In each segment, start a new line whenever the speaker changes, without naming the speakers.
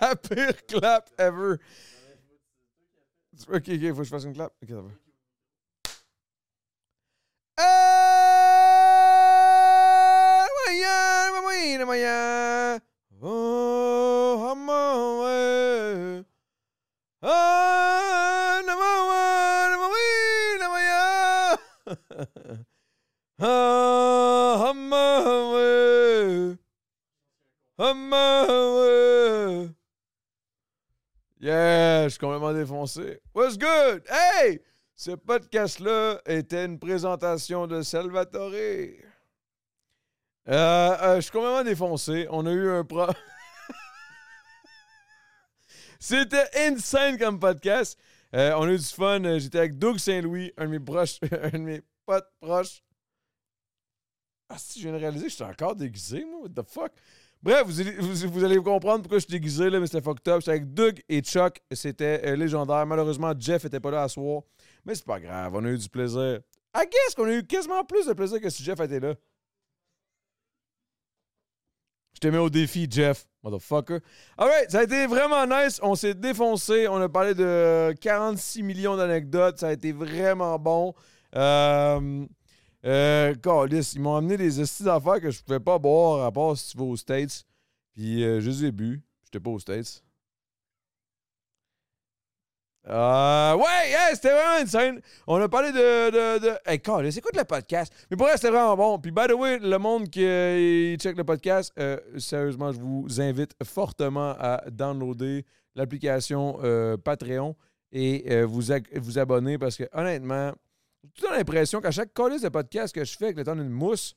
La pire clap ever. Ok, ok, faut que je fasse une clap. Ok, ça va. Øh, Eh, moyen, moyen, moyen. Oh, maman, ouais. Øh, Ah, maman, ouais, moyen, moyen. Ah, maman, ouais. Ah, maman, ouais. Yeah, je suis complètement défoncé. What's good? Hey! Ce podcast-là était une présentation de Salvatore. Euh, euh, je suis complètement défoncé. On a eu un pro. C'était insane comme podcast. Euh, on a eu du fun. Euh, J'étais avec Doug Saint-Louis, un de mes proches, un de mes potes proches. Ah, si, je viens de réaliser que j'étais encore déguisé, moi. What the fuck? Bref, vous allez vous, vous allez comprendre pourquoi je suis déguisé, là, mais c'était fucked up. J'étais avec Doug et Chuck. C'était euh, légendaire. Malheureusement, Jeff était pas là à soir. Mais c'est pas grave, on a eu du plaisir. À guess qu'on a eu quasiment plus de plaisir que si Jeff était là. Je te mets au défi, Jeff, motherfucker. Alright, ça a été vraiment nice. On s'est défoncé. On a parlé de 46 millions d'anecdotes. Ça a été vraiment bon. Euh, euh, câlisse, ils m'ont amené des estis d'affaires que je pouvais pas boire à part si tu vas aux States. Puis euh, je les ai bu. J'étais pas aux States. Euh, ouais, hey, c'était vraiment une scène. On a parlé de. de, de... Hey, câlisse, écoute le podcast. Mais pour vrai, c'était vraiment bon. Puis, by the way, le monde qui euh, il check le podcast, euh, sérieusement, je vous invite fortement à downloader l'application euh, Patreon et euh, vous, ag- vous abonner parce que, honnêtement, j'ai tout le temps l'impression qu'à chaque colise de podcast que je fais avec le temps d'une mousse,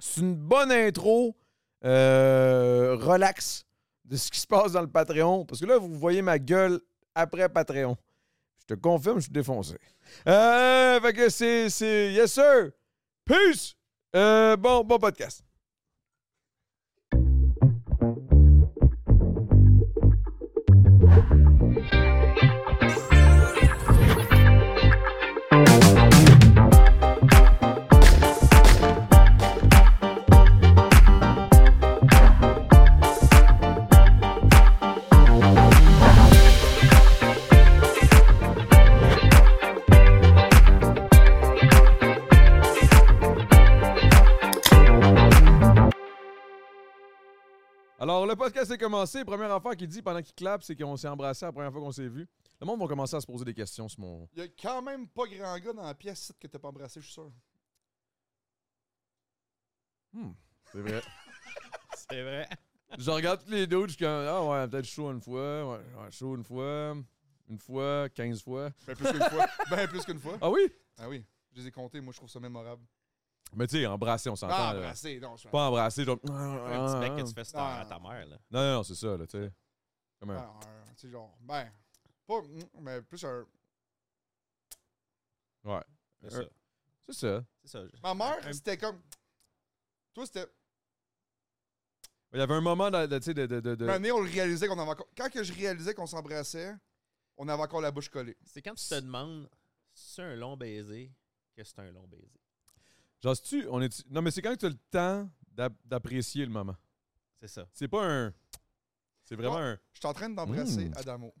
c'est une bonne intro euh, relax de ce qui se passe dans le Patreon. Parce que là, vous voyez ma gueule après Patreon. Je te confirme, je suis défoncé. Euh, fait que c'est, c'est. Yes, sir! Peace! Euh, bon, bon podcast. Alors, le podcast est commencé. Première affaire qu'il dit pendant qu'il clappe, c'est qu'on s'est embrassé la première fois qu'on s'est vu. Le monde va commencer à se poser des questions sur mon.
Il y a quand même pas grand gars dans la pièce site que t'as pas embrassé, je suis sûr.
C'est vrai.
C'est vrai.
Je regarde tous les d'autres, je suis comme Ah ouais, peut-être chaud une fois, ouais, ouais, chaud une fois, une fois, 15 fois.
Ben plus qu'une fois. Ben plus qu'une fois.
Ah oui?
Ah oui, je les ai comptés, moi je trouve ça mémorable.
Mais tu sais, embrasser, on s'entend.
Ah,
là.
embrassé, non, je
Pas embrasser, genre. ah,
Un petit bec que tu fais sur
Ah.
à ta mère, là.
Non, non, non, c'est ça, là, tu sais. Comme un-
Ah, un- Tu sais, genre, ben. Pas. Mais plus un.
Ouais.
C'est
Euh.
ça.
C'est ça.
C'est ça. je-
Ma mère,
Un-
c'était comme. Toi, c'était.
Il y avait un moment, dans- de- tu sais, de. de, de, de-
Une
Ben
année, on le réalisait qu'on avait encore. Quand que je réalisais qu'on s'embrassait, on avait encore la bouche collée.
C'est quand tu te demandes si c'est un long baiser que c'est un long baiser.
Genre, tu on est. Non, mais c'est quand tu as le temps d'ap- d'apprécier le moment.
C'est ça.
C'est pas un. C'est vraiment
Ouais.
Ah.
un.
Je suis en train d'embrasser
Mm.
Adamo.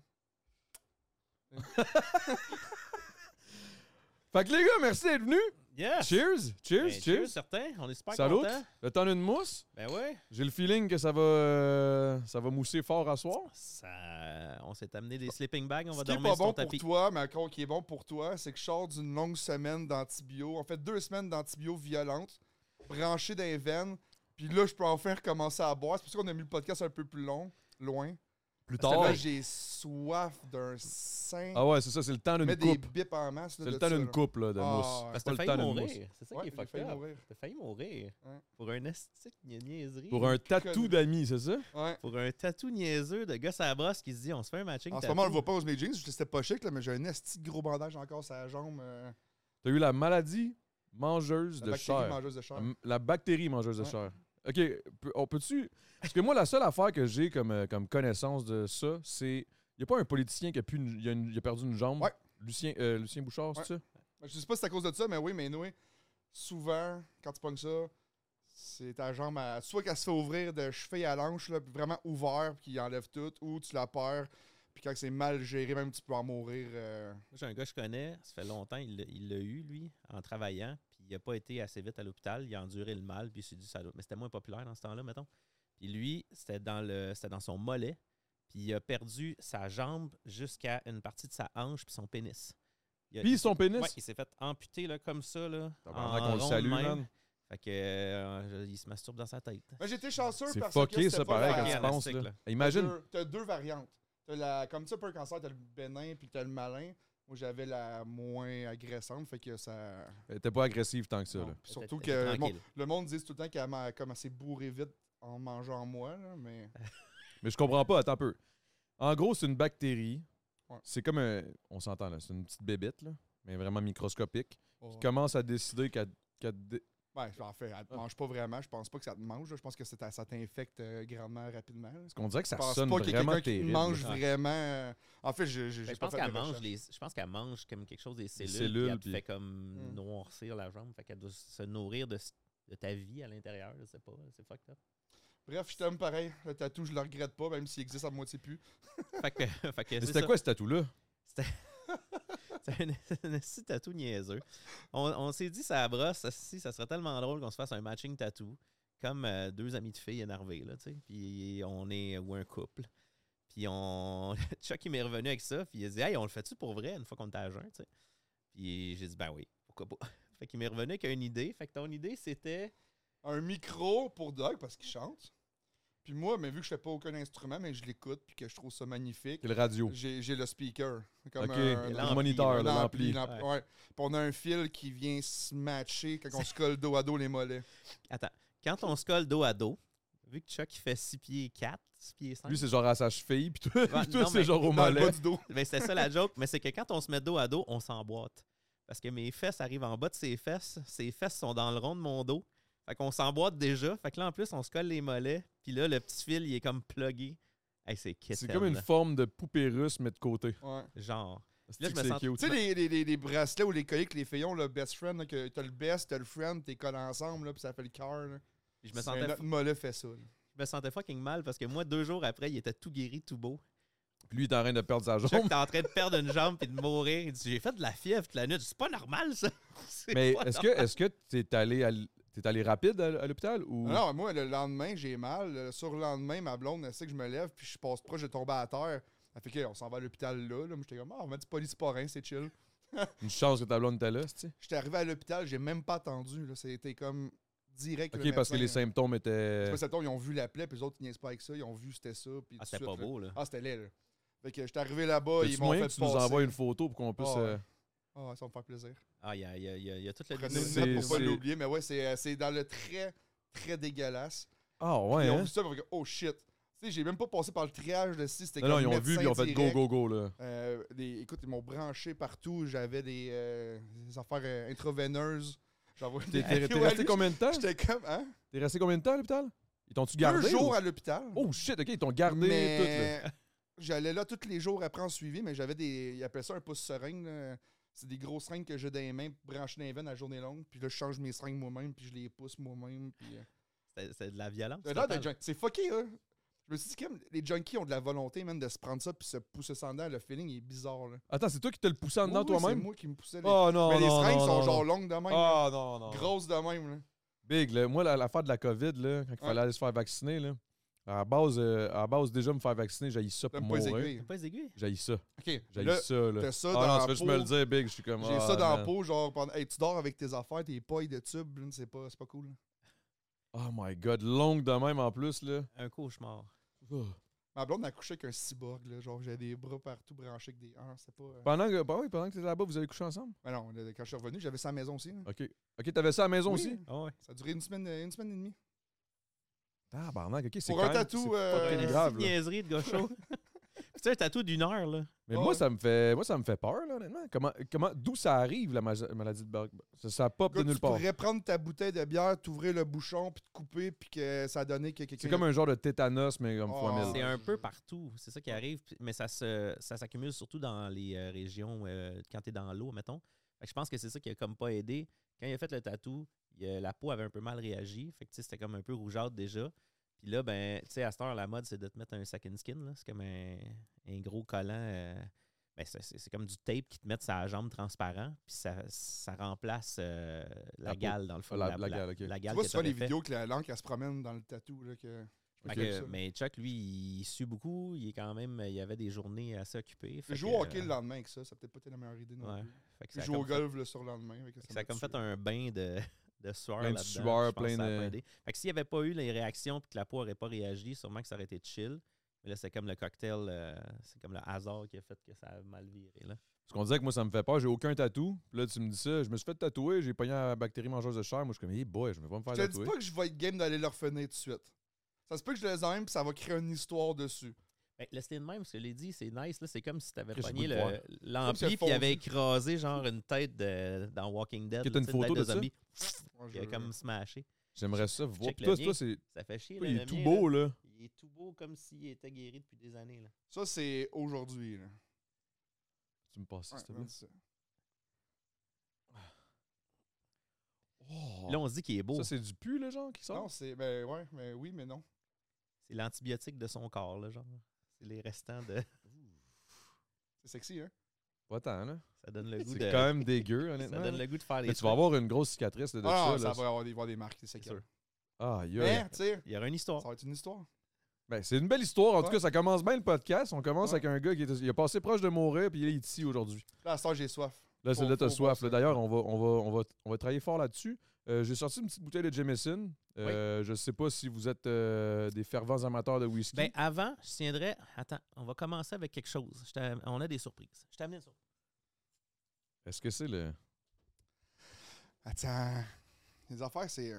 Fait que les gars, merci d'être venus.
Yes!
Cheers, cheers,
Ben,
cheers.
certain. On est super
Salut.
contents.
Le temps d'une mousse.
Ben ouais.
J'ai le feeling que ça va. euh, ça va mousser fort à soir.
Ça... On s'est amené des sleeping bags. On va
Ce qui est
dormir
pas
sur
bon
ton
pour
tapis.
toi, mais encore qui est bon pour toi, c'est que je sors d'une longue semaine d'antibio. En fait, deux semaines d'antibio violente, branché dans les veines. Puis là, je peux enfin recommencer à boire. C'est pour ça qu'on a mis le podcast un peu plus long, loin.
Plus
Parce que
tard.
là, j'ai soif d'un sein.
Ah ouais, c'est ça, c'est le temps d'une
Mets
coupe.
des bips en masse. là,
C'est le
de
temps
ça,
d'une
là.
coupe, là, de
Ah,
mousse.
ouais.
Parce
C'est
que t'as
pas le
failli
temps d'une mousse.
mourir. C'est ça
Ouais,
qui est
j'ai
fucked
failli
up.
mourir.
T'as failli mourir.
Ouais.
Pour un esthétique niaiserie.
Pour un tatou
connu.
d'amis, c'est ça?
Ouais.
Pour un tatou niaiseux de gosse à la brosse qui se dit on se fait un matching.
En ce
tattoo.
moment, on le voit pas aux mes jeans. C'était pas chic, là, mais j'ai un esti de gros bandage encore sur la jambe. euh,
T'as eu la maladie mangeuse
la
de
bactérie
chair.
mangeuse de chair.
M- La bactérie mangeuse de
Ouais.
chair. OK, peut- on peut-tu... Parce que moi, la seule affaire que j'ai comme, euh, comme connaissance de ça, c'est... Il n'y a pas un politicien qui a, pu une- il a, une- il a perdu une jambe?
Ouais.
Lucien, euh, Lucien
Ben,
Bouchard, c'est ça?
Je sais pas si c'est à cause de ça, mais oui, mais anyway, souvent, quand tu pognes ça, C'est ta jambe, à- soit qu'elle se fait ouvrir de cheville à l'anche, là, puis vraiment ouvert, puis qu'il enlève tout, ou tu la perds, puis quand c'est mal géré, même tu peux en mourir. euh.
Moi, j'ai un gars que je connais, ça fait longtemps, il l'a- il l'a eu, lui, en travaillant, puis il n'a pas été assez vite à l'hôpital, il a enduré le mal, puis il s'est dit, ça doit... mais c'était moins populaire dans ce temps-là, mettons. Puis lui, c'était dans, le... c'était dans son mollet, puis il a perdu sa jambe jusqu'à une partie de sa hanche, puis son pénis. Il a-
Puis son pénis.
Ouais, il s'est fait amputer, là, comme ça, là.
Tabarnak,
en
Ah, ben, on le
rond de
salue,
même.
man.
Fait que, euh, je- il se masturbe dans sa tête.
Mais Ben, j'étais chanceux
C'est
parce
fucké,
que
ça,
c'était
pareil,
pas
quand
fucké,
tu
variant.
penses.
élastique,
là.
là.
Imagine.
T'as deux- T'as deux variantes. T'as la, comme ça, pour le cancer, t'as le bénin, puis t'as le malin. Moi, j'avais la moins agressante, fait que ça.
Euh, T'es pas agressif tant que ça.
Non.
là.
Puis Surtout
Était- était
que mon-
tranquille.
le monde dit tout le temps qu'elle m'a comme assez bourré vite en mangeant moi, là, mais.
Mais je comprends pas, attends un peu. En gros, c'est une bactérie.
Ouais.
C'est comme un. On s'entend là, c'est une petite bébite, là, mais vraiment microscopique.
Oh.
Qui commence à décider qu'elle. qu'elle dé-
Ouais, en fait, elle te
Ah.
mange pas vraiment. Je pense pas que ça te mange. là. Je pense que c'est- ça t'infecte euh, grandement rapidement. là.
Parce qu'on dirait que ça
Je pense
sonne
pas qu'il y ait
vraiment
quelqu'un qui
terrible. Ah.
mange
là.
Ouais.
vraiment. euh, En fait, je- je-
Ben,
j'ai
je
pas
pense
fait
qu'elle
de
mange
recherche.
les, je pense qu'elle mange comme quelque chose des cellules,
cellules,
puis elle te
puis-
fait comme
Hmm.
noircir la jambe, fait qu'elle doit se nourrir de, de ta vie à l'intérieur, je sais pas, c'est fucked up.
Bref, je t'aime pareil. Le tatou, je le regrette pas, même s'il existe à moitié plus.
fait que, fait que
Mais
c'est
C'était
ça.
quoi ce tatou-là?
C'est un, un esti de tatou niaiseux. On, on s'est dit, ça brosse, si ça serait tellement drôle qu'on se fasse un matching tatou, comme euh, deux amis de filles énervés, là, tu sais. Puis on est, ou un couple. Puis on. Chuck, il m'est revenu avec ça, puis il a dit, hey, on le fait-tu pour vrai une fois qu'on était à jeun, tu sais. Puis j'ai dit, ben oui, pourquoi pas. Fait qu'il m'est revenu avec une idée. Fait que ton idée, c'était.
Un micro pour Doug parce qu'il chante. Puis moi, mais vu que je fais pas aucun instrument, mais je l'écoute puis que je trouve ça magnifique,
C'est le radio.
j'ai j'ai le speaker. Comme
ok,
un,
l'ampli,
le moniteur,
un
là, l'ampli.
l'ampli, ouais. Puis on a un fil qui vient se matcher quand on se colle dos à dos les mollets.
Attends, quand on se colle dos à dos, vu que Chuck, il fait 6 pieds 4, 6 pieds 5.
Lui, c'est genre à sa cheville, puis toi,
Ouais,
toi,
non,
c'est
mais-
genre au
Dans le bas
mollet.
du dos.
Ben, c'est ça la joke, mais c'est que quand on se met dos à dos, on s'emboîte. Parce que mes fesses arrivent en bas de ses fesses, ses fesses sont dans le rond de mon dos. Fait qu'on s'emboîte déjà. Fait que là, en plus, on se colle les mollets. Puis là, le petit fil, il est comme plugué. Hey, c'est kitten.
C'est comme une forme de poupée russe, mais de côté.
Ouais.
Genre.
C'est
je me sens-
cute.
Tu sais, les, les, les, les bracelets ou les colliers que les filles ont, le best friend, là, que t'as le best, t'as le friend, t'es collé ensemble, là, puis ça fait le cœur. là.
Je me,
Ben,
sentais,
notre mollet fait ça. là.
je me sentais fucking mal parce que moi, deux jours après, il était tout guéri, tout beau.
Puis lui, il est en train de perdre sa
Chuck,
jambe.
t'es en train de perdre une jambe puis de mourir. Il dit, J'ai fait de la fièvre toute la nuit. C'est pas normal, ça. C'est
Mais
pas
est-ce que est-ce que t'es allé à l- t'es allé rapide à l- à l'hôpital ou
Non, moi, le lendemain, j'ai mal. Le surlendemain, ma blonde, elle sait que je me lève, puis je passe proche de tomber à terre. Elle fait qu'on s'en va à l'hôpital là. là. Moi, j'étais comme, ah, on met du polysporin, c'est chill.
une chance que ta blonde était là, tu sais?
J'étais arrivé à l'hôpital, j'ai même pas attendu. Là. C'était comme direct. le
OK, parce que les euh,
médecin,
symptômes
là.
étaient
Parce que, mettons, ils ont vu la plaie, puis les autres, ils niaisent pas avec ça. Ils ont vu, c'était ça. Puis tout de
Ah, c'était
suite,
pas
là.
beau, là.
Ah, c'était laid, là. Fait que j'étais arrivé là-bas,
T'as-tu
ils m'ont fait
moyen
passer.
que tu nous envoies une photo pour qu'on puisse.
Ah ouais.
euh,
Ah, ça me fait plaisir.
Ah, il y a, il y a- il y a- il y a tout le
Prenez
C'est-
une note pour pas
c'est-
l'oublier, mais ouais, c'est, euh, c'est dans le très, très dégueulasse.
Ah ouais,
Ils ont
hein?
vu ça, ils ont fait, oh shit. Tu sais, j'ai même pas passé par le triage de si c'était
Non,
comme
non, ils ont vu,
médecin
puis ils ont fait go,
direct.
go, go, là.
Euh, des- écoute, ils m'ont branché partout. J'avais des, euh, des affaires euh, intraveineuses. J'avais
T'es
des
t'es- t'es
Ouais,
resté
lui,
combien de temps?
J'étais comme, hein?
T'es resté combien de temps à l'hôpital? Ils t'ont-tu gardé?
Deux jours
ou-
à l'hôpital.
Oh shit, OK, ils t'ont gardé
Mais
tout, là.
J'allais là tous les jours après en suivi, mais j'avais des. Ils appellent ça un pouce seringue. là. C'est des grosses seringues que j'ai dans les mains, branchées dans les veines à journée longue. Puis là, je change mes seringues moi-même, puis je les pousse moi-même. Puis. euh,
C'était c'était de la violence.
Euh, non,
totale.
des junk- C'est fucké, hein. Je me suis dit, Kim, les junkies ont de la volonté, même, de se prendre ça puis se pousser sans dedans. Le feeling est bizarre, là.
Attends, c'est toi qui te le poussais en dedans
Oui, oui,
toi-même?
C'est moi qui me poussais. Les...
Oh non,
mais les
non,
seringues
non,
sont
non,
genre
non.
longues de même. là.
Ah non, non.
Grosses de même, là.
Big, là. Moi, la- l'affaire de la COVID, là, quand il
Ouais.
fallait aller se faire vacciner, là, à la base, euh, à la base déjà me faire vacciner, j'ai ça pour
T'aimes pas les
mourir.
aiguilles.
T'as pas les aiguilles?
J'ai ça.
OK.
J'ai
là,
ça, là.
t'as ça
ah
dans
non, tu
la
fais juste me
peau.
le dire, Big, je suis comme...
J'ai
ah,
ça dans la
man.
peau, genre, pendant... Hey, tu dors avec tes affaires, tes pailles de tube, là, c'est pas, c'est pas cool. là.
Oh my God, longue de même en plus, là.
Un cauchemar.
Oh.
Ma blonde a couché avec un cyborg, là. Genre, j'ai des bras partout branchés avec des. Ah, c'est pas. euh,
Pendant que, bah oui, pendant que t'étais là-bas, vous avez couché ensemble?
Mais non, là, quand je suis revenu, j'avais ça à la maison aussi. là.
OK. OK, t'avais ça à la maison
Oui,
aussi?
Ah ouais.
Ça a duré une semaine, euh, une semaine et demie.
Ah, barnac, OK, c'est
Pour
quand même-
un
c'est
tatou.
fucking
euh,
grave.
une
là.
niaiserie de gaucho. Puis tu as un tatou d'une heure, là.
Mais
Ah
moi,
ouais.
ça me fait, moi, ça me fait peur, là, honnêtement. Comment, comment, d'où ça arrive, la ma- maladie de Berg? Ça, ça pop
Écoute,
de nulle
tu
part.
pourrais prendre ta bouteille de bière, t'ouvrir le bouchon, puis te couper, puis que ça donnait que quelqu'un.
C'est comme un genre de tétanos, mais comme fois
Ah.
mille.
C'est
Ouais,
un
je-
peu partout. C'est ça qui arrive. puis- Mais ça se, ça s'accumule surtout dans les euh, régions, euh, quand tu es dans l'eau, mettons. Fait que je pense que c'est ça qui a comme pas aidé. Quand il a fait le tatou, il a- la peau avait un peu mal réagi. Fait que tu sais, c'était comme un peu rougeâtre déjà. Puis là, ben, tu sais, à cette heure, la mode, c'est de te mettre un second skin. là. C'est comme un, un gros collant. euh, ben, c'est- c'est c'est comme du tape qui te met sa jambe transparent. Puis ça, ça remplace euh, la,
La peau.
gale, dans le fond.
Ah, la- la gale, ok.
la
Tu
gale
vois
que
souvent les
t'aurais fait.
vidéos que la langue, elle se promène dans le tatou. Là, que...
Fait
Ok.
que-
ça.
mais Chuck, lui, il sue beaucoup. Il est quand même. Il avait des journées assez occupées. Fait
Fait jouer
que,
au hockey
euh,
le lendemain avec ça, ça a peut-être pas été la meilleure idée. Non
Ouais.
plus.
Fait que
Puis
ça a
jouer au
comme fait-
golf le surlendemain. Fait que
ça a comme fait un bain de, de sueur.
Plein de
là-dedans,
sueur,
je pense que
plein
ça a
de-
pas aidé. Fait que s'il n'y avait pas eu les réactions et que la peau n'aurait pas réagi, sûrement que ça aurait été chill. Mais là, c'est comme le cocktail, euh, c'est comme le hasard qui a fait que ça a mal viré. Là.
Parce qu'on disait que moi, ça me fait peur, j'ai aucun tatou. Puis là, tu me dis ça, je me suis fait tatouer, j'ai pogné la bactérie mangeuse de chair. Moi, je suis comme, hey boy, je vais pas me faire
Je te dis
tatouer.
pas que je vais être game d'aller leur finir tout de suite. Ça se peut que je les aime, puis ça va créer une histoire dessus.
Ben, laisse-les de même, parce que les dit, c'est nice. là, C'est comme si tu avais
Chris, j'ai
pogné
goût de
le-
voir.
l'ampli
Comme si
puis il avait
fondu.
écrasé genre une tête de- dans Walking Dead.
Qui est
là,
une
tu sais,
photo
tête
de ça?
zombie
Moi,
qui a
je-
comme smashé.
J'aimerais ça voir.
Check le
Toi,
mien.
toi, c'est.
Ça fait chier. là,
Il
le
est tout
mien,
beau,
là.
là.
Il est tout beau comme s'il était guéri depuis des années. Là.
Ça, c'est aujourd'hui. là.
Tu me passes,
Ouais,
s'il te plaît.
non, c'est ça.
Oh.
Là, on se dit qu'il est beau.
Ça, c'est du pu, là, genre, qui
Non,
sort.
c'est. Ben ouais, mais oui, mais non.
C'est l'antibiotique de son corps, là, genre. C'est les restants de.
C'est sexy, hein?
Pas tant, là.
Ça donne le goût
C'est
de.
quand même dégueu,
ça
honnêtement.
donne le goût de faire les.
Mais tu vas avoir une grosse cicatrice là, de
Ah,
ça,
ça
là.
va avoir des, voir des marques, c'est
C'est
sexy.
sûr.
Ah,
Mais,
yeah. Oh.
tu sais,
Il y aura une
ça
histoire.
va être une histoire.
Ben, c'est une belle histoire. En tout
Ouais.
cas, ça commence bien le podcast. On commence
Ouais.
avec un gars qui est, il a passé proche de mourir, puis il est ici aujourd'hui.
Là, à ce temps, j'ai soif.
Là, c'est
Faut-
là, t'as
faut
soif.
voir
là.
ça.
D'ailleurs, on va, on, va, on, va, on va travailler fort là-dessus. Euh, J'ai sorti une petite bouteille de Jameson. Euh, Je sais pas si vous êtes euh, des fervents amateurs de whisky.
Ben, avant, je tiendrais. Attends, on va commencer avec quelque chose. Je t'ai- On a des surprises. Je t'ai amené une surprise.
Est-ce que c'est le.
Attends. Les affaires, c'est.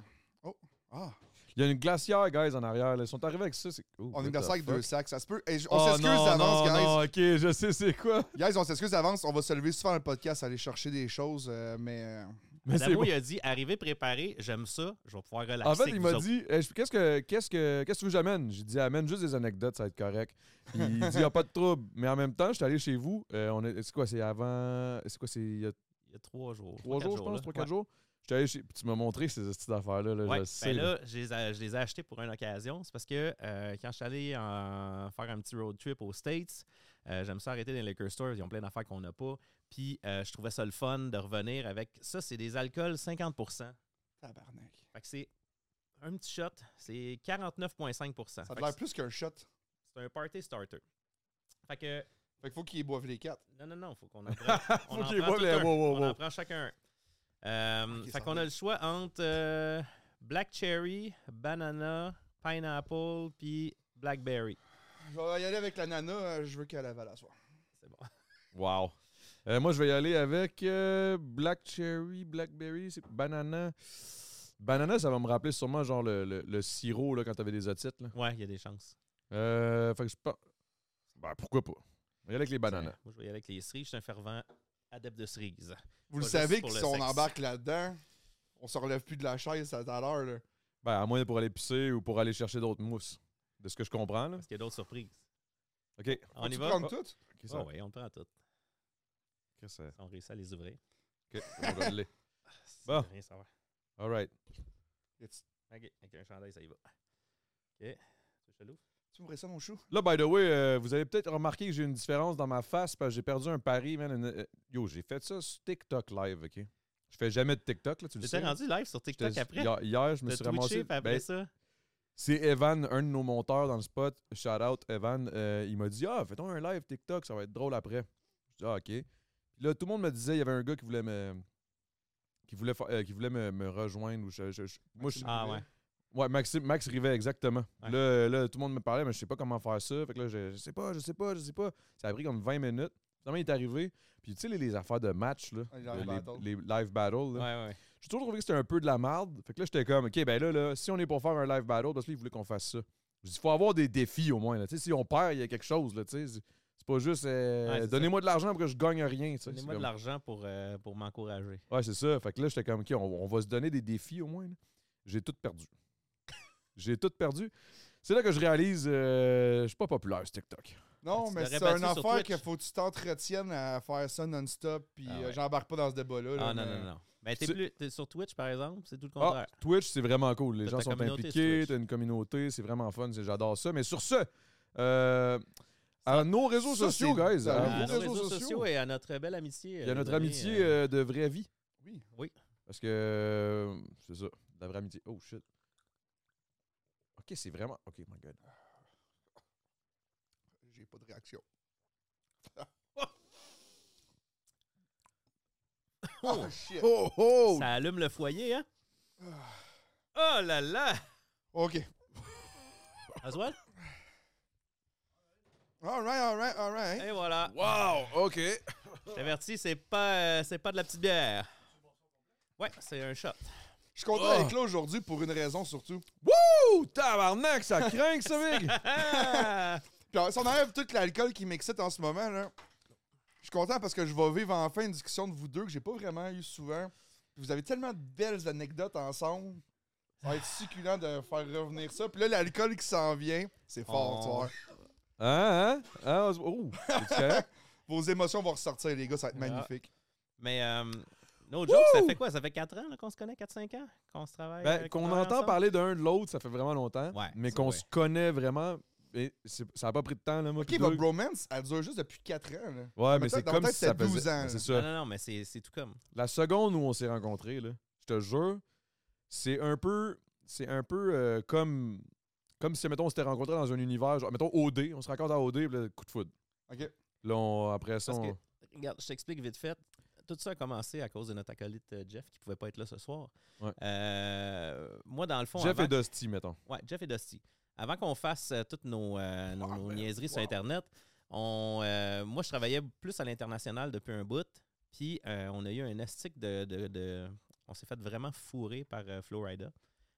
Oh! Ah!
Il y a une glacière, guys, en arrière. là. Ils sont arrivés avec ça. c'est- Oh,
On
what
est dans
the
ça avec
fuck?
deux sacs. Ça se peut. Hey, j- on
Oh,
s'excuse
non,
d'avance,
non,
guys.
non, ok, je sais c'est quoi.
Guys, on s'excuse d'avance. On va se lever souvent dans le podcast, aller chercher des choses, euh, mais. euh,
Mais c'est
Adamo,
bon.
il a dit arrivé préparé, j'aime ça, je vais pouvoir relaxer.
En fait, il
avec
m'a
vous autres.
dit Eh, je- qu'est-ce que qu'est-ce que qu'est-ce que tu veux que j'amène J'ai dit amène juste des anecdotes, ça va être correct. Puis il dit y a pas de trouble, mais en même temps, je suis allé chez vous, euh, on est c'est quoi c'est avant c'est quoi c'est il y a
Il y a trois jours.
trois
quatre
jours je pense,
là.
trois quatre jours. Je suis allé chez puis tu m'as montré ces petites affaires là,
Ouais,
je
ben
sais. là.
là, je les, ai, je les ai achetés pour une occasion. C'est parce que euh, quand je suis allé en- faire un petit road trip aux States, euh, j'aime ça arrêter dans les liquor stores. Ils ont plein d'affaires qu'on n'a pas. Puis euh, je trouvais ça le fun de revenir avec. Ça, c'est des alcools 50 Fait
Tabarnak.
que c'est un petit shot, c'est 49,5
Ça
Fait
a
que
l'air plus qu'un shot.
C'est un party starter. Fait que.
Fait qu'il faut qu'ils boivent les quatre.
Non, non, non, faut qu'on en prenne. on
Faut
en
qu'il
prend
boive
tout
les-
un.
wow, wow,
On en
wow.
prend chacun un. Euh,
Ok, ça
fait qu'on
va.
a le choix entre euh, Black Cherry, Banana, Pineapple, puis Blackberry.
Je vais y aller avec la nana. euh, Je veux qu'elle avale à soir.
C'est bon.
Wow. Euh, moi je vais y aller avec euh, black cherry, blackberry, c'est banana. Banana, ça va me rappeler sûrement genre le, le, le sirop là quand t'avais des otites là.
Ouais, il y a des chances.
Euh, fait que je pense ben, pourquoi pas. On va y aller avec les bananas.
Moi, je vais y aller avec les cerises. Je suis un fervent adepte de cerises.
Vous le
juste
savez que
pour
si
le
on
sexe.
embarque là-dedans, on se relève plus de la chaise à tout à l'heure. là.
Ben, à moins de pour aller pisser ou pour aller chercher d'autres mousses. De ce que je comprends, là.
Parce qu'il y a d'autres surprises.
OK. Ok,
On y
Faut-tu
va?
prendre tout?
ça-
Ah ouais, on prend toutes.
ok, ça-
On réussit à les ouvrir.
ok, on va l'aider.
Ça
Bon.
veut rien savoir.
All right.
Y a-tu-
OK, avec un chandail, ça y va. OK. Tu veux
Tu ouvrais ça, mon chou?
Là, by the way, euh, vous avez peut-être remarqué que j'ai une différence dans ma face parce que j'ai perdu un pari, man. une- euh, yo, j'ai fait ça sur TikTok live, OK? Je fais jamais de TikTok, là, tu le
Tu
sais.
t'es rendu live sur
J'étais-
TikTok après?
Hier, hier, je me
T'as
suis
twitché,
ramassé.
puis après
ben,
ça?
C'est Evan, un de nos monteurs dans le spot. Shout out, Evan. Euh, il m'a dit Ah, fais-toi un live TikTok, ça va être drôle après. Je dis Ah, ok. Puis là, tout le monde me disait il y avait un gars qui voulait me. Qui voulait, fa- euh, qui voulait me, me rejoindre. Ou je- je- je- moi, je,
Ah ouais.
ouais, Maxime- Max Rivet, exactement.
Ouais.
Là, euh, là, tout le monde me parlait, mais je sais pas comment faire ça. Fait que là, je, je sais pas, je sais pas, je sais pas. Ça a pris comme 20 minutes. Finalement, il est arrivé. Puis tu sais, les, les affaires de match, là,
Ah, les
de-
live
les,
battles.
les live battles, là.
Ouais, ouais.
J'ai toujours trouvé que c'était un peu de la merde. Fait que là, j'étais comme, OK, ben là, là, si on est pour faire un live battle, parce que là, ils voulaient qu'on fasse ça. Je dis, il faut avoir des défis au moins. Là. Tu sais, Si on perd, il y a quelque chose. Là, tu sais. c'est c'est pas juste, euh,
Ouais, c'est ça.
donnez-moi de l'argent pour que je gagne rien. tu sais.
Donnez-moi
C'est
de
comme-
l'argent pour, euh, pour m'encourager.
Ouais, c'est ça. Fait que là, j'étais comme, OK, on, on va se donner des défis au moins. là. J'ai tout perdu. J'ai tout perdu. C'est là que je réalise, euh, je suis pas populaire sur TikTok.
Non,
Tu
mais
l'aurais
c'est un
battu sur
affaire
Twitch.
qu'il faut que tu t'entretiennes à faire ça non-stop, puis
Ah
euh,
ouais.
j'embarque pas dans ce débat-là. là,
Ah non,
mais-
non, non. Mais t'es
C'est-
plus, t'es sur Twitch, par exemple, c'est tout le
Ah,
contraire.
Twitch, c'est vraiment cool. Les
T'as
gens
ta
sont
communauté
impliqués,
sur Twitch.
t'as une communauté, c'est vraiment fun, c'est- j'adore ça. Mais sur ce, euh, à nos réseaux
ça,
sociaux,
c'est-
guys, à
Ah,
vos
À
nos
nos
réseaux, sociaux,
et à notre belle amitié.
il y a
euh,
notre
les
amitié
amis, euh,
euh, de vraie vie.
Oui.
Parce que euh, c'est ça, de la vraie amitié. Oh shit. Ok, c'est vraiment. Ok, my god.
J'ai pas de réaction.
Oh.
Oh, shit.
Oh oh! Ah,
Ça allume le foyer, hein? Oh là là!
OK.
Oswald?
All right, all right, all right.
Et voilà.
Wow! Ok.
Je t'avertis, c'est pas, euh, c'est pas de la petite bière. Ouais, c'est un shot.
Je suis content
Oh.
d'être là aujourd'hui pour une raison surtout.
Ouh, tabarnak, ça craint ça, Hein, Big!
Ah!
Puis euh, si on enlève tout l'alcool qui m'excite en ce moment, là, je suis content parce que je vais vivre enfin une discussion de vous deux que j'ai pas vraiment eu souvent. Puis Vous avez tellement de belles anecdotes ensemble. Ça va être
Ah.
succulent de faire revenir ça. Puis là, l'alcool qui s'en vient, c'est fort,
Oh.
tu vois.
Hein, hein? Hein? Os- Oh! c'est correct?
Vos émotions vont ressortir, les gars, ça va être
Ah.
magnifique.
Mais, euh, no joke, ça fait quoi? Ça fait 4 ans là, qu'on se connaît, 4-5 ans? Qu'on se travaille? euh,
Ben, qu'on
travaille
entend
ensemble?
parler d'un de l'autre, ça fait vraiment longtemps.
Ouais,
mais
c'est
qu'on
vrai.
se connaît vraiment. Et c'est- ça a pas pris de temps, là, moi.
Ok,
pis
votre
Doug.
bromance, elle dure juste depuis 4 ans. Là.
Ouais, mais
Mettons,
c'est
dans
comme
ma
si
tête,
ça
c'était 12
faisait.
ans, là.
C'est ça.
Non, non, non, mais c'est c'est tout comme.
La seconde où on s'est rencontrés, là, je te jure, c'est un peu. C'est un peu euh, comme. Comme si, mettons, on s'était rencontrés dans un univers, genre, mettons, OD, on se rencontre à OD, puis là, coup de foudre.
Ok.
Là, on- après ça,
Parce
on-
que- Regarde, je t'explique vite fait. Tout ça a commencé à cause de notre acolyte euh, Jeff qui pouvait pas être là ce soir.
Ouais.
Euh, moi, dans le fond.
Jeff
avant-
et Dusty, mettons.
Ouais, Jeff et Dusty. Avant qu'on fasse euh, toutes nos, euh, nos-
Ah,
nos
ben,
niaiseries sur
wow.
Internet, on, euh, moi, je travaillais plus à l'international depuis un bout. Puis, euh, on a eu un astic de. de- de- on s'est fait vraiment fourrer par euh, Florida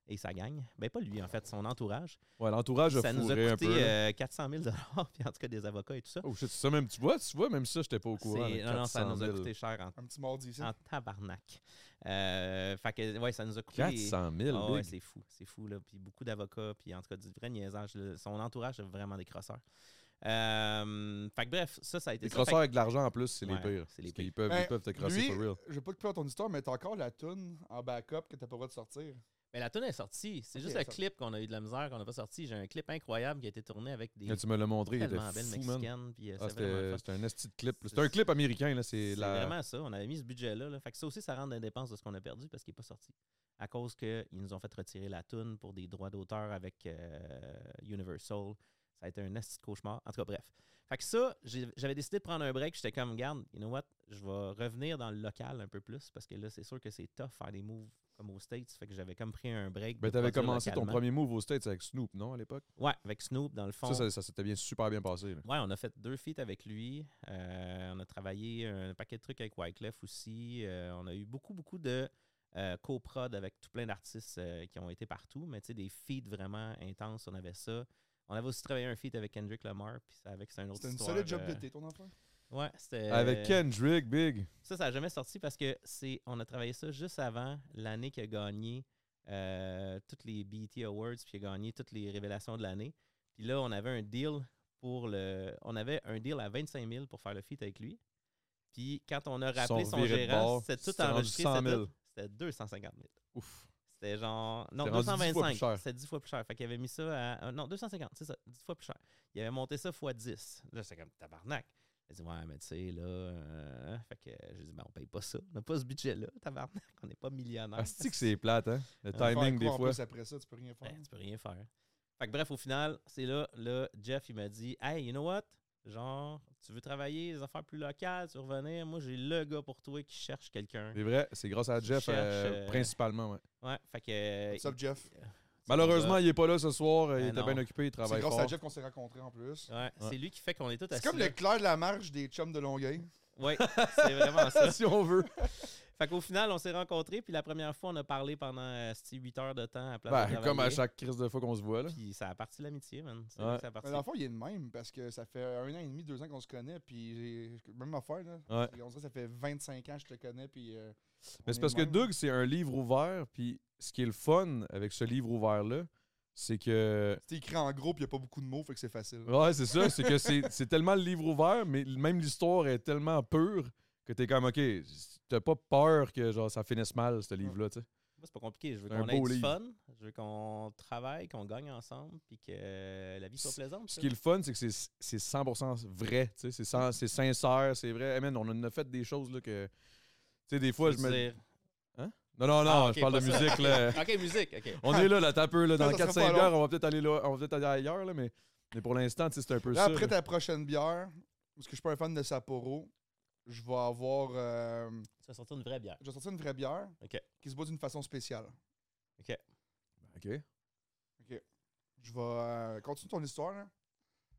et sa gang. Ben, pas lui, en fait, son entourage.
Ouais, l'entourage a
ça nous a
fourré Ah, un
coûté
peu. là.
euh, 400 000 puis en tout cas des avocats et tout ça.
Oh shit, c'est ça même, tu vois, tu vois, même ça, j'étais pas au courant.
C'est-
là,
non, non, ça
400
nous a
000.
coûté cher en
Un petit mardi, ça.
en tabarnak. Euh, fait que, ouais, ça nous a coupé.
400 000,
Ah ouais,
big.
c'est fou, c'est fou, là. Puis beaucoup d'avocats, puis en tout cas, du vrai niaisage. là. Son entourage est vraiment des crosseurs. Euh, fait que bref, ça, ça a été.
Les
ça. Fait que-
crosseurs avec de l'argent en plus, c'est les
Ouais,
pires.
c'est les
Parce qu'ils
pires.
peuvent,
Ben,
ils peuvent te crosser
lui,
for real.
Je vais pas couper dans ton histoire, mais t'as encore la toune en backup que t'as pas le droit de sortir.
Mais la tune est sortie. C'est
Ok,
juste le
ça-
clip qu'on a eu de la misère, qu'on n'a pas sorti. J'ai un clip incroyable qui a été tourné avec des
Là, tu me l'as montré, il était
tellement belles
fou, man.
mexicaines. Puis euh,
Ah,
c'est vraiment
C'était
le fun.
c'était un esti de clip.
C'est-
C'était un clip américain, là.
C'est
C'est la.
vraiment ça. On avait mis ce budget-là. là. Fait que ça aussi, ça rentre dans les dépenses de ce qu'on a perdu parce qu'il n'est pas sorti. À cause qu'ils nous ont fait retirer la toune pour des droits d'auteur avec euh, Universal. Ça a été un asti de cauchemar. En tout cas, bref. Fait que ça, j'ai- j'avais décidé de prendre un break. J'étais comme, garde, you know what, je vais revenir dans le local un peu plus parce que là, c'est sûr que c'est tough faire des moves comme aux States. Fait que j'avais comme pris un break.
Ben,
de
t'avais
produire
commencé ton
localement.
premier move aux States avec Snoop, non, à l'époque?
Ouais, avec Snoop, dans le fond.
Ça, ça, ça s'était bien super bien passé. là.
Ouais, on a fait deux feats avec lui. Euh, on a travaillé un paquet de trucs avec Wyclef aussi. Euh, on a eu beaucoup, beaucoup de euh, coprod avec tout plein d'artistes euh, qui ont été partout, mais tu sais, des feats vraiment intenses, on avait ça. On avait aussi travaillé un feat avec Kendrick Lamar, puis ça, avec c'est un autre
C'était une
histoire,
solide job
euh,
d'été, ton enfant.
Ouais, c'était.
Avec Kendrick, big.
Ça, ça n'a jamais sorti parce que c'est. On a travaillé ça juste avant l'année qu'il a gagné euh, toutes les BET Awards, puis il a gagné toutes les révélations de l'année. Puis là, on avait un deal pour le. On avait un deal à 25 000 pour faire le feat avec lui. Puis quand on a
Ils sont
rappelé son
revirés de
gérant,
bord,
c'était tout
c'était rendu
enregistré.
100
c'était
000.
tout. C'était 250 000.
Ouf.
C'était genre. Non,
C'était rendu dix fois plus
225.
cher.
C'était 10 fois plus cher. Fait qu'il avait mis ça à. euh, non, 250, c'est ça. 10 fois plus cher. Il avait monté ça fois 10. Là, j'étais comme tabarnak. Il dit, ouais, mais tu sais, là. euh, fait que euh, j'ai dit, ben, on paye pas ça. On n'a pas ce budget-là, tabarnak. On n'est pas millionnaire.
Asti Ah, que c'est plate, hein? Le
Faire
timing,
Faire quoi
des
en
fois.
plus après ça, tu peux rien faire.
Ben, tu peux rien faire. Fait que bref, au final, c'est là, là, Jeff, il m'a dit Hey, you know what? Genre, tu veux travailler des affaires plus locales, tu veux revenir. Moi, j'ai le gars pour toi qui cherche quelqu'un.
C'est vrai, c'est grâce à
Je
Jeff, euh,
cherche, euh,
principalement, ouais.
Ouais, fait que. euh,
What's up, Jeff?
Malheureusement, il est pas là ce soir. euh, Il
Ben
était
non.
bien occupé, il
C'est
travaille
grâce
fort.
à Jeff qu'on s'est rencontrés en plus.
il- ouais, c'est lui qui fait qu'on est tous
C'est
assis.
comme
là.
le clair de la marge des chums de Longueuil.
Oui, c'est vraiment ça.
si on veut.
Fait qu'au final, on s'est rencontrés, puis la première fois, on a parlé pendant 8 heures de temps à place de
Ben, comme à
travailler.
chaque crise de fois qu'on se voit, là.
Puis ça a parti l'amitié, man. C'est
Ouais.
là que ça a parti.
Mais dans le fond, il est le même parce que ça fait un an et demi, deux ans qu'on se connaît, puis j'ai- même affaire, là.
Ouais.
On dirait que ça fait 25 ans que je te connais, puis. euh, on
Mais
est
c'est parce
le
que
même.
Doug, c'est un livre ouvert, puis ce qui est le fun avec ce livre ouvert-là, c'est que.
C'est écrit en gros, puis il n'y a pas beaucoup de mots, fait que c'est facile.
Ouais, c'est ça. C'est que c'est c'est tellement le livre ouvert, mais même l'histoire est tellement pure que t'es comme, OK, t'as pas peur que genre ça finisse mal, ce livre-là, tu sais.
Moi, c'est pas compliqué. Je veux
C'est un
qu'on ait
beau
du
livre.
fun. Je veux qu'on travaille, qu'on gagne ensemble, puis que euh, la vie soit
Ce-
plaisante.
Ce
ça.
qui est le fun, c'est que c'est- c'est 100% vrai, tu sais. C'est sans- C'est sincère, c'est vrai. Hey, man, on en a fait des choses, là, que. Tu sais, des fois,
Faut
je me.
dire-
Non, non, non,
Ah, ok,
je parle de
pas ça.
musique, là.
Ok, musique. Ok.
On est là, là, t'as peu, là. Dans
Ça, ça
4-5
sera pas
heures, on va peut-être aller là, on va peut-être aller ailleurs, là, mais, mais pour l'instant, tu sais, c'est un peu
Là,
ça.
après
là.
ta prochaine bière, parce que je suis pas un fan de Sapporo, je vais avoir. euh,
Tu vas sortir une vraie bière.
je vais sortir une vraie bière
Ok.
qui se boit d'une façon spéciale.
OK.
Je vais. euh, continue ton histoire, là.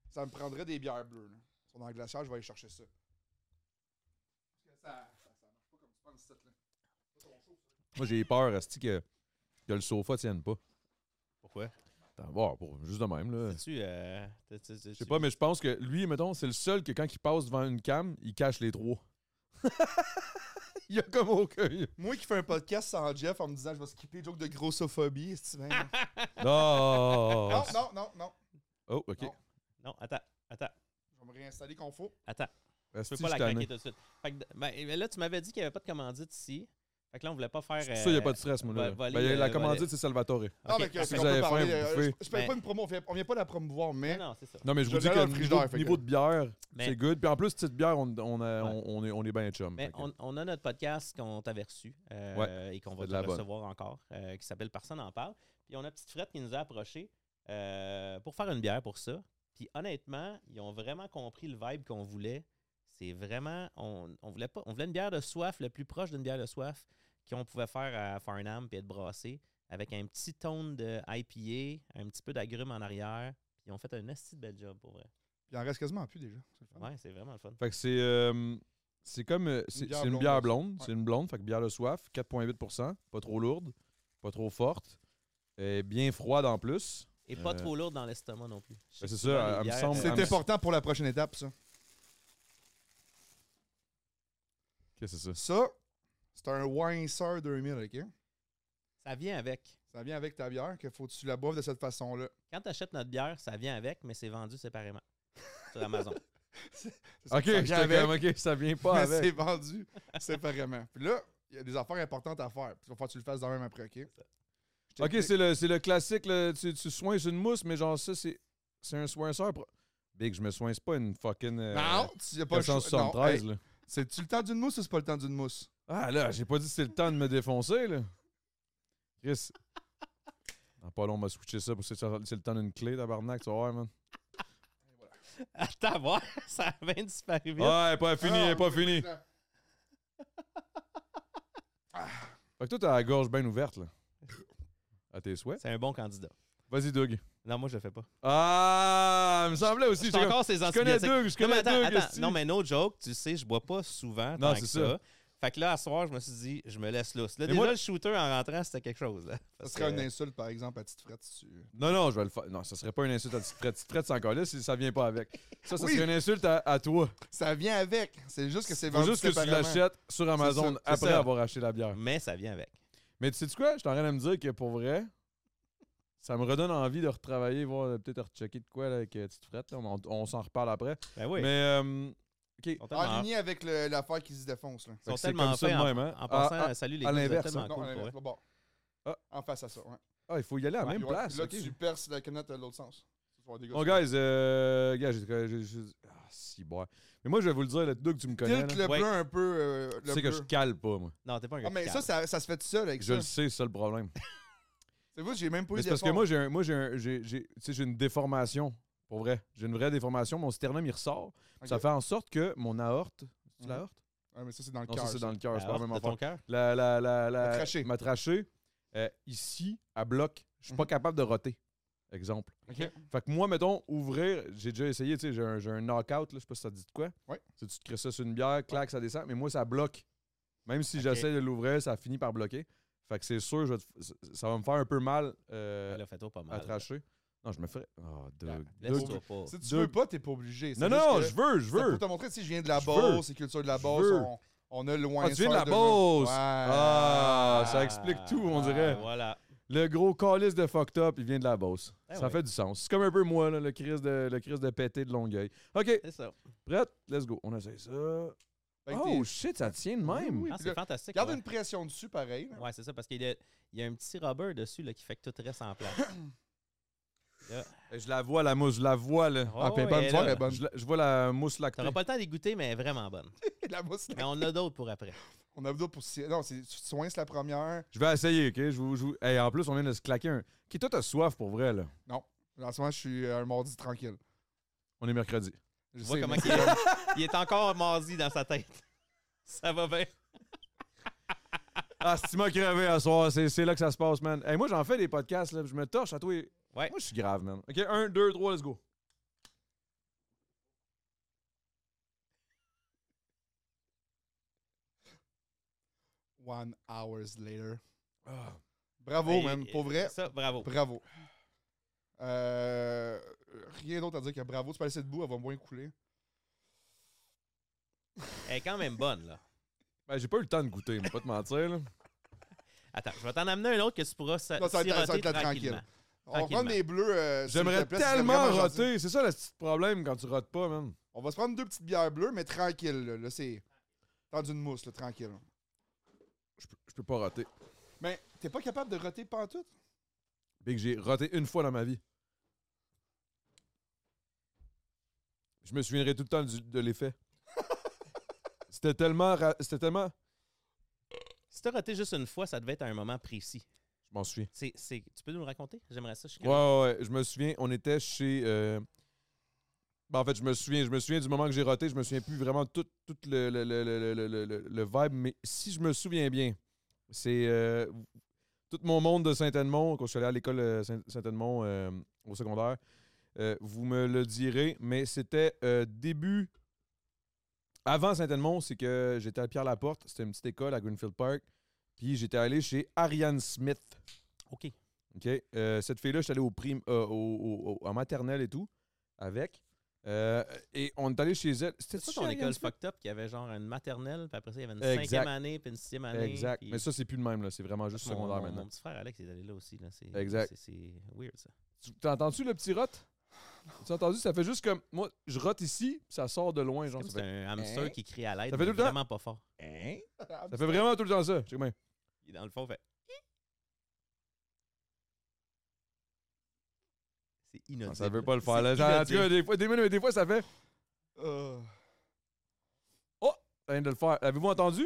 Ça me prendrait des bières bleues, là. Ils sont dans le glacière, je vais aller chercher ça. Parce que ça, ça, ça marche pas comme tu penses, cette, là. C'est pas ton show, ça.
Moi, j'ai peur, Asti, que, que le sofa tienne pas.
Pourquoi?
T'en vas, pour, juste de même, là.
Tu, euh, t'as- t'as- t'as-
Je sais pas, mais je pense que lui, mettons, c'est le seul que quand il passe devant une cam, il cache les trois. il y a comme aucun.
Moi qui fais un podcast sans Jeff en me disant je vais skipper joke de grossophobie, est-ce que tu viens?
Ah, Non!
Non, non, non, non.
Oh, OK.
Non.
Non, attends, attends,
Je vais me réinstaller comme faut.
attends.
Asti,
Tu peux
je
pas la
suis
claquer
tanné.
tout de suite. Fait que, ben, là, tu m'avais dit qu'il n'y avait pas de commandite ici. Fait que là, on voulait pas faire.
C'est pour ça, il n'y a pas de stress, moi. Là.
euh, vo- voler,
Ben, y a- la
euh,
commandite,
voler.
c'est Salvatore.
Non,
Ok,
mais que,
Si
si
vous
on peut
avez faim,
parler,
vous
euh,
pouvez.
je, je paye
Mais-
pas une promo, on, fait, on vient pas la promouvoir, mais
euh, Non, non, c'est ça.
Non, mais je
Je
vous dis
l'ai
que
dans
le
le frigidaire,
niveau,
fait que-
niveau de bière,
Mais-
c'est good. Puis en plus, petite bière, on, on, a-
Ouais.
on- on est, on est bien chum.
Mais
Fait que-
on, on a notre podcast qu'on t'avait reçu euh, et qu'on
c'était
va
de
te
la bonne.
recevoir encore, euh, qui s'appelle Personne en parle. Puis on a Petite Frette qui nous a approchés euh, pour faire une bière pour ça. Puis honnêtement, ils ont vraiment compris le vibe qu'on voulait. C'est vraiment, on, on voulait pas, on voulait une bière de soif, le plus proche d'une bière de soif qu'on pouvait faire à Farnham puis être brassée avec un petit tone de IPA, un petit peu d'agrumes en arrière. Puis ils ont fait un esti de bel job pour vrai.
il en reste quasiment plus déjà. C'est
Ah.
le fun.
Ouais, c'est vraiment le fun.
Fait que c'est. euh, c'est comme. euh, C'est
bière
c'est une
blonde
bière
aussi.
blonde.
Ouais.
C'est une blonde. Fait que bière de soif, 4,8 Pas trop lourde. Pas trop forte. Et bien froide en plus.
Et pas
Euh,
trop lourd dans l'estomac non plus. Je sais
ben,
que
c'est
souvent,
ça,
les
elle me
bières,
semble-
euh,
elle
C'est
me-
important pour la prochaine étape, ça.
Qu'est-ce que c'est ça?
Ça, c'est un Wine Sour 2000, OK?
Ça vient avec.
Ça vient avec ta bière, qu'il faut que tu la boives de cette façon-là.
Quand tu achètes notre bière, ça vient avec, mais c'est vendu séparément sur Amazon.
C'est ça
Ok,
que ça vient
j'étais
avec,
comme, ok, ça vient pas
mais
avec.
c'est vendu séparément. Puis là, il y a des affaires importantes à faire. Puis il va falloir que tu le fasses dans même après, OK? Je t'explique.
Ok, c'est le, c'est le classique, le- tu, tu soins une mousse, mais genre ça, c'est, c'est un soinceur. pro- Big, je me soince pas une fucking. euh,
Non, tu n'as pas le choix. Non,
473,
hey,
là.
C'est-tu le temps d'une mousse ou c'est pas le temps d'une mousse?
Ah là, j'ai pas dit que c'est le temps de me défoncer, là. Chris. Dans pas long, on m'a switché ça pour que c'est, c'est le temps d'une clé, tabarnak, tu vas voir, man.
Attends, voir, ça a bien disparu vite.
Ah, elle est pas finie, elle est
Ah,
pas finie. Ah. Fait que toi, t'as la gorge bien ouverte, là. À tes souhaits.
C'est un bon candidat.
Vas-y, Doug.
Non, moi, je le fais pas.
Ah, il me semblait aussi.
Je
j'étais comme,
encore ces
Je connais
antibiotiques.
Doug, je
Non, mais
connais
attends,
Doug.
attends.
esti.
Non, mais no joke, tu sais, je bois pas souvent.
Non,
Non,
c'est
c'est
ça.
ça. Fait que là, à soir, je me suis dit, je me laisse lousse.
Mais
Là, déjà,
moi-
le shooter en rentrant, c'était quelque chose. Là,
Ça
Parce
serait
que-
euh,
une insulte, par exemple, à petite frette. Si tu...
Non, non, je vais le faire. Non, ça serait pas une insulte à Tite Frette. Tite Frette, c'est encore là si ça vient pas avec. Ça, ça
Oui.
serait une insulte à, à toi.
Ça vient avec. C'est juste que c'est
Faut
vendu
juste que tu
séparément.
l'achètes sur Amazon
ça, c'est
après
ça.
avoir acheté la bière.
Mais ça vient avec.
Mais tu sais quoi? Je t'en train de me dire que pour vrai, ça me redonne envie de retravailler, voir euh, peut-être rechecker de quoi là, avec euh, Tite Frette. là. On, on s'en reparle après.
Ben oui.
Mais, euh, OK.
Ils sont tellement,
En ligne avec le- l'affaire qui se défonce. Là.
ils sont
Fait que c'est
tellement
comme ça de
fins en-
même, hein?
En, passant,
Ah, ah,
salut les
à
gars, vous êtes
l'inverse,
tellement
non,
cool
à
pour
l'inverse,
vrai.
le bord.
Ah.
En face à ça. Ouais.
Ah, il faut y aller à la
Ouais,
même
Puis ouais,
place.
Là,
OK.
tu perces la canette de l'autre sens. Tu vas voir des gars
Bon,
sur-
guys, euh, gars, j'ai. j'ai- j'ai- Ah, si, boy. Mais moi, je vais vous le dire, le Doug, tu me connais.
Tilt
là.
le
Ouais.
bleu un peu. euh, le
Tu sais que
bleu.
je cale pas, moi.
Non, t'es pas un gars.
Ah, mais
qui
ça,
calme.
ça, ça se fait tout seul avec
Je le
ça.
sais, c'est ça le problème.
C'est vous, j'ai même pas eu
Mais c'est parce que
d'effort.
moi, j'ai un- moi, j'ai un- j'ai- j'ai- tu sais, j'ai une déformation, pour vrai. J'ai une vraie déformation. Mon sternum, il ressort.
Ok.
Ça fait en sorte que mon aorte. C'est
Mhm.
l'aorte?
Ouais, mais ça, c'est dans le
Non, ça,
cœur.
c'est
ça.
dans le cœur. C'est pas la
Alors,
même
de
affaire.
ton cœur.
La, la, la, la,
Ma trachée.
ma trachée, euh, ici, à bloc, je suis pas
Mhm.
capable de roter. Exemple.
Ok.
Fait que moi, mettons, ouvrir, j'ai déjà essayé, tu sais, j'ai un, j'ai un knockout, là, je sais pas si ça te dit de quoi.
Ouais.
Tu sais, tu te crées ça sur une bière, clac, ça descend, mais moi, ça bloque. Même si
Ok.
j'essaie de l'ouvrir, ça finit par bloquer. Fait que c'est sûr, je vais te- ça- ça va me faire un peu mal euh,
Là, fais-toi pas
à
mal.
tracher. Non, je me ferais. Oh, Doug. Doug.
Laisse-toi pas.
Si tu
Deux.
veux pas, t'es pas obligé. C'est
Non,
juste
non,
que
je veux, je
C'est
veux.
pour te montrer, tu sais, je viens de la
Je veux.
Beauce, c'est culture de la
Je
Beauce.
veux.
On, on a loin
Ah, tu viens de la
Beauce.
Beauce. Ah, ça
Ah,
explique tout, on dirait.
Voilà.
Le gros calice de fucked up, il vient de la Beauce.
Eh
ça
ouais.
fait du sens. C'est comme un peu moi, là, le crise de, le crise de pété de Longueuil. OK,
C'est ça.
prête? Let's go. On essaie ça. Oh
Fait que t'es-
shit, ça tient de
Oui,
même.
oui.
Ah,
Puis
c'est
là,
fantastique.
Garde
ouais.
une pression dessus, pareil. là.
Ouais, c'est ça, parce qu'il y, a- il y a un petit rubber dessus là, qui fait que tout reste en place.
Je la vois, la mousse, je la vois. Là.
Ah,
puis Oh, elle est bonne,
ouais,
bonne,
là,
elle est bonne.
Je, la- je vois la mousse lactée.
T'auras pas le temps d'y goûter, mais elle est vraiment bonne.
La mousse, là.
Mais on en a d'autres pour après.
On a d'autres pour. si- Non, c'est soin, c'est la première.
Je vais essayer, OK? Je vous, je vous- Hey, en plus, on vient de se claquer un... Qui, toi, t'as soif pour vrai, là?
En ce moment, je suis euh, un mardi tranquille.
On est mercredi.
Je
Je vois
sais,
comment
mais-
il est. Il est encore mardi dans sa tête. Ça va bien.
Ah, si tu m'as crevé à soir, c'est c'est là que ça se passe, man. Hey, moi, j'en fais des podcasts, là, puis je me torche à toi. et-
Ouais.
Moi, je suis grave, man. OK, un, deux, trois, let's go.
One hours later.
Ah.
Bravo,
Et-
man.
et-
Pour vrai,
euh, Ça, bravo.
bravo. Euh, rien d'autre à dire que bravo. Tu peux la laisser debout, elle va moins couler.
Elle est quand même bonne, là.
Ben, j'ai pas eu le temps de goûter, mais pas te mentir, là.
Attends, je vais t'en amener un autre que tu pourras sa-
Non, ça va être- ça va
siroter
être là, tranquille.
tranquillement.
On prend des bleus. euh, s'il
J'aimerais
te plaît, ce serait
tellement
vraiment gentil.
roter. C'est ça le petit problème quand tu rotes pas, man.
On va se prendre deux petites bières bleues, mais tranquille. Là, Là, c'est. Tendre une mousse, là, tranquille.
Je peux, je peux pas roter.
Mais t'es pas capable de roter pantoute?
Big, j'ai roté une fois dans ma vie. Je me souviendrai tout le temps du- de l'effet. C'était tellement... ra- C'était tellement...
Si t'as raté juste une fois, ça devait être à un moment précis.
Je m'en souviens.
C'est, c'est- Tu peux nous le raconter? J'aimerais ça. je suis
Ouais, ouais, ouais. Je me souviens, on était chez. euh, ben, en fait, je me souviens. Je me souviens du moment que j'ai roté. Je me souviens plus vraiment tout, tout le, le, le- le- le- le- le- le vibe. Mais si je me souviens bien, c'est euh, tout mon monde de Saint-Edmond, quand je suis allé à l'école euh, Saint- Saint-Edmond euh, au secondaire. euh, vous me le direz, mais c'était euh, début. Avant Saint-Edmond, c'est que j'étais à Pierre-Laporte. C'était une petite école à Greenfield Park. Puis j'étais allé chez Ariane Smith.
OK.
OK. Euh, cette fille-là, je suis allé au prim, euh, au- au- au- en maternelle et tout, avec. Euh, et on est allé chez elle. C'était
C'est ça ton
chez
école
Ariane
fucked up qui avait genre une maternelle, puis après ça, il y avait une
Exact.
cinquième année, puis une sixième
Smith?
année.
Exact.
puis-
Mais ça, c'est plus le même, là. C'est vraiment juste
mon,
secondaire
mon-
maintenant.
mon petit frère Alex est allé là aussi. Là. C'est,
Exact.
C'est, c'est weird, ça.
Tu- T'as entendu le petit rot? T'as entendu? Ça fait juste comme. Moi, je rote ici, puis ça sort de loin, genre.
Comme
Ça
c'est
fait,
un hamster
Hein?
qui crie à l'aide,
Ça fait tout
mais
le temps-
vraiment pas fort.
Ah,
ça fait vraiment tout le temps ça. Je sais bien.
Il est dans le fond, il fait... C'est inaudible.
Ah, Ça veut pas le faire.
C'est
Là. Ça- en tout
inaudible.
cas, des fois, des, minutes- des fois, ça fait.
Euh,
Ça vient de le faire. Avez-vous entendu?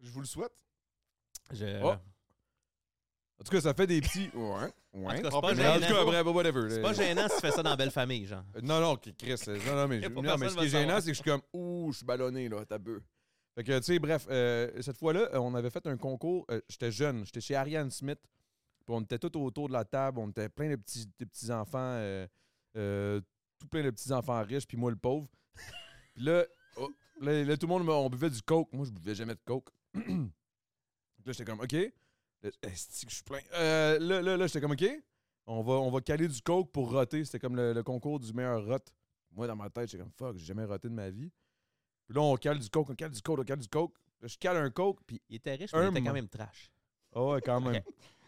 je vous le souhaite.
Je-
Oh, En tout cas, ça fait des petits. Ouais.
En
Ouais.
tout cas,
En
c'est pas
plus,
Mais en tout
gênant.
cas, bref, whatever.
C'est pas gênant si tu fais ça dans Belle Famille, genre.
Euh, Non, non, qui- Chris. euh, Non, non, mais,
Y a
je-
pas
non, mais
personne
ce qui
va
est
le savoir.
gênant, c'est que je suis comme, ouh, je suis ballonné, là, t'as peu. Fait que, tu sais, bref, euh, cette fois-là, euh, on avait fait un concours. euh, j'étais jeune, j'étais chez Ariane Smith. Puis on était tout autour de la table, on était plein de petits, de petits enfants, euh, euh, tout plein de petits enfants riches, puis moi le pauvre. puis là, oh, là, là, tout le monde, me- on buvait du coke. Moi, je buvais jamais de coke. Donc là, j'étais comme, OK. Là, esti que je suis plein. Euh, là, là, là, j'étais comme, OK. On va, on va caler du coke pour roter. C'était comme le, le concours du meilleur rot. Moi, dans ma tête, j'étais comme, fuck, j'ai jamais roté de ma vie. Puis là, on cale du coke, on cale du coke, on cale du coke. Là, je cale un coke, puis.
Il était riche, mais il était
Hum.
quand même trash.
Ah ouais, quand même.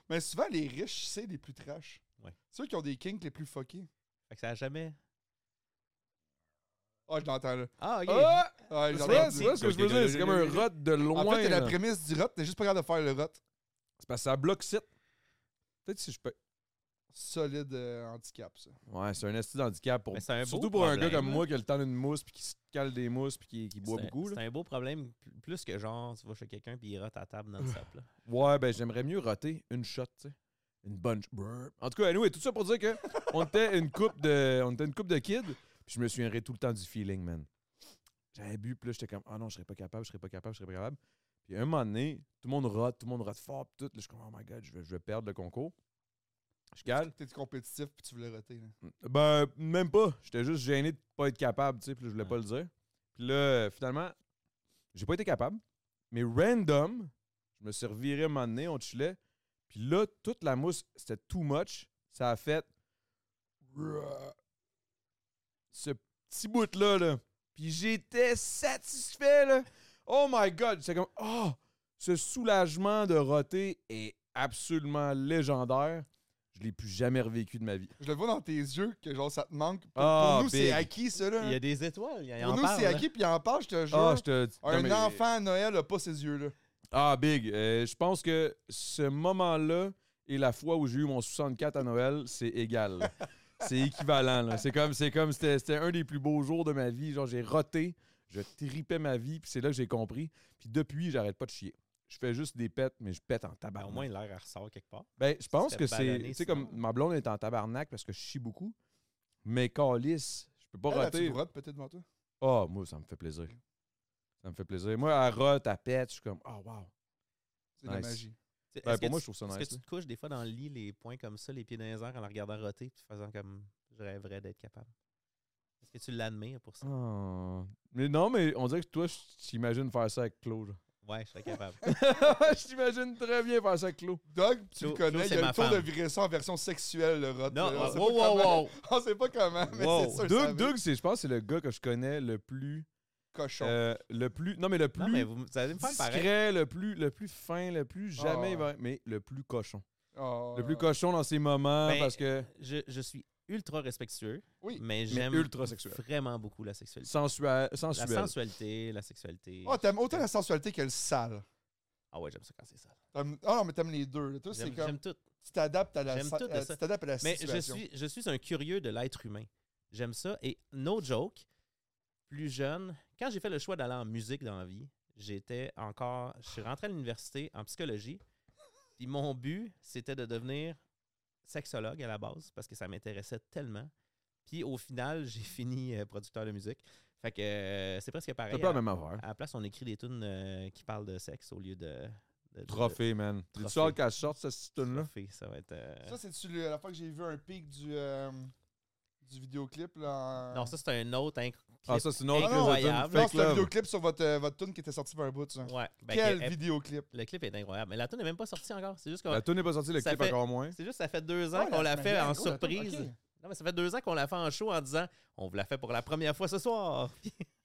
Mais souvent, les riches, c'est les plus trash.
Ouais.
Ceux qui ont des kinks les plus fuckés.
Fait que ça a jamais...
Ah, je l'entends là.
Ah, OK.
Ah!
Ah, je
Tu
Genre,
vois,
l'entends.
tu vois ce que je veux dire? C'est comme un rot de loin.
En fait, t'es la
là.
prémisse du rot, t'es juste pas capable de faire le rot.
C'est parce que ça bloque site. Peut-être si je peux.
Solide euh, handicap, ça.
Ouais, c'est un esti d'handicap pour.
Mais c'est un beau
Surtout pour un
problème,
gars comme
là.
moi qui a le temps d'une mousse puis qui se cale des mousses puis qui, qui boit
C'est un-
beaucoup.
C'est
là.
un beau problème, pl- plus que genre, tu vas chez quelqu'un puis il rote à table dans le sap. là.
Ouais, ben j'aimerais mieux roter une shot, tu sais. Une bonne. sh- Brrr. En tout cas, anyway, tout ça pour dire que on était une coupe de. On était une coupe de kids. Puis je me souviendrai tout le temps du feeling, man. J'avais bu, puis là, j'étais comme Ah non, je serais pas capable, je serais pas capable, je serais pas capable. Puis à un moment donné, tout le monde rote, tout le monde rote fort, puis tout. Là, je suis comme Oh my god, je vais, je vais perdre le concours. Je cale.
T'es compétitif puis tu voulais roter. là.
Ben, même pas. J'étais juste gêné de pas être capable, tu sais, puis là, je voulais
Ouais.
pas le dire. Puis là, euh, finalement, j'ai pas été capable. Mais random, je me suis reviré un moment donné, on chillait. Puis là, toute la mousse, c'était too much. Ça a fait ce petit bout-là, là. Puis j'étais satisfait, là. Oh my God! C'est comme, oh, ce soulagement de roter est absolument légendaire. Je l'ai plus jamais revécu de ma vie.
Je le vois dans tes yeux que genre ça te manque. Pour,
Ah,
pour nous, c'est
big.
acquis, ça, là.
Il y a des étoiles. Il y en
Pour nous,
parle,
c'est
là.
acquis, puis il en parle, je te jure.
Ah, je te non,
un
mais-
enfant à Noël n'a pas ces yeux-là.
Ah, big. euh, je pense que ce moment-là et la fois où j'ai eu mon 64 à Noël, c'est égal. là. c'est équivalent. là. C'est comme, c'est comme, c'était, c'était un des plus beaux jours de ma vie. Genre, j'ai roté, je tripais ma vie, puis c'est là que j'ai compris. Puis depuis, j'arrête pas de chier. Je fais juste des pètes, mais je pète en
Ben,
tabarnak.
au moins, l'air elle ressort quelque part.
Ben, je pense
te
que
fais
c'est.
ballonner,
Tu sais,
sinon.
comme ma blonde est en tabarnak parce que je chie beaucoup, mais calice, je peux pas
Elle,
roter.
Ah, tu rotes peut-être devant toi.
Ah, moi, ça me fait plaisir. Ça me fait plaisir. Moi, elle rote, elle pète, je suis comme, ah, wow.
C'est de la
Nice.
magie.
Tu sais,
Ben, pour
est-ce que
moi,
tu-
je trouve ça
Est-ce
nice,
que
là.
tu te couches des fois dans le lit, les poings comme ça, les pieds dans les airs, en la regardant roter, puis faisant comme je rêverais d'être capable? Est-ce que tu l'admires pour ça?
Ah. Mais non, mais on dirait que toi, je t'imagine faire ça avec Claude.
Ouais, je serais capable.
je t'imagine très bien faire ça avec Claude.
Doug, tu
Clo-
le connais,
Clo, c'est
il a
ma
le tour de
femme.
virer ça en version sexuelle, le rot.
non,
là.
oh,
on, sait
wow,
pas
wow,
comment,
wow.
on sait pas comment, mais
Wow.
c'est sûr ça
Doug,
va être
Doug, c'est, je pense que c'est le gars que je connais le plus.
cochon.
euh, le plus. Non, mais le plus.
Non, mais vous, vous allez me faire pareil.
discret, le plus, le plus fin, le plus jamais,
Ah ouais.
mais le plus cochon.
Oh,
Le plus cochon dans ses moments
Ben,
hein, parce que
Je, je suis ultra respectueux,
Oui,
mais j'aime
ultra sexuel.
vraiment beaucoup la sexualité.
sensuel,
La
sensuel.
sensualité, la sexualité.
Oh, t'aimes autant la sensualité que le sale.
Ah ouais, j'aime ça quand c'est ça.
T'aimes- Ah non, mais t'aimes les deux. là. Toi, c'est
J'aime
comme.
j'aime tout.
Tu t'adaptes à la,
j'aime
sa-
tout de
à-
ça.
tu t'adaptes à la
Mais je
situation.
suis, je suis un curieux de l'être humain. J'aime ça. Et no joke, plus jeune, quand j'ai fait le choix d'aller en musique dans la vie, j'étais encore. Je suis rentré à l'université en psychologie. Puis mon but, c'était de devenir sexologue à la base parce que ça m'intéressait tellement. Puis au final, j'ai fini euh, producteur de musique. Fait que euh, c'est presque pareil.
C'est pas
À,
la même affaire.
à la place, on écrit des tunes euh, qui parlent de sexe au lieu de. de- de-
Trophée, man. Tu
Trophée.
sors qu'elle sorte, cette
de
tune là
trophée. Ça va être. euh,
Ça, c'est-tu le- la fois que j'ai vu un pic du, euh, du vidéoclip? Là, en-
non, ça, c'est un autre. hein, inc-
Ah, ça, c'est une autre
Ah non,
crise de tune.
incroyable.
Non,
Fake
c'est un
love.
vidéoclip sur votre, euh, votre tune qui était sortie par un bout. ça.
Ouais. Ben,
Quel
que- eh,
vidéoclip?
le clip est incroyable. Mais la tune n'est même pas sortie encore. C'est juste qu'on.
La tune n'est pas sortie, le
Ça
clip
fait-
encore moins.
C'est juste ça fait deux ans
Ah,
qu'on la
mais
fait
bien,
en
gros, la tune,
surprise.
ok.
Non, mais ça fait deux ans qu'on la fait en show en disant on vous la fait pour la première fois ce soir.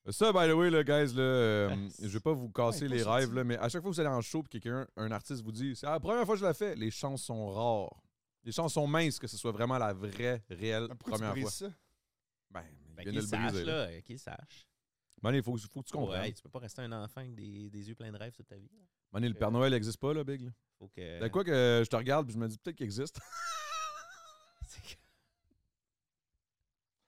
Ça, by the way, là, guys, là, euh,
Ah,
je vais pas vous casser
Ouais, pas
les
sorti.
rêves, là, mais à chaque fois que vous allez en show et quelqu'un, un artiste vous dit C'est la première fois que je la fais, les chances sont rares. Les chances sont minces que ce soit vraiment la vraie, réelle
Ah, Pourquoi tu
Euh, première
brises
fois.
ça?
Ben,
Ben,
il vient
qu'il
de le
sache,
briser.
là.
là.
euh, qu'il sache.
Ben, il faut, faut que tu comprennes.
Ouais, hey, tu peux pas rester un enfant avec des, des yeux pleins de rêves toute ta vie. là.
Mané, le Père Noël n'existe pas, là, Big. Là.
Faut que.
Ben, quoi que je te regarde puis je me dis peut-être qu'il existe.
C'est que-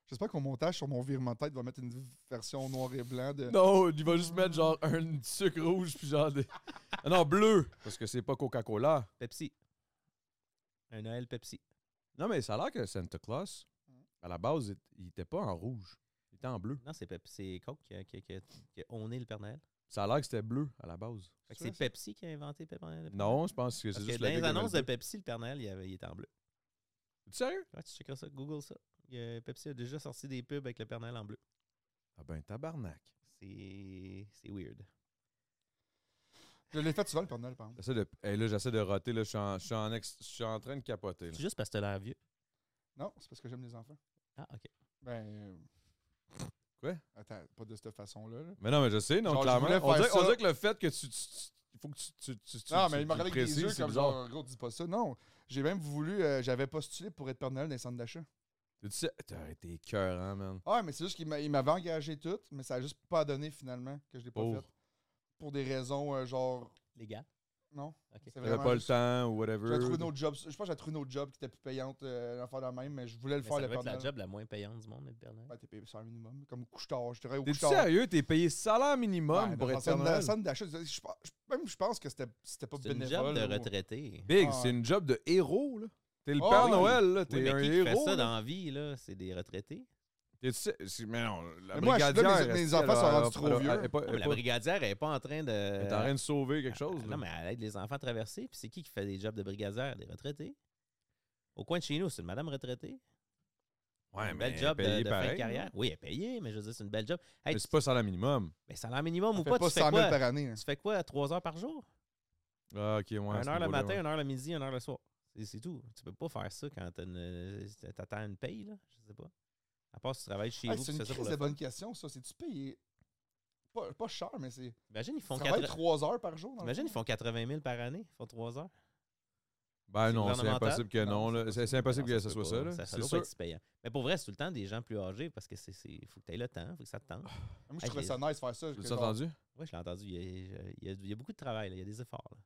J'espère qu'au montage sur mon virement de tête, va mettre une version noir et blanc de.
non, il va juste mettre genre un du sucre rouge puis genre des. Ah non, bleu, parce que c'est pas Coca-Cola.
Pepsi. Un Noël Pepsi.
Non, mais ça a l'air que Santa Claus, à la base, il- il était pas en rouge. Il était en bleu.
Non, c'est Pepsi. C'est Coke qui a, qui a- qui a- qui a honné le Père Noël.
Ça a l'air que c'était bleu à la base.
Fait que
C'est
c'est Pepsi qui a inventé le Père Noël.
Non, je pense que c'est
Parce que
juste
dans
le
les
gars qui aimait
annonces
le
de
bleu.
Pepsi, le Père Noël, il, avait- il était en bleu.
Tu sérieux?
Ouais, tu checkeras ça. Google ça. Il y a- Pepsi a déjà sorti des pubs avec le Père Noël en bleu.
Ah ben, tabarnak.
C'est c'est weird.
Je l'ai fait souvent, le Père Noël, par exemple.
J'essaie de... Hey, là, j'essaie de roter. Là. Je, suis en, je suis en ex- je suis en train de capoter. là.
C'est juste parce que t'as l'air vieux.
Non, c'est parce que j'aime les enfants.
Ah, OK.
Ben. euh,
Quoi?
Attends, pas de cette façon-là. là.
Mais non, mais je sais, non,
Genre, je
clairement.
voulais
On
faire
dirait, on
ça.
dirait que le fait que tu... tu- tu- Il faut que tu... tu, tu, tu
Non,
tu-
mais il me
tu
regarde avec des
précises,
yeux
c'est
comme
bizarre.
genre, gros, dis pas ça. Non, j'ai même voulu, euh, j'avais postulé pour être Père Noël dans les centres d'achat.
Tu sais, t'as été cœur, hein, man.
Ah, mais c'est juste qu'il m'a- il m'avait engagé tout, mais ça a juste pas donné finalement que je l'ai pas
Oh.
fait. Pour des raisons, euh, genre,
Les gars.
non.
OK.
C'est
T'avais
vraiment
pas le
juste-
temps ou whatever.
J'ai trouvé un autre job. Je pense que j'ai trouvé une autre job qui était plus payante, euh, l'affaire de la même, mais je voulais le
Mais
faire
ça
le
doit
Père
être la
Noël.
job la moins payante du monde, le Père Noël.
Ouais, t'es payé sur un minimum, comme couche-tard. Je travaille au
T'es
couche-tard.
sérieux? T'es payé salaire
Ouais,
minimum
dans
pour
un
être Père
centre- dans un
Noël?
centre d'achat, je- je- je- Même je pense que c'était c'était pas
C'est une
bénévole.
job de
là, ou-
retraité.
Big,
Ah,
c'est une job de héros, là. T'es le
Ah,
Père
oui.
Noël, là.
Oui,
T'es
mais
un
qui qui fait
héros.
ça
là.
dans la vie, là? C'est des retraités.
T'es- tu sais, c'est- mais non, la
Mais moi, je suis là,
brigadière,
mes- mes
est-ce
enfants
qu'elle
sont
a-
rendus trop
elle a-
vieux.
elle est pas-
Non,
elle
mais
est
la
Euh, pas-
brigadière, elle n'est pas en train de.
elle est en train de sauver quelque chose.
Ah,
là.
Non, mais elle aide les enfants à traverser. Puis c'est qui qui fait des jobs de brigadière? Des retraités. Au coin de chez nous, c'est une madame retraitée.
Ouais,
une
mais
belle job de,
payé
de fin de
pareil,
carrière.
là.
Oui, elle est payée, mais je veux dire, c'est une belle job. Hey,
Mais
tu-
c'est pas salaire minimum.
mais salaire minimum ou
Fais
pas,
pas
tu fais
100 000
quoi?
par année. hein.
Tu fais quoi? Trois heures par jour?
Ah, ok, ouais. à ce
un heure le
niveau-là,
matin,
ouais.
une heure le midi, une heure le soir. C'est, c'est tout. Tu peux pas faire ça quand t'as une, euh, t'attends une paye, là. Je sais pas. À part si tu travailles chez
Hey,
vous,
c'est
tu
une
fais ça pour
crise
le
de
fun.
bonne question, ça. C'est-tu payé? Pas, pas cher, mais c'est.
Imagine, ils
Ça
font,
va être
quatre-
3 heures par jour. dans le
Imagine, ils
fond.
font 80 000 par année. Ils font 3 heures.
Ben
C'est
non, c'est
gouvernemental?
impossible que non. là. C'est c'est impossible
Non,
que ce
se
soit
peut
ça.
pas.
là.
Ah, Ça, ça
C'est
doit
sûr.
pas être si payant. Mais pour vrai, c'est tout le temps des gens plus âgés parce que c'est, c'est- faut que tu aies le temps, faut que ça te tente.
Moi,
Ah,
je trouvais
j'ai-
ça nice faire ça. que
Tu
genre,
entendu?
Oui, je l'ai entendu. Il y, a, il y a- il y a beaucoup de travail, là, il y a des efforts. là.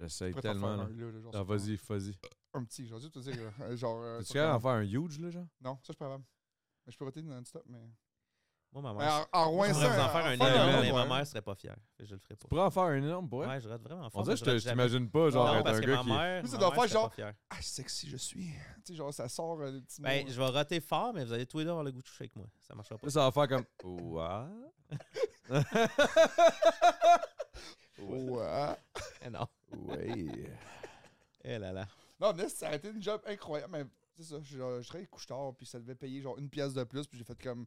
J'essaie
je pourrais t'en faire
tellement. là.
un, là, là, genre,
Ah,
sur-
vas-y, vas-y.
Un petit, genre, je te dire, euh, genre. euh,
Tu
sur-
capable d'en faire un huge, là, genre?
Non, ça, je suis pas capable. Mais Je peux voter non-stop, mais.
Moi, ma mère.
Alors, En
je
Rouen,
pourrais vous en
ça.
faire un
faire un
énorme, mais
énorme,
ma
ouais.
mère serait pas fière. Fait que Je le ferai
Tu
pas.
pourrais en faire un énorme, pour vrai?
Ouais, je rate vraiment fort.
On dirait
mais
que je
rate
te- je
jamais.
t'imagine pas, genre,
Non,
être
parce
un
que ma
gars qui.
mère.
Lui, ça
ma
doit
mère
faire
serait pas
genre-
fière.
Ah, sexy, je suis. Tu sais, genre, ça sort euh, des petits mots.
Ben, je vais rater fort, mais vous allez tous les deux avoir le goût de toucher avec moi. Ça marchera pas.
Là, ça va faire comme. What?
Ouais.
Eh non.
Oui.
Eh là là.
Non, mais ça a été une job incroyable. Mais c'est ça, je, je, je travaillais couche-tard, puis ça devait payer genre une pièce de plus, puis j'ai fait comme.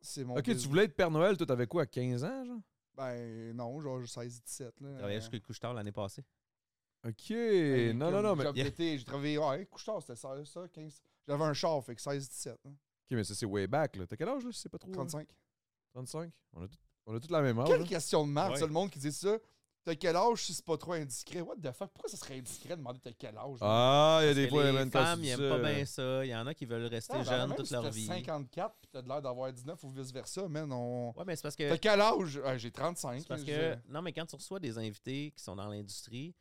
C'est mon.
Ok,
business.
tu voulais être Père Noël, toi, t'avais quoi, à 15 ans, genre?
Ben, non, genre 16-17.
Je
là.
travaillais jusqu'au couche-tard l'année passée.
Ok.
Hey,
Eh, Non, non,
comme
non, mais.
Job
Yeah.
d'été, j'ai travaillé. Ouais, couche-tard, c'était ça, ça 15. J'avais un char, fait que 16-17. hein,
Ok, mais ça, c'est way back, là. T'as quel âge, là? si C'est pas trop. là?
35.
35? On a, tout- on a toutes la même âge.
Quelle
là.
question de merde,
Ouais.
ça, le monde qui dit ça. T'as quel âge si c'est pas trop indiscret? What the fuck? Pourquoi ça serait indiscret de demander t'as quel âge? man?
Ah, il y a des
Parce que
fois,
les
man, quand
femmes,
tu
ils
dis
aiment pas
ça, euh.
bien ça. Il y en a qui veulent
Ah,
rester
ben,
jeunes
même
toute
si
leur
t'as
vie.
54 pis t'as de l'air d'avoir 19 ou vice-versa, man. On...
Ouais, mais c'est parce que.
T'as quel âge? Ah, j'ai 35.
C'est parce
je
que,
dirais.
non, mais quand tu reçois des invités qui sont dans l'industrie,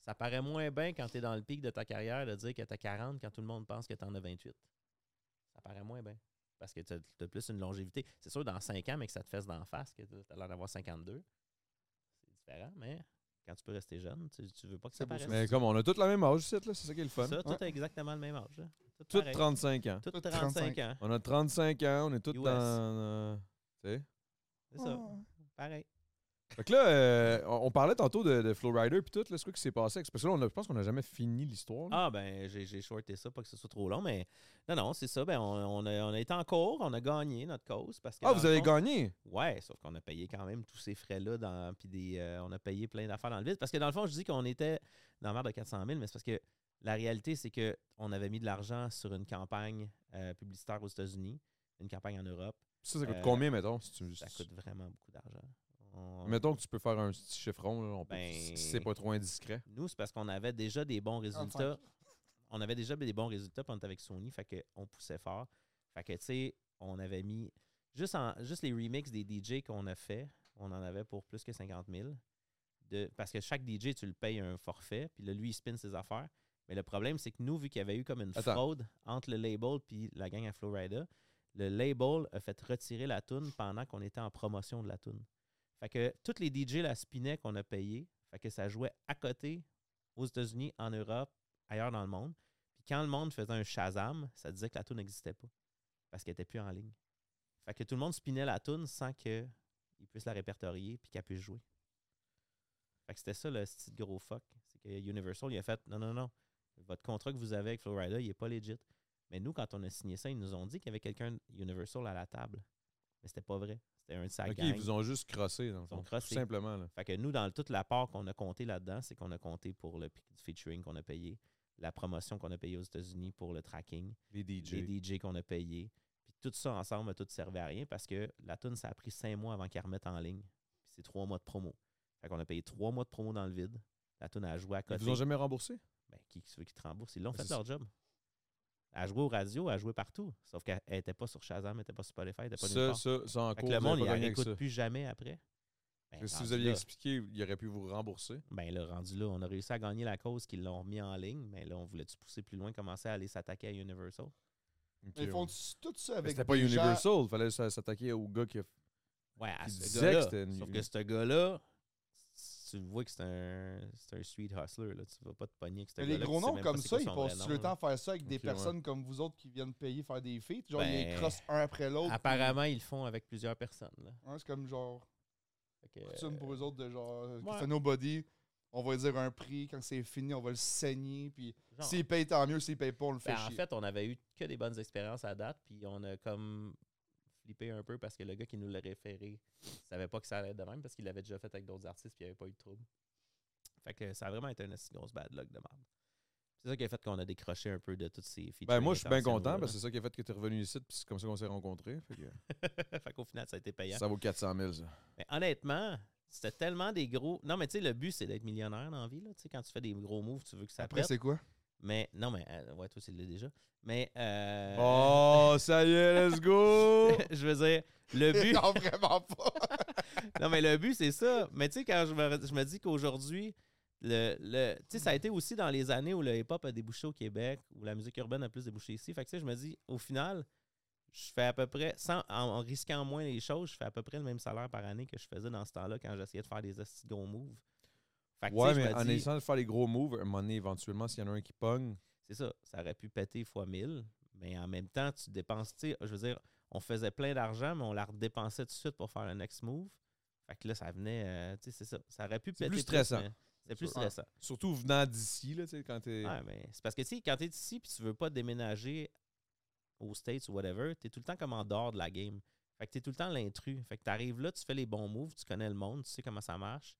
ça paraît moins bien quand tu es dans le pic de ta carrière de dire que tu as 40 quand tout le monde pense que tu en as 28. Ça paraît moins bien. Parce que tu as, plus une longévité. C'est sûr, dans 5 ans, mais que ça te fesse d'en face, que tu as l'air d'avoir 52. C'est différent, mais quand tu peux rester jeune, tu, tu veux pas que
C'est
ça
beau,
paraisse.
Mais comme on a toutes la même âge, c'est là, c'est ça qui est le fun.
ça, tout
ouais.
a exactement le même âge. là. Tout,
Toutes
pareil.
35 ans.
Tout
Toutes
35 ans.
On a 35 ans, on est tous
US.
dans. euh, tu sais.
C'est ça.
Ah.
Pareil.
Fait que là, euh, on, on parlait tantôt de, de Flowrider puis tout, là, c'est quoi qui s'est passé avec ce- Parce que là, on a- je pense qu'on n'a jamais fini l'histoire. là.
Ah, ben, j'ai j'ai shorté ça, pas que ce soit trop long, mais non, non, c'est ça. Ben, on, on a, on a été en cours, on a gagné notre cause. Parce que
Ah,
dans
vous
le
avez
fond-
gagné!
Ouais, sauf qu'on a payé quand même tous ces frais-là, dans- puis des, euh, on a payé plein d'affaires dans le vide. Parce que dans le fond, je dis qu'on était dans la merde de 400 000, mais c'est parce que la réalité, c'est que on avait mis de l'argent sur une campagne euh, publicitaire aux États-Unis, une campagne en Europe.
Ça, ça coûte
Euh,
combien, mettons? si tu-
Ça coûte vraiment beaucoup d'argent. On-
Mettons que tu peux faire un petit chiffron, là, on peut,
Ben-
si c'est pas trop indiscret.
Nous, c'est parce qu'on avait déjà des bons
35.
résultats. On avait déjà des bons résultats quand on était avec Sony, fait qu'on poussait fort. Fait que, tu sais, on avait mis. Juste, en, juste les remixes des DJ qu'on a fait, on en avait pour plus que 50 000. De, parce que chaque DJ, tu le payes un forfait, puis là, lui, il spin ses affaires. Mais le problème, c'est que nous, vu qu'il y avait eu comme une
Attends.
fraude entre le label puis la gang à Florida, le label a fait retirer la toune pendant qu'on était en promotion de la toune. Fait que toutes les DJ la spinaient qu'on a payé, fait que ça jouait à côté aux États-Unis, en Europe, ailleurs dans le monde. Puis quand le monde faisait un Shazam, ça disait que la toune n'existait pas parce qu'elle n'était plus en ligne. Fait que tout le monde spinait la toune sans qu'ils puissent la répertorier puis qu'elle puisse jouer. Fait que c'était ça le petit gros fuck. C'est que Universal, il a fait non, non, non. Votre contrat que vous avez avec Florida, il n'est pas legit. Mais nous, quand on a signé ça, ils nous ont dit qu'il y avait quelqu'un Universal à la table. Mais c'était pas vrai. C'était un de sa
Ok,
gang.
ils vous ont juste crossé, dans le
Ils ont
fond,
crossé.
Tout simplement, là.
Fait que nous, dans toute la part qu'on a compté là-dedans, c'est qu'on a compté pour le p- featuring qu'on a payé, la promotion qu'on a payée aux États-Unis pour le tracking,
Les DJ.
les DJ qu'on a payés. Puis tout ça ensemble, tout servait à rien parce que la tune ça a pris cinq mois avant qu'elle remette en ligne. Puis c'est trois mois de promo. Fait qu'on a payé trois mois de promo dans le vide. La tune a joué à
Ils
côté.
vous ont jamais remboursé?
Ben, qui qui veut qu'ils te remboursent? Ils l'ont
Ben,
fait
c'est
leur job. Elle jouait aux radios, elle jouait partout. Sauf qu'elle n'était pas sur Shazam, elle n'était pas sur Spotify, elle n'était pas nulle
Ça,
part.
ça, c'est en
Fait
cours.
que le
vous avez
monde,
pas
il
gagné avec
n'écoute
ça.
plus jamais après. Ben,
Si vous
rendu
aviez
là-
expliqué, il aurait pu vous rembourser.
Ben là, rendu là, on a réussi à gagner la cause qu'ils l'ont remis en ligne, mais là, on voulait-tu pousser plus loin, commencer à aller s'attaquer à Universal?
Ok,
Mais ils
ouais.
font tout ça
Mais
avec.
C'était pas
des gens-
Universal, il fallait s'a- s'attaquer au gars qui a
Ouais, à
Qui
ce
disait que
gars-là.
c'était une-
Sauf que ce gars-là, tu vois que c'est un, c'est un sweet hustler, là. Tu vas pas te pogner que c'est
Mais
un
les
gars-là
gros
qui sait
noms
même pas
comme
c'est
ça,
quoi
ils
son vrai
passent
nom,
le
là.
temps à faire ça avec des
Ok, ouais.
personnes comme vous autres qui viennent payer faire des feats. Genre, ils les
Ben,
crossent un après l'autre.
Apparemment, ils le font avec plusieurs personnes, là.
Hein, c'est comme genre
Fait que,
Euh,
coutume pour eux autres de genre euh,
ouais.
c'est nobody. On va lui dire un prix. Quand c'est fini, on va le saigner. Puis
genre,
s'il paye, tant mieux. S'il paye pas, on le fait
ben, en
chier.
fait, on avait eu que des bonnes expériences à date, puis on a comme flippé un peu parce que le gars qui nous l'a référé savait pas que ça allait être de même parce qu'il l'avait déjà fait avec d'autres artistes puis il n'y avait pas eu de trouble. Fait que ça a vraiment été une assez grosse bad luck de merde. C'est ça qui a fait qu'on a décroché un peu de toutes ces features.
Ben moi, je suis bien content parce que c'est ça qui a fait que tu es revenu ici, puis c'est comme ça qu'on s'est rencontrés. Fait que
fait qu'au final, ça a été payant.
ça vaut 400 000, ça.
Mais honnêtement, C'était tellement des gros. Non, mais tu sais, le but, c'est d'être millionnaire dans la vie. Là. Tu sais, Quand tu fais des gros moves, tu veux que ça
Après,
pète.
c'est quoi?
Mais non, mais. euh, ouais, toi, tu l'as déjà. Mais. euh,
Oh, ça y est, let's go!
je veux dire, le but.
non, vraiment pas.
Non, mais le but, c'est ça. Mais tu sais, quand je me, je me dis qu'aujourd'hui, le, le, tu sais, ça a été aussi dans les années où le hip-hop a débouché au Québec, où la musique urbaine a plus débouché ici. Fait que tu sais, je me dis, au final, je fais à peu près, sans, en, en risquant moins les choses, je fais à peu près le même salaire par année que je faisais dans ce temps-là quand j'essayais de faire des hosties de gros moves. Fait que tu
Ouais,
sais, je
mais
me
en
dis-
essayant de faire les gros moves, à un moment donné, éventuellement, s'il y en a un qui pogne.
c'est ça, ça aurait pu péter fois 1000, mais en même temps, tu dépenses, tu sais, je veux dire, on faisait plein d'argent, mais on la redépensait tout de suite pour faire le next move. Fait que là, ça venait, euh, tu sais, c'est ça, ça aurait pu
C'est
péter.
plus stressant.
mais C'est plus
sûr.
stressant.
Surtout venant d'ici, là, tu sais, quand t'es.
Ouais, mais c'est parce que, tu sais, quand t'es ici puis tu veux pas déménager aux States ou whatever, t'es tout le temps comme en dehors de la game. Fait que t'es tout le temps l'intrus. Fait que t'arrives là, tu fais les bons moves, tu connais le monde, tu sais comment ça marche,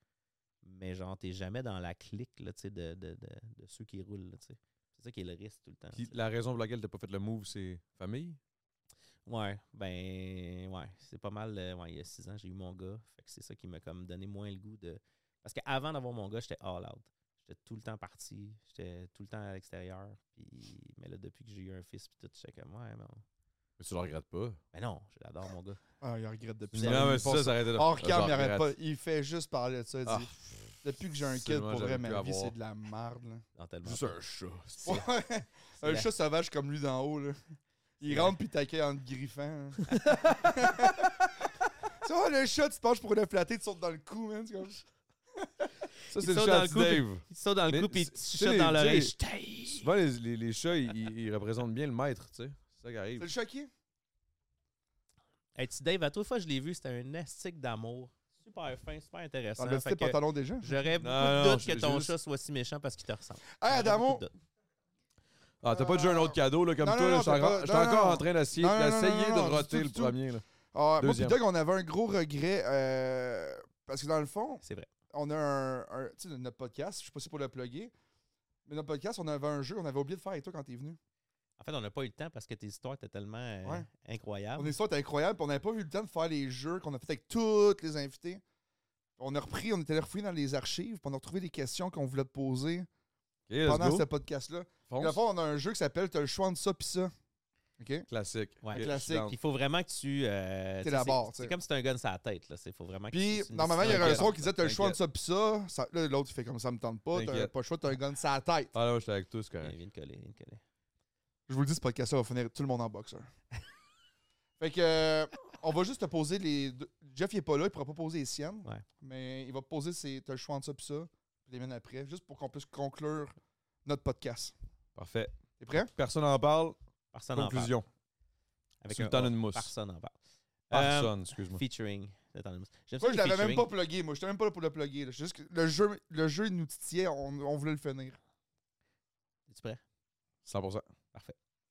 mais genre, t'es jamais dans la clique, là, tu sais, de, de, de, de ceux qui roulent, là, tu sais. C'est ça qui est le risque tout le temps.
Puis
tu sais.
la raison pour laquelle t'as pas fait le move, c'est famille.
Ouais, ben ouais, c'est pas mal. euh, ouais, il y a six ans, j'ai eu mon gars. Fait que c'est ça qui m'a comme donné moins le goût de. Parce qu'avant d'avoir mon gars, j'étais all out. J'étais tout le temps parti. J'étais tout le temps à l'extérieur. Puis mais là, depuis que j'ai eu un fils puis tout, j'étais comme ouais, non.
Mais tu le regrettes pas.
Mais non, je l'adore mon gars.
Ah, il regrette depuis
Vous
Non,
avez
mais ça, ça arrêtait de
Hors
Je
cam, il
regrette.
arrête pas. Il fait juste parler de ça. Il dit,
Ah,
Depuis que j'ai un kid,
seulement
pour
j'avais
vrai,
pu
ma vie,
avoir.
c'est de la merde. là.
Dans tellement.
Juste un chat. c'est-
Ouais.
c'est
Un
la-
chat sauvage comme lui d'en haut. Là. Il
la-
rentre puis taquet en te griffant. hein. tu vois, le chat, tu penches pour le flatter, tu sautes dans le cou, man. tu comprends?
Ça,
Il
c'est le
saute
chat
dans le
de
coup, puis-
Dave.
Il te saute dans le
Mais
cou puis il te
c'est-
chuchote
c'est
dans
les-
l'oreille.
c'est
Je t'haïs.
Souvent, les, les- les chats, ils, ils- ils représentent bien le maître, tu sais. C'est ça qui
C'est
arrive.
le chat qui est?
Hey, tu Dave, à toute fois que je l'ai vu, c'était un astique d'amour. Super fin,
Ah,
super intéressant.
Dans le
Fait
petit
que
pantalon déjà.
J'aurais beaucoup
Non,
de
non,
doutes
j'ai-
que ton
j'ai juste-
chat soit si méchant parce qu'il te ressemble.
Hey,
J'aurais beaucoup
Adamo!
de doutes.
Ah, t'as pas déjà un autre cadeau, là, comme
Non,
toi.
non,
là,
non,
Je suis
t'as
encore,
pas-
j'étais
non,
encore
non.
en train d'essayer,
Non, non, non,
d'essayer
non,
de
non, du
roter
tout,
le
du tout.
premier, là.
Ah, moi puis
Deuxième.
Doug, on avait un gros regret euh, parce que dans le fond,
C'est vrai.
on a un, un- tu sais, notre podcast, je sais pas si pour le plugger, mais notre podcast, on avait un jeu, on avait oublié de faire et toi quand t'es venu.
En fait, on n'a pas eu le temps parce que tes histoires étaient tellement euh,
Ouais.
incroyables.
Ah
Ton histoire était incroyable, puis on n'avait pas eu le temps de faire les jeux qu'on a fait avec tous les invités. On a repris, on était allé refouiller dans les archives, puis on a retrouvé des questions qu'on voulait te poser
Ok, let's
pendant
go.
ce podcast-là. Dans le
Fonce.
fond, on a un jeu qui s'appelle T'as le choix entre ça puis ça. OK?
Classique.
Ouais.
Ok, je suis
Classique.
down.
Puis Il faut vraiment que tu. euh, tu sais,
T'élabores,
c'est-
tu sais.
C'est comme si tu un gun sur la tête. Là. C'est- Faut vraiment que
Puis,
tu- c'est une
normalement, il y
décision
aurait un
T'inquiète.
son qui disait T'as le choix entre
T'inquiète.
ça puis ça. Ça- Là, l'autre, il fait comme ça me tente pas. T'as
T'inquiète.
pas le choix, t'as un gun sur la tête.
Ah là, j'étais avec tous, c'est
inquiétante.
correct.
Viens de coller, viens de coller.
Je vous le dis, ce podcast-là va finir tout le monde en boxeur. fait que, euh, on va juste te poser les. deux- Jeff, il est pas là, il pourra pas poser les siennes.
Ouais.
Mais il va poser ses. T'as le choix entre ça puis ça, puis les mènes après, juste pour qu'on puisse conclure notre podcast.
Parfait.
T'es prêt?
Personne n'en parle.
Personne n'en parle.
Conclusion.
Avec
Sur
un
le temps
or.
d'une mousse.
Personne n'en parle. Euh,
Personne, excuse-moi.
featuring. Le temps d'une mousse. J'aime ça
Moi, je
les
l'avais même
featuring.
pas plugué. Moi, j'étais même pas là pour le plugger. là. C'est juste que le jeu, le jeu il nous titillait, on, on voulait le finir.
Es-tu prêt?
100%.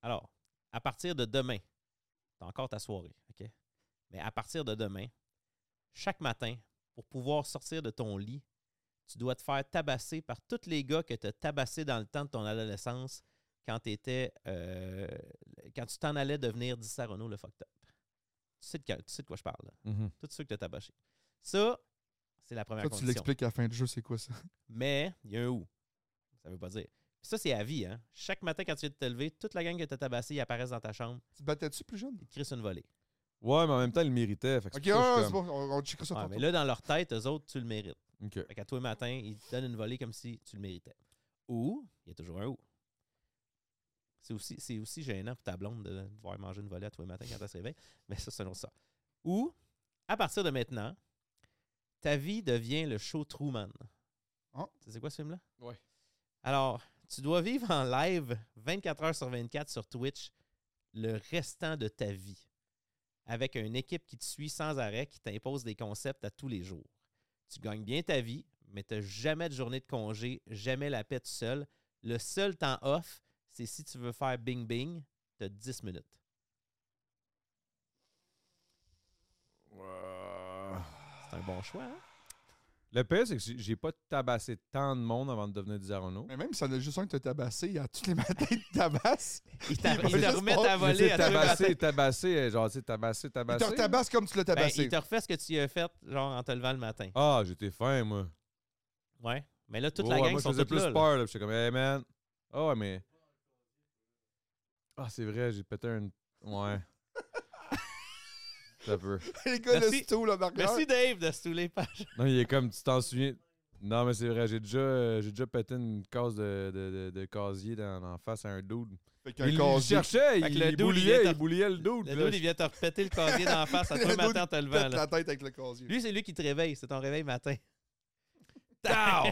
Alors, à partir de demain, t'as encore ta soirée, OK? Mais à partir de demain, chaque matin, pour pouvoir sortir de ton lit, tu dois te faire tabasser par tous les gars que tu as tabassés dans le temps de ton adolescence quand, t'étais, euh, quand tu t'en allais devenir Dissy Renault le fucked up. Tu sais de, quel- tu sais de quoi je parle, là.
Mhm.
Tous ceux que tu as tabassés. Ça, c'est la première
Toi, tu
condition.
l'expliques à la fin du jeu, c'est quoi ça?
Mais il y a un ou. Ça veut pas dire. Puis ça, c'est à vie, hein? Chaque matin, quand tu viens de te lever, toute la gang que t'as tabassée, ils apparaissent dans ta chambre,
Tu te battais-tu plus jeune?
ils te crissent une volée.
Ouais, mais en même temps, il méritait. Fait que
Ok,
c'est pour ça
ah,
que je
c'est
suis
bon, on, on checkera ça
Ouais,
tantôt.
mais là, dans leur tête, eux autres, tu le mérites.
comme- Ok.
Fait qu'à toi, le matin, ils te donnent une volée comme si tu le méritais. Ou, il y a toujours un ou. C'est aussi, c'est aussi gênant pour ta blonde de devoir manger une volée à toi le matin quand elle se réveille. Mais ça, c'est un autre ça. Ou, à partir de maintenant, ta vie devient le show Truman.
Oh.
Tu sais quoi ce film-là?
Ouais.
Alors, tu dois vivre en live 24 heures sur 24 sur Twitch le restant de ta vie avec une équipe qui te suit sans arrêt, qui t'impose des concepts à tous les jours. Tu gagnes bien ta vie, mais tu n'as jamais de journée de congé, jamais la paix tout seul. Le seul temps off, c'est si tu veux faire bing bing, tu as 10 minutes.
Euh,
C'est un bon choix, hein?
Le pire, c'est que j'ai- j'ai pas tabassé tant de monde avant de devenir Di Zarano.
Mais même si en a juste un que t'as tabassé, il y a tous les matins de tabasse.
Ils t'a-
Il
ils
va
te
juste
remettent
pas-
Mais
à
tu
voler
sais,
à tous les matins.
tabassé, tabassé, euh, genre, tu sais, tabassé,
Il te
tabassé.
retabasse comme tu l'as
Ben,
tabassé.
ils te refait ce que tu as fait, genre en te levant le matin.
Ah, j'étais fin, moi.
Ouais. Mais là, toute
Ouais,
la
ouais,
gang
moi,
sont
je faisais
toutes
plus
là. là.
peur, là. puis J'étais comme, hey, man. Ah, ouais, mais. Ah, c'est vrai, j'ai pété une. Ouais. Ça peut.
les gars, le
Merci.
sto, là, marqueur.
Merci Dave de se les pages.
Non, il est comme, tu t'en souviens. Non, mais c'est vrai, j'ai déjà, euh, j'ai déjà pété une case de, de, de, de casier dans, en face à un dude.
Fait qu'un
Il le
casier.
cherchait,
Fait que
il,
le dude, il
bouliait,
vient
il
te-
bouliait le dude.
Le
là.
dude, il vient te repéter le casier dans la face à
Le
tous les
dude,
matins en te
Pète
levant. là.
la tête avec le casier.
Lui, c'est lui qui te réveille. C'est ton réveil matin.
Tao!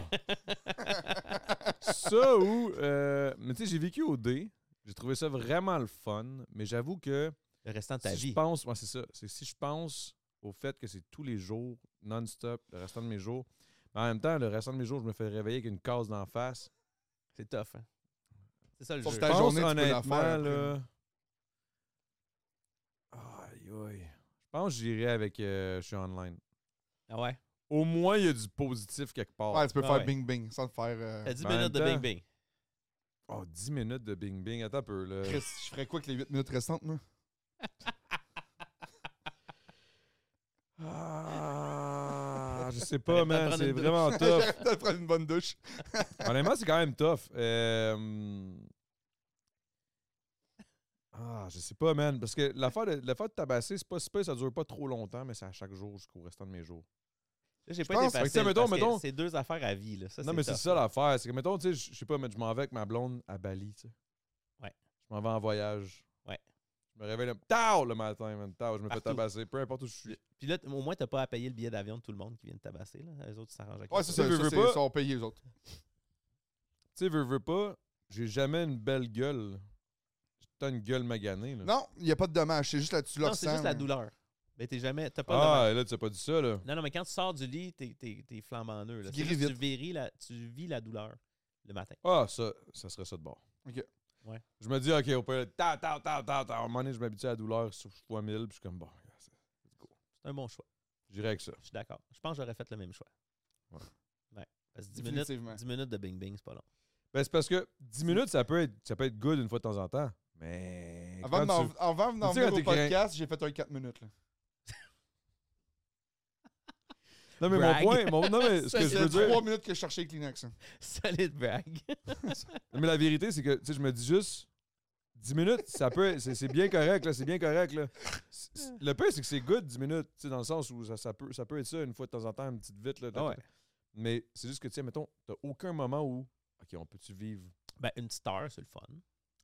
ça ou. euh, mais tu sais, j'ai vécu au D. J'ai trouvé ça vraiment le fun. Mais j'avoue que.
Le restant de ta
Si je
vie.
pense, moi, c'est ça. C'est que si je pense au fait que c'est tous les jours, non-stop, le restant de mes jours. Mais en même temps, le restant de mes jours, je me fais réveiller avec une case d'en face.
C'est tough. hein. C'est ça le
Sauf
jeu.
ta
Je pense,
journée, tu peux la faire
honnêtement,
après.
là. Aïe, aïe. Je pense que j'irai avec. euh, je suis online.
Ah ouais.
Au moins, il y a du positif quelque part.
Ouais, tu peux
Ah
faire
ouais.
bing-bing sans te faire. euh,
T'as 10
en même
minutes de
temps-
Bing Bing.
Oh, 10 minutes de Bing Bing. Attends un peu, là.
Chris, je ferais quoi avec les 8 minutes restantes, moi?
Ah, je sais
Arrête
pas,
de
man.
prendre
C'est
une douche.
vraiment tough.
J'arrête de prendre une bonne douche.
Honnêtement, c'est quand même tough. Euh, Ah, je sais pas, man. Parce que l'affaire de, l'affaire de tabasser, c'est pas si pire, ça dure pas trop longtemps, mais c'est à chaque jour jusqu'au restant de mes jours.
Là, J'ai
Je
pas
pense-
Fait
été
que, tu sais,
facile.
mettons,
parce
mettons-
que C'est deux affaires à vie. Là. Ça,
non, mais c'est
tough.
ça l'affaire. C'est que, mettons, tu sais, je je sais pas, mais je m'en vais avec ma blonde à Bali, tu sais.
Ouais.
Je m'en vais en voyage.
Ouais.
Je me réveille le, tao, le matin, man. Tao, je me fais
Partout.
tabasser, peu importe où je suis.
Puis là, t- au moins, t'as pas à payer le billet d'avion de tout le monde qui vient de tabasser. Là. Les autres, ils s'arrangent avec
Ouais,
ça.
Ça,
c'est ça.
veux,
ça,
veux
c'est-
pas.
Ils sont payés, eux autres.
Tu sais, veux, veux pas, j'ai jamais une belle gueule. T'as une gueule maganée, là.
Non, il n'y a pas de dommage. C'est juste là, tu le
Non, c'est
ressens,
juste la
mais-
douleur. Mais t'es jamais. T'as pas de
hein. Ah, là, tu as pas dit ça, là.
Non, non, mais quand tu sors du lit, t'es, t'es, t'es flambant en eux. Là.
Tu
C'est
guéris
juste que
vite.
Tu, verris la, tu vis la douleur le matin.
Ah, ça, ça serait ça de bord.
Ok.
Ouais.
Je me dis, OK, on peut. Ta, ta, ta, ta, ta. À un moment donné, je m'habitue à la douleur sur fois 1000, puis je suis comme, bon, c'est-
C'est un bon choix.
j'irai avec ça.
Je suis d'accord. Je pense que j'aurais fait le même choix.
Ouais.
Ouais. Parce que 10 minutes,
Définitivement.
10 minutes de bing bing, c'est pas long.
Ben, c'est parce que 10 minutes, ça peut être, ça peut être good une fois de temps en temps. Mais.
Avant de
quand
m'en-
tu-
avant de m'en
Tu sais,
venir
quand
au
t'es craint-
podcast, j'ai fait un 4 minutes. là.
Non, mais
Brag.
mon point. mon- Non, mais ce
Ça,
que
C'est
je veux dire.
3 minutes que je cherchais les Kleenex. hein.
Solide brag.
Mais la vérité, c'est que, tu sais, je me dis juste. 10 minutes, ça peut. être- C'est c'est bien correct, là. C'est bien correct, là. C'est- c'est- Le pire, c'est que c'est good, 10 minutes, tu sais, dans le sens où ça, ça peut, ça peut être ça une fois de temps en temps, une petite vite, là.
Ah ouais.
Mais c'est juste que, tu sais, mettons, t'as aucun moment où. OK, on peut-tu vivre.
Ben, une petite heure, c'est le fun.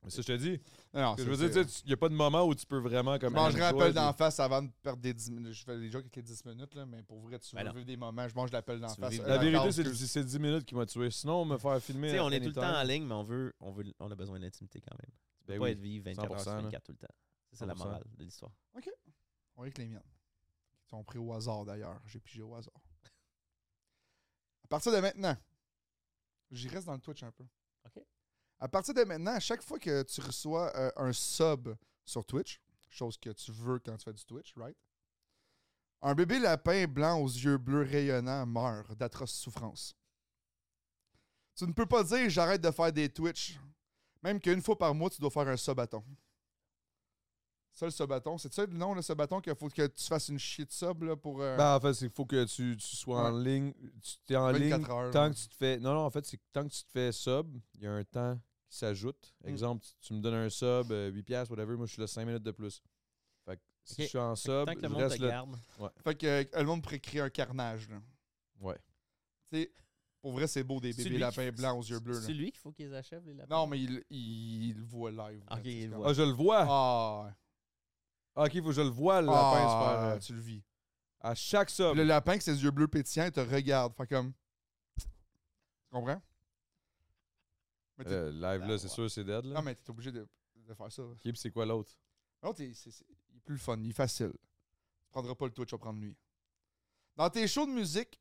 Mais ça, je te dis.
Non,
Ah,
Je veux dire, il n'y a pas de moment où tu peux vraiment
Je
comme.
mangerais un
enjoy
appel
des-
d'en face avant de perdre des 10 minutes. Je fais des jokes avec les 10 minutes, là, mais pour vrai, tu
Ben
veux
non.
vivre des moments. Je mange l'appel d'en
Tu
face.
vis-
euh,
La
dans
vérité,
le
c'est
cul.
c'est 10 minutes qui m'a tué. Sinon, me faire
Tu
filmer.
sais, on est
anytime.
tout le temps en ligne, mais on veut, on veut, on a besoin d'intimité quand même. Tu
Ben
peux pas
oui.
être vivre 24 heures sur
100%, là.
24 tout le temps. C'est ça la
100%.
morale de l'histoire.
On est avec les miennes. Ils sont pris au hasard d'ailleurs. J'ai pigé au hasard. À partir de maintenant, j'y reste dans le Twitch un peu.
OK.
À partir de maintenant, à chaque fois que tu reçois euh, un sub sur Twitch, chose que tu veux quand tu fais du Twitch, right? Un bébé lapin blanc aux yeux bleus rayonnants meurt d'atroces souffrances. Tu ne peux pas dire j'arrête de faire des Twitch. Même qu'une fois par mois, tu dois faire un subathon. Ça, le subathon, c'est ça le nom, le subathon, qu'il faut que tu fasses une shit sub là, pour euh,
Ben, en fait, il faut que tu, tu sois en
Ouais.
ligne. Tu t'es en
24
ligne.
heures.
Tant que tu te fais. Non, non, en fait, c'est que tant que tu te fais sub, il y a un temps qui s'ajoute.
Mm.
Exemple, tu- tu me donnes un sub, euh, 8 piastres, whatever. Moi, je suis là 5 minutes de plus. Fait que si
Ok.
je suis en sub,
Tant que
je
le monde te
reste là.
garde.
Fait que euh, le monde pourrait créer un carnage. Là.
Ouais.
Tu sais, pour vrai, c'est beau des
C'est
bébés
lui
lapins
qui-
blancs aux yeux bleus.
C'est
Là.
lui qu'il faut qu'ils achèvent les lapins.
Non, mais il, il, il le voit live. là, tu
Ok,
sais,
il
c'est
le
comme-
Ah, je le vois.
Ah,
Ah, ok, faut que je le vois, le lapin se
ah,
faire. euh,
tu le vis.
À chaque sub.
Le lapin avec ses yeux bleus pétillants, il te regarde. Fait comme. Tu comprends? Mais
Euh.
t'es-
Euh, Le live, là, c'est
Ah,
sûr, c'est dead. Là.
Non, mais t'es obligé de, de faire ça.
Ok, puis c'est quoi l'autre?
Non, t'es- c'est c'est- il est plus le fun, il est facile. Tu prendras pas le Twitch, tu vas prendre lui. Dans tes shows de musique,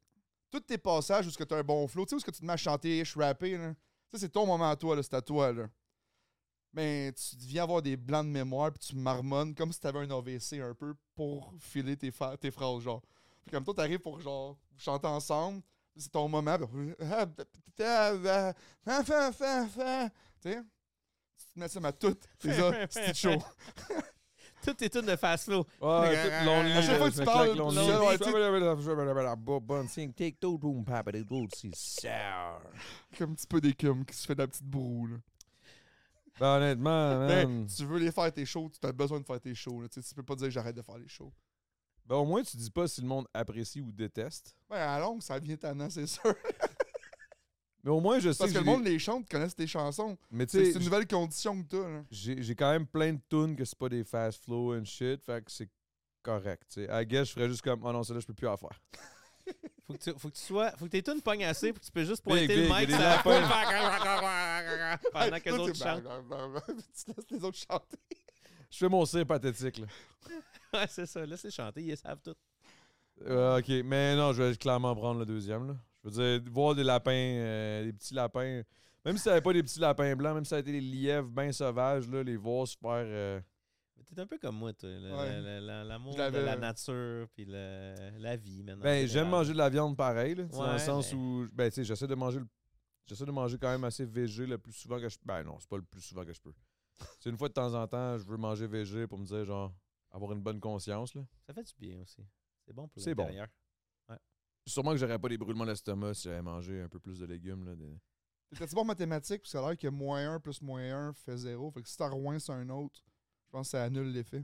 tous tes passages où tu as un bon flow, tu sais, où est-ce que tu te mets à chanter, ch- rapper, là, ça c'est ton moment à toi, là, c'est à toi. Là. Mais tu viens avoir des blancs de mémoire puis tu marmonnes comme si t'avais un AVC un peu pour filer tes, fa- tes phrases, genre. Puis comme toi, t'arrives pour genre vous chanter ensemble, C'est ton moment. puis- ah, Tu sais? Tu te mets ça à toutes les autres petites shows.
Toutes tes tunes de fast flow.
Ouais,
Mais,
tout lonely,
à chaque
là,
fois que
je
tu
me
parles,
claque lonely.
tu dis, ouais, tu sais-
Bonne signe, take two, boom, papa, the good, c'est sour.
Comme un petit peu d'écume qui se fait de la petite broue. Là.
Ben, honnêtement,
Ben,
man.
si tu veux les faire tes shows, tu as besoin de faire tes shows. Là. Tu sais, tu peux pas dire j'arrête de faire les shows.
Ben, au moins, tu dis pas si le monde apprécie ou déteste.
Ben, à longue, ça vient tannant, c'est sûr.
Mais au moins, je sais
Parce que
j'ai
le
des-
monde les chante, connaissent tes chansons.
Mais
C'est
tu
c'est
sais,
une nouvelle condition que t'as. là.
j'ai j'ai quand même plein de tunes que c'est pas des fast flow and shit, fait que c'est correct. tu sais. I guess, je ferais juste comme, oh non, celle-là, je peux plus en faire.
Faut que tu, faut que tu sois, faut que tes tunes pognent assez pour que tu peux juste pointer
Big,
le
big,
mic
il y a
sur
des
la
lapins.
foule pendant
Hey,
que les
toi,
autres
t'es-
chantent.
tu laisses les autres chanter.
Je fais mon cire pathétique, là.
Ouais, c'est ça. Laisse-les chanter, ils savent tout.
Euh, ok, mais non, je vais clairement prendre le deuxième. Là. Je veux dire, voir des lapins, euh, des petits lapins, même si ça n'avait pas des petits lapins blancs, même si ça a été des lièvres bien sauvages, là, les voir se faire. euh,
Mais T'es un peu comme moi, toi. le-
Ouais.
le- le- L'amour
Je
de
l'avais-
la nature, puis le- la vie, maintenant.
Ben, j'aime manger de la viande pareil, là, tu sais, dans
Ouais,
le sens
mais-
où, ben, tu sais, j'essaie de manger le- J'essaie de manger quand même assez végé le plus souvent que je Ben non, c'est pas le plus souvent que je peux. C'est une fois de temps en temps, je veux manger végé pour me dire, genre, avoir une bonne conscience. Là.
Ça fait du bien aussi. C'est bon pour
C'est bon.
l'intérieur.
Sûrement que j'aurais pas des brûlements d'estomac si j'avais mangé un peu plus de légumes. Là, des-
T'étais-tu bon en mathématiques? Parce que ça a l'air que moins 1 plus moins 1 fait 0. Fait que si t'en rewins sur un autre, je pense que ça annule l'effet.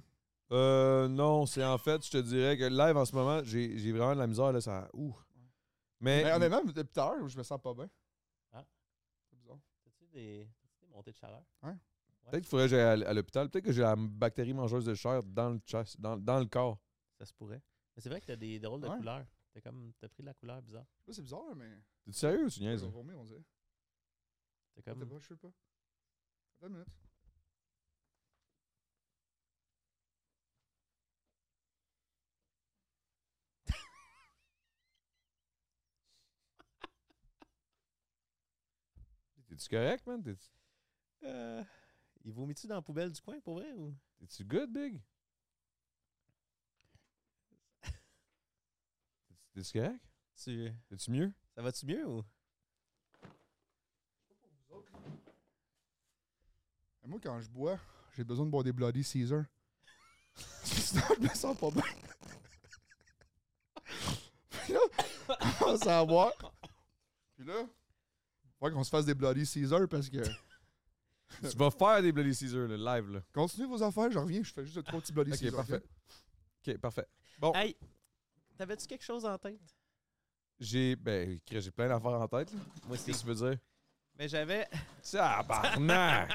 Euh, non, c'est en fait, je te dirais que live en ce moment, j'ai j'ai vraiment de la misère, là, ça. Ouh. Mais.
Mais honnêtement, depuis tout à l'heure, je me sens pas bien.
Ah.
C'est bizarre.
T'as-tu des, t'as-tu des montées de chaleur?
Peut-être qu'il faudrait que j'aille à, à l'hôpital. Peut-être que j'ai la bactérie mangeuse de chair dans le, chest- dans, dans le corps.
Ça se pourrait. Mais c'est vrai que t'as des drôles de
Ouais.
couleurs. T'as comme, t'as pris de la couleur bizarre.
Ouais, C'est bizarre, mais.
T'es sérieux ou tu niaises?
Ils ont vomi, on dirait.
T'as
Attends,
comme,
pas, je sais pas. Attends une minute.
T'es-tu correct, man? T'es-
Euh, il vomit-tu dans la poubelle du coin, pour vrai? Ou?
T'es-tu good, big? T'es- T'es-tu correct?
Tu,
T'es-tu mieux?
ça va-tu mieux? Ou?
Mais Moi, quand je bois, j'ai besoin de boire des Bloody Caesar. Sinon, je me sens pas bien. Puis là, on commence à boire. Puis là, faut qu'on se fasse des Bloody Caesar parce que.
tu vas faire des Bloody Caesar, le live, là.
Continuez vos affaires, je reviens, je fais juste de trois petits Bloody
Ok,
Caesar.
parfait. Ok, parfait. Bon,
Oh. Hey, t'avais-tu quelque chose en tête?
j'ai. Ben, Chris, j'ai plein d'affaires en tête, là.
Moi aussi.
Qu'est-ce que tu veux dire?
Mais j'avais.
Tabarnak!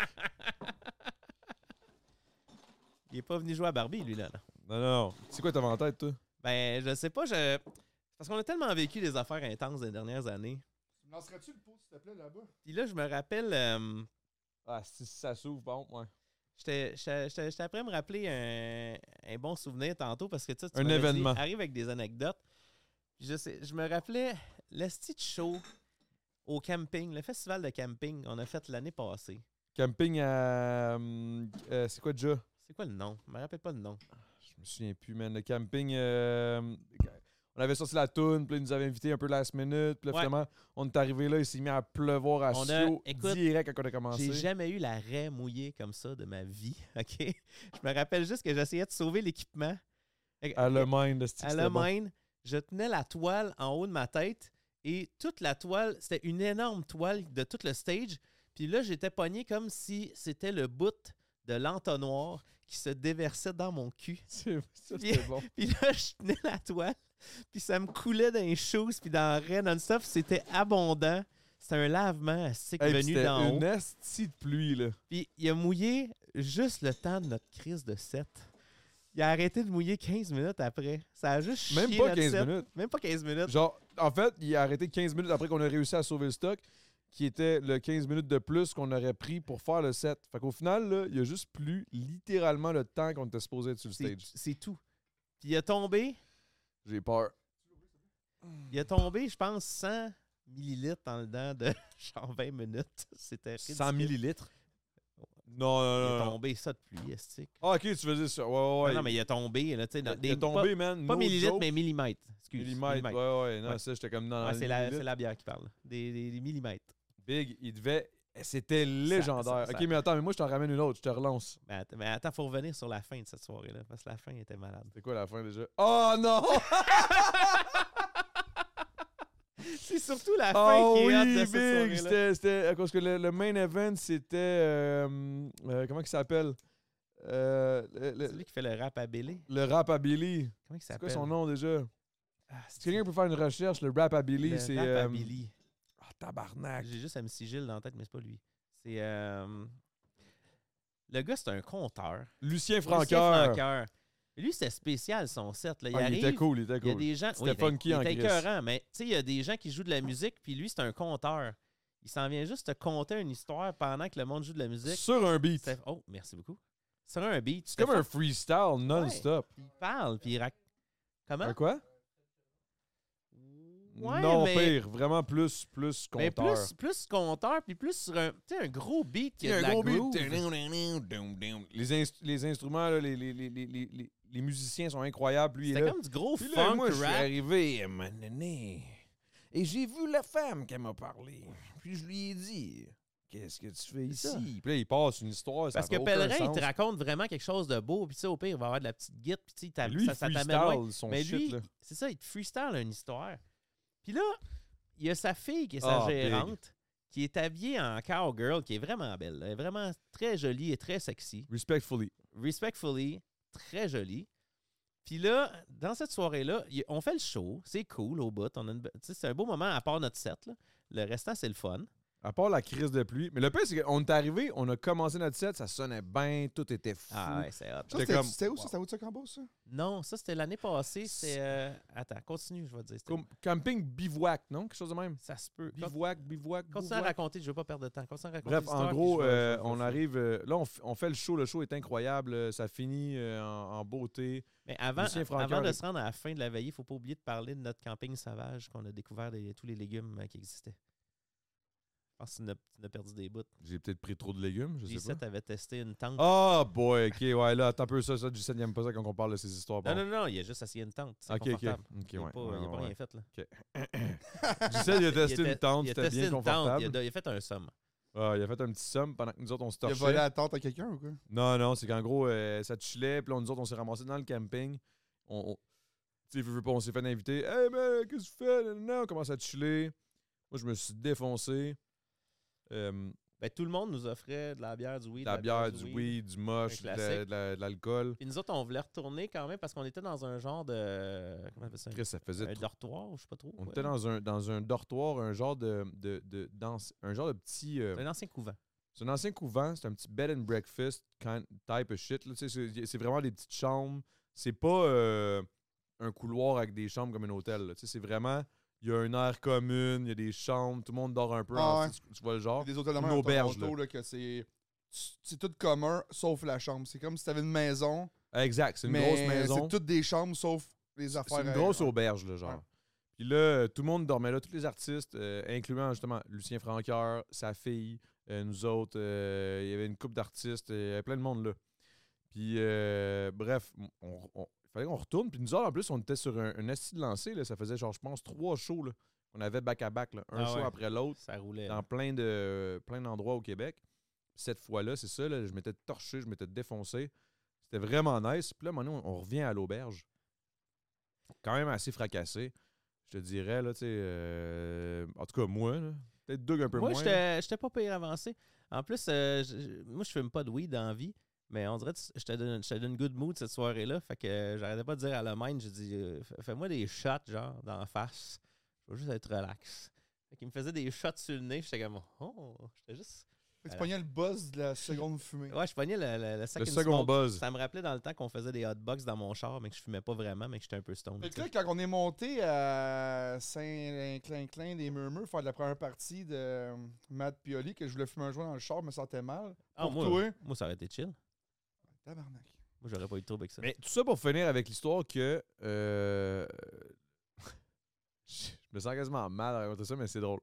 Il est pas venu jouer à Barbie, lui, là. là.
Non, non, non. C'est quoi t'avais en tête, toi?
Ben, je sais pas, je. Parce qu'on a tellement vécu des affaires intenses des dernières années.
Tu me lancerais-tu le pot, s'il te plaît, là-bas?
Puis là, je me rappelle. euh,
Ah, si ça s'ouvre, bon, ouais.
J'étais j'étais- j'étais- j'étais après me rappeler un, un bon souvenir tantôt parce que tu sais, tu
Un
m'avais dit,
événement.
arrive avec des anecdotes. Je, sais, je me rappelais l'esti de show au camping, le festival de camping qu'on a fait l'année passée.
Camping à. hum, euh, c'est quoi déjà?
C'est quoi le nom? Je me rappelle pas le nom.
Je me souviens plus, man. Le camping. euh, on avait sorti la toune, puis là, ils nous avaient invités un peu last minute. Puis là,
Ouais.
finalement, on est arrivé là, il s'est mis à pleuvoir à
On a-
Sio
écoute,
direct quand on a commencé.
J'ai jamais eu la raie mouillée comme ça de ma vie, OK? Je me rappelle juste que j'essayais de sauver l'équipement.
À le mind, le
à la mine, je tenais la toile en haut de ma tête et toute la toile, c'était une énorme toile de tout le stage. Puis là, j'étais pogné comme si c'était le bout de l'entonnoir qui se déversait dans mon cul.
C'est ça,
Puis-
c'était bon.
Puis là, je tenais la toile, puis ça me coulait dans les choses, puis dans rien non-stop. C'était abondant. C'était un lavement assez
Hey, puis
venu
c'était
d'en haut.
une estie de pluie, là.
Puis il a mouillé juste le temps de notre crise de 7. Il a arrêté de mouiller 15 minutes après. Ça a juste
Même
chié
pas
notre
15
set.
minutes.
Même pas 15 minutes.
Genre, en fait, il a arrêté 15 minutes après qu'on a réussi à sauver le stock, qui était le 15 minutes de plus qu'on aurait pris pour faire le set. Fait qu'au final, là, il a juste plu littéralement le temps qu'on était supposé être sur le
C'est-
stage.
C'est tout. Puis il a tombé,
J'ai peur.
il a tombé, je pense, 100 millilitres en dedans de genre 20 minutes. C'était ridicule.
100 millilitres. Non,
Il
non,
est
non, non.
tombé ça de pluie, estique.
Ah, ok, tu faisais ça. Ouais, euh. Ah ouais, ouais.
Non, mais il est tombé, là, tu sais, dans
il
des-
est tombé, man.
Pas, pas
no
millilitres,
joke.
mais millimètres. Excuse,
Millimètres,
millimètres.
ouais, ouais. Non,
Ouais.
ça, j'étais comme dans
Ouais, c'est la, c'est
millimètres.
la bière qui parle. Des, des- des millimètres.
Big, il devait. C'était légendaire.
ça-
ok,
ça-
mais attends, mais moi, je t'en ramène une autre. Je te relance.
Mais attends, mais attends, faut revenir sur la fin de cette soirée-là, parce que la fin était malade.
C'est quoi la fin déjà? Oh non!
C'est surtout la Ah, fin
Oh
qui est hâte
oui,
de
big!
cette soirée-là.
C'était c'était- à cause que le, le main event, c'était. euh, euh, comment il s'appelle? Euh, le, le,
Celui qui fait le rap à Billy.
le rap à Billy.
Comment il
C'est
s'appelle?
quoi son nom déjà?
Ah,
Si quelqu'un peut faire une recherche, le rap à Billy, c'est.
c'est... rap à
euh,
Billy.
Ah, tabarnak!
J'ai juste MC Gilles dans la tête, mais c'est pas lui. C'est... euh, Le gars, c'est un conteur.
Lucien
Lucien
Franqueur.
Franqueur. Lui, c'était spécial, son set. Là. Il
Ah, il
arrive,
était cool, il était
Il y a
cool.
des gens.
C'était
il était-
funky
il
en Ah.
était
Christ.
écœurant, mais tu sais, il y a des gens qui jouent de la musique, puis lui, c'est un conteur. Il s'en vient juste te conter une histoire pendant que le monde joue de la musique.
Sur un beat.
C'était- Oh, merci beaucoup. Sur un beat,
C'est comme un freestyle non-stop.
il parle, puis il rac... Comment?
Un quoi?
Ouais,
non,
mais-
pire. Vraiment plus, plus
Mais
compteur.
plus, plus conteur, puis plus sur un, tu sais, un gros beat. qui
Il y a
de
un
la
gros beat.
groove.
Les, inst- les instruments, là, les, les, les, les, les- les- les musiciens sont incroyables. Lui, il est
C'était
là.
comme du gros
Puis là,
funk
moi, je suis
rap.
arrivé à un moment donné, et j'ai vu la femme qui m'a parlé. Puis je lui ai dit Qu'est-ce que tu fais
C'est ça.
ici Puis là, il passe une histoire. ça
Parce que
fait aucun
Pellerin, il
sens.
te raconte vraiment quelque chose de beau, puis tu sais, au pire, il va avoir de la petite guide, puis tu sais, t'as-
Lui,
ça,
il
ça t'amène loin.
freestyle son
Mais
shit.
lui,
là.
c'est ça, il te freestyle une histoire. Puis là, il y a sa fille qui est
Ah,
sa
big.
gérante, qui est habillée en cowgirl, qui est vraiment belle. Elle est vraiment très jolie et très sexy.
Respectfully.
Respectfully, très jolie. Puis là, dans cette soirée-là, y- on fait le show. C'est cool au bout. On a une be- tu sais, c'est un beau moment à part notre set. là. Le restant, c'est le fun.
À part la crise de pluie. Mais le pire, c'est qu'on est arrivé, on a commencé notre set, ça sonnait bien, tout était fou.
Ah ouais, c'est hot.
Ça,
J'étais
C'était
comme,
c'était où ça?
wow.
C'était où ça, Cambo, ça?
Non, ça, c'était l'année passée. C'est. euh, Attends, continue, je vais te dire. C'était-
Com- camping bivouac, non? Quelque chose de même.
Ça se peut. Con-
Bivouac, bivouac,
Continue à
bivouac.
raconter, je veux pas perdre de temps. Continue à raconter.
Bref,
l'histoire,
en
puis
gros,
je vais- je vais-
euh,
je vais
on
finir.
arrive. euh, là, on, f- on fait le show. Le show est incroyable. euh, Ça finit euh, en, en beauté.
Mais avant,
Lucien
a-
Franqueur
avant de
est-
se rendre à la fin de la veillée, il ne faut pas oublier de parler de notre camping sauvage qu'on a découvert des- tous les légumes euh, qui existaient. Je pense que tu en as- tu en as perdu des bouts.
J'ai peut-être pris trop de légumes, je sais
G7
pas.
avait testé une tente.
Ah, boy, ok, ouais, là, attends un peu ça. Ça, Justin, n'aime pas ça quand on parle de ces histoires.
non,
bon.
non, non, il a juste essayé une tente. C'est
ok, ok.
confortable.
ok,
il n'a
ouais,
pas,
ouais,
il a pas
ouais.
rien fait. Là.
Gisèle, il a
a
testé
te-
une tente,
il a
c'était
testé
bien
une tente,
confortable.
il, a, il a fait un somme.
Ah, il a fait un petit somme pendant que nous autres, on se
Il a
torchait.
volé la tente à quelqu'un ou quoi?
Non, non, c'est qu'en gros, euh, ça chillait, puis là, nous autres, on s'est ramassés dans le camping. On, on- tu sais, veux, veux pas, on s'est fait inviter. Hey, man, qu'est-ce que tu fais? Non, on commence à chiller. Moi, je me suis défoncé. Euh,
Ben, tout le monde nous offrait de la bière, du weed.
de la bière, du weed, du moche,
Un
de la-
classique.
de la- de l'alcool.
Puis nous autres, on voulait retourner quand même parce qu'on était dans un genre de. Comment on appelle ça
Chris, ça faisait
Un
trop-
dortoir, je sais pas trop.
On
ouais.
était dans un, dans un dortoir, un genre de, de, de dans- un genre de petit. euh,
un ancien couvent.
c'est un ancien couvent, c'est un petit bed and breakfast kind- type of shit. là, tu sais, C'est c'est vraiment des petites chambres. C'est pas euh, un couloir avec des chambres comme un hôtel. là, tu sais, C'est vraiment. Il y a une aire commune, il y a des chambres, tout le monde dort un peu.
Ah
ensemble, tu, tu vois le genre.
Des hôtels de
Une
même à
auberge,
Toronto, là, que c'est... C'est tout commun, sauf la chambre. C'est comme si t'avais une maison,
Exact, c'est une
mais
grosse maison.
c'est toutes des chambres, sauf les affaires.
C'est une
à-
grosse
ouais.
auberge, là, genre.
Ouais.
Puis là, euh, tout le monde dormait là, tous les artistes, euh, incluant justement Lucien Franqueur, sa fille, euh, nous autres. euh, Il y avait une couple d'artistes, euh, il y avait plein de monde là. Puis euh, bref, on, on- il fallait qu'on retourne. Puis nous autres, en plus, on était sur un, un esti de lancé. Là, ça faisait genre, je pense, trois shows. Là. On avait back-à-back, là, un
Ah
show
ouais.
après l'autre,
Ça roulait.
dans plein de plein d'endroits au Québec. Cette fois-là, c'est ça, là, je m'étais torché, je m'étais défoncé. C'était vraiment nice. Puis là, maintenant, on revient à l'auberge quand même assez fracassé. Je te dirais, là, tu sais. euh, en tout cas, moi, là. Peut-être Doug un peu
moi,
moins. là.
j'étais j'étais pas pire avancé. En plus, euh, je- je- moi, je fume pas de weed dans la vie, mais on dirait que je te donne, je te donne good mood cette soirée-là. Fait que euh, j'arrêtais pas de dire à la main, j'ai dit, euh, Fais- fais-moi des shots, genre, dans la face. Je veux juste être relax. Fait qu'il me faisait des shots sur le nez, j'étais comme, oh, j'étais juste.
Fait que Tu pognais le boss de la seconde fumée.
Ouais, je pognais le, le, le sac
Le
and
second
smoke.
buzz.
Ça me rappelait dans le temps qu'on faisait des hot box dans mon char, mais que je fumais pas vraiment, mais que j'étais un peu stone.
Fait que
tu
là,
sais.
quand on est monté à Saint-Clin-Clin des Murmures, faire de la première partie de euh, Matt Pioli, que je voulais fumer un joint dans le char, je me sentais mal.
Ah,
pour
moi,
toi.
moi, ça aurait été chill.
Tabarnak.
Moi, j'aurais pas eu de trouble avec ça.
Mais tout ça pour finir avec l'histoire que. euh, je me sens quasiment mal à raconter ça, mais c'est drôle.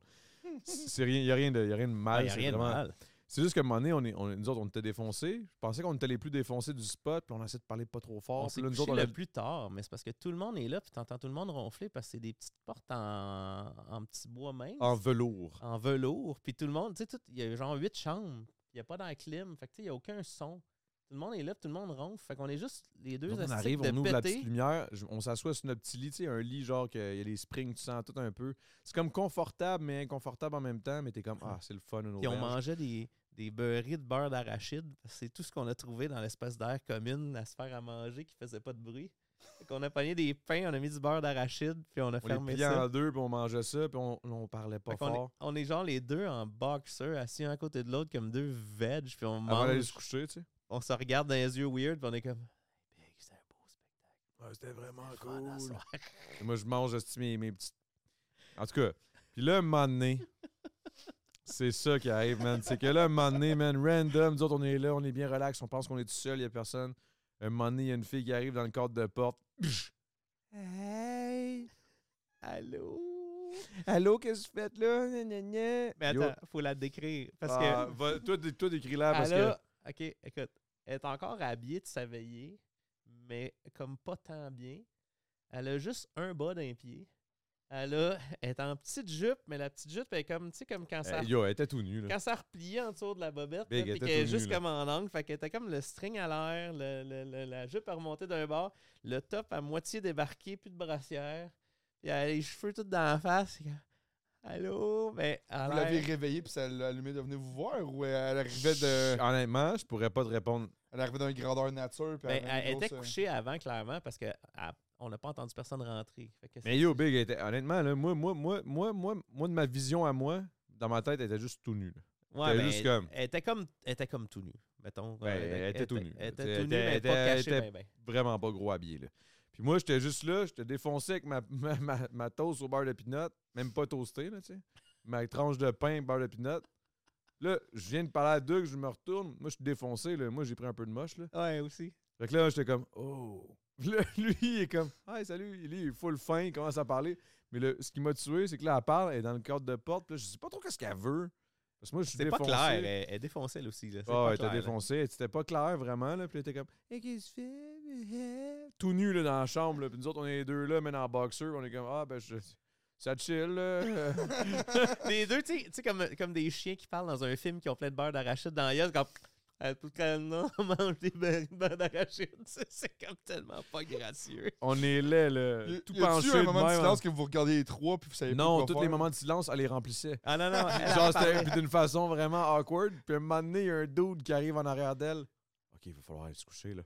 C'est rien, il n'y a, rien de y a rien de
Ah,
mal.
y a
c'est
rien de
vraiment-
mal.
C'est juste qu'à un moment donné, on est, on, nous autres, on était défoncés. Je pensais qu'on était les plus défoncés du spot, puis on essaie de parler pas trop fort.
on
puis
s'est
là, nous
couché
autres, on a-
le plus tard, mais c'est parce que tout le monde est là, puis t'entends tout le monde ronfler parce que c'est des petites portes en, en petit bois mince,
en
en,
velours.
velours, puis tout le monde, tu sais, tout- il y a genre huit chambres, il n'y a pas d'air clim, fait que tu sais, il n'y a aucun son. Tout le monde est là, puis tout le monde ronfle, fait qu'on est juste les deux
Donc, on
astiques
arrive, on
de
ouvre la
péter.
petite lumière, je- on s'assoit sur notre petit lit, tu sais, un lit genre qu'il y a les springs, tu sens tout un peu. C'est comme confortable, mais inconfortable en même temps, mais t'es comme Ah, c'est le fun, une
Puis on
auberge.
mangeait des, des beurrés de beurre d'arachide. C'est tout ce qu'on a trouvé dans l'espèce d'air commune à se faire à manger qui faisait pas de bruit. On a pogné des pains, on a mis du beurre d'arachide, puis on a
On les
fermé
pliait en
ça.
deux, puis on mangeait ça, puis on, on parlait pas
Fait qu'on est-
fort.
on est genre les deux en boxer, assis un à côté de l'autre comme deux veg, puis on
Avant d'aller
mange,
se coucher, tu sais.
on se regarde dans les yeux weird, puis on est comme Hey, big, c'est un beau spectacle.
C'était vraiment
le fun à soir.
Et moi, je mange hostie, mes, mes petites. En tout cas, puis là, un moment donné, c'est ça qui arrive, man. C'est que là, un moment donné, man, random, nous autres, on est là, on est bien relax, on pense qu'on est tout seul, il n'y a personne. Un moment donné, il y a une fille qui arrive dans le cadre de porte. Hey!
Allô?
Allô, qu'est-ce que vous faites là? Gna, gna, gna.
Mais
Yo.
attends, faut la décrire. Parce
Ah,
que
va- toi, dé- toi, décris là Ah, parce
Elle
que.
a- OK, écoute. Elle est encore habillée de sa veillée, mais comme pas tant bien. Elle a juste un bas d'un pied. Elle, a, elle est en petite jupe, mais la petite jupe, elle est comme, tu sais, comme quand Ah, ça,
Eh, yo, elle était tout nue, là.
quand ça repliait en dessous de la bobette,
Big,
là,
elle
puis
était
qu'elle est
tout
juste
nue, là.
comme en angle. Fait qu'elle était comme le string à l'air, le- le- le- la jupe à remonter d'un bord, le top à moitié débarqué, plus de brassière. Puis elle a les cheveux tout dans la face. c'est comme, Allô? Mais
Ah,
elle a
Vous l'avez
l'air-
réveillée puis ça l'a allumé de venir vous voir ou euh, elle arrivait de.
Honnêtement, je pourrais pas te répondre.
Elle arrivait d'une grandeur nature puis avait
Ben,
une
elle était
grosse, euh,
couchée avant, clairement, parce que elle- on n'a pas entendu personne rentrer. Fait que
Mais yo, Big, elle était- honnêtement, là, moi, moi, moi, moi, moi, moi, de ma vision à moi, dans ma tête, elle était juste tout nue. là.
c'est- ouais,
t'es
ben,
juste comme-
Elle était comme, elle était comme tout nue, mettons. Euh,
Ouais, elle était tout nue.
Elle
Elle
était tout nue,
était-
mais
elle
pas
était-
cachée.
elle
ben,
était-
ben.
vraiment pas gros habillé. Là. Puis moi, j'étais juste là, j'étais défoncé avec ma, ma, ma, ma toast au beurre de pinot, même pas toastée, là, tu sais. Ma tranche de pain, beurre de pinot. Là, je viens de parler à Doug, je me retourne. Moi, je suis défoncé, là. Moi, j'ai pris un peu de moche, là.
Ouais, aussi.
Fait que là, j'étais comme, oh. Là, lui, il est comme, hey, salut. Lui, il est full fin, il commence à parler. Mais le, ce qui m'a tué, c'est que là, elle parle, elle est dans le cadre de porte. Puis là, je sais pas trop qu'est-ce qu'elle veut. Parce que moi, je suis
C'est pas
défoncé.
clair. Elle, elle défonçait, elle aussi. Là. C'est
Ah,
pas
elle était
clair, là.
défoncée. Elle- C'était pas clair, vraiment. Là. Puis elle était comme, Hey, qu'est-ce que tu fais? hein? Tout nu, là, dans la chambre. Là. Puis nous autres, on est les deux là, mais en boxer. On est comme, ah, ben, je- ça chill, là.
Les deux, tu sais- tu sais, comme, comme des chiens qui parlent dans un film qui ont plein de beurre d'arachide dans la gueule, comme. Elle peut quand même manger des beurres beurre d'arachide. C'est- C'est comme tellement pas gracieux.
on est là, là.
euh, y-
tout
y a-tu eu
penché.
un
de
moment de
même. hein.
silence que vous regardez les trois puis vous savez pas
Non,
quoi
tous les
faire?
moments de silence, elle les remplissait.
Ah non, non. elle
Genre,
apparaît.
c'était puis d'une façon vraiment awkward. Puis à un moment donné, il y a un dude qui arrive en arrière d'elle. OK, il va falloir aller se coucher, là.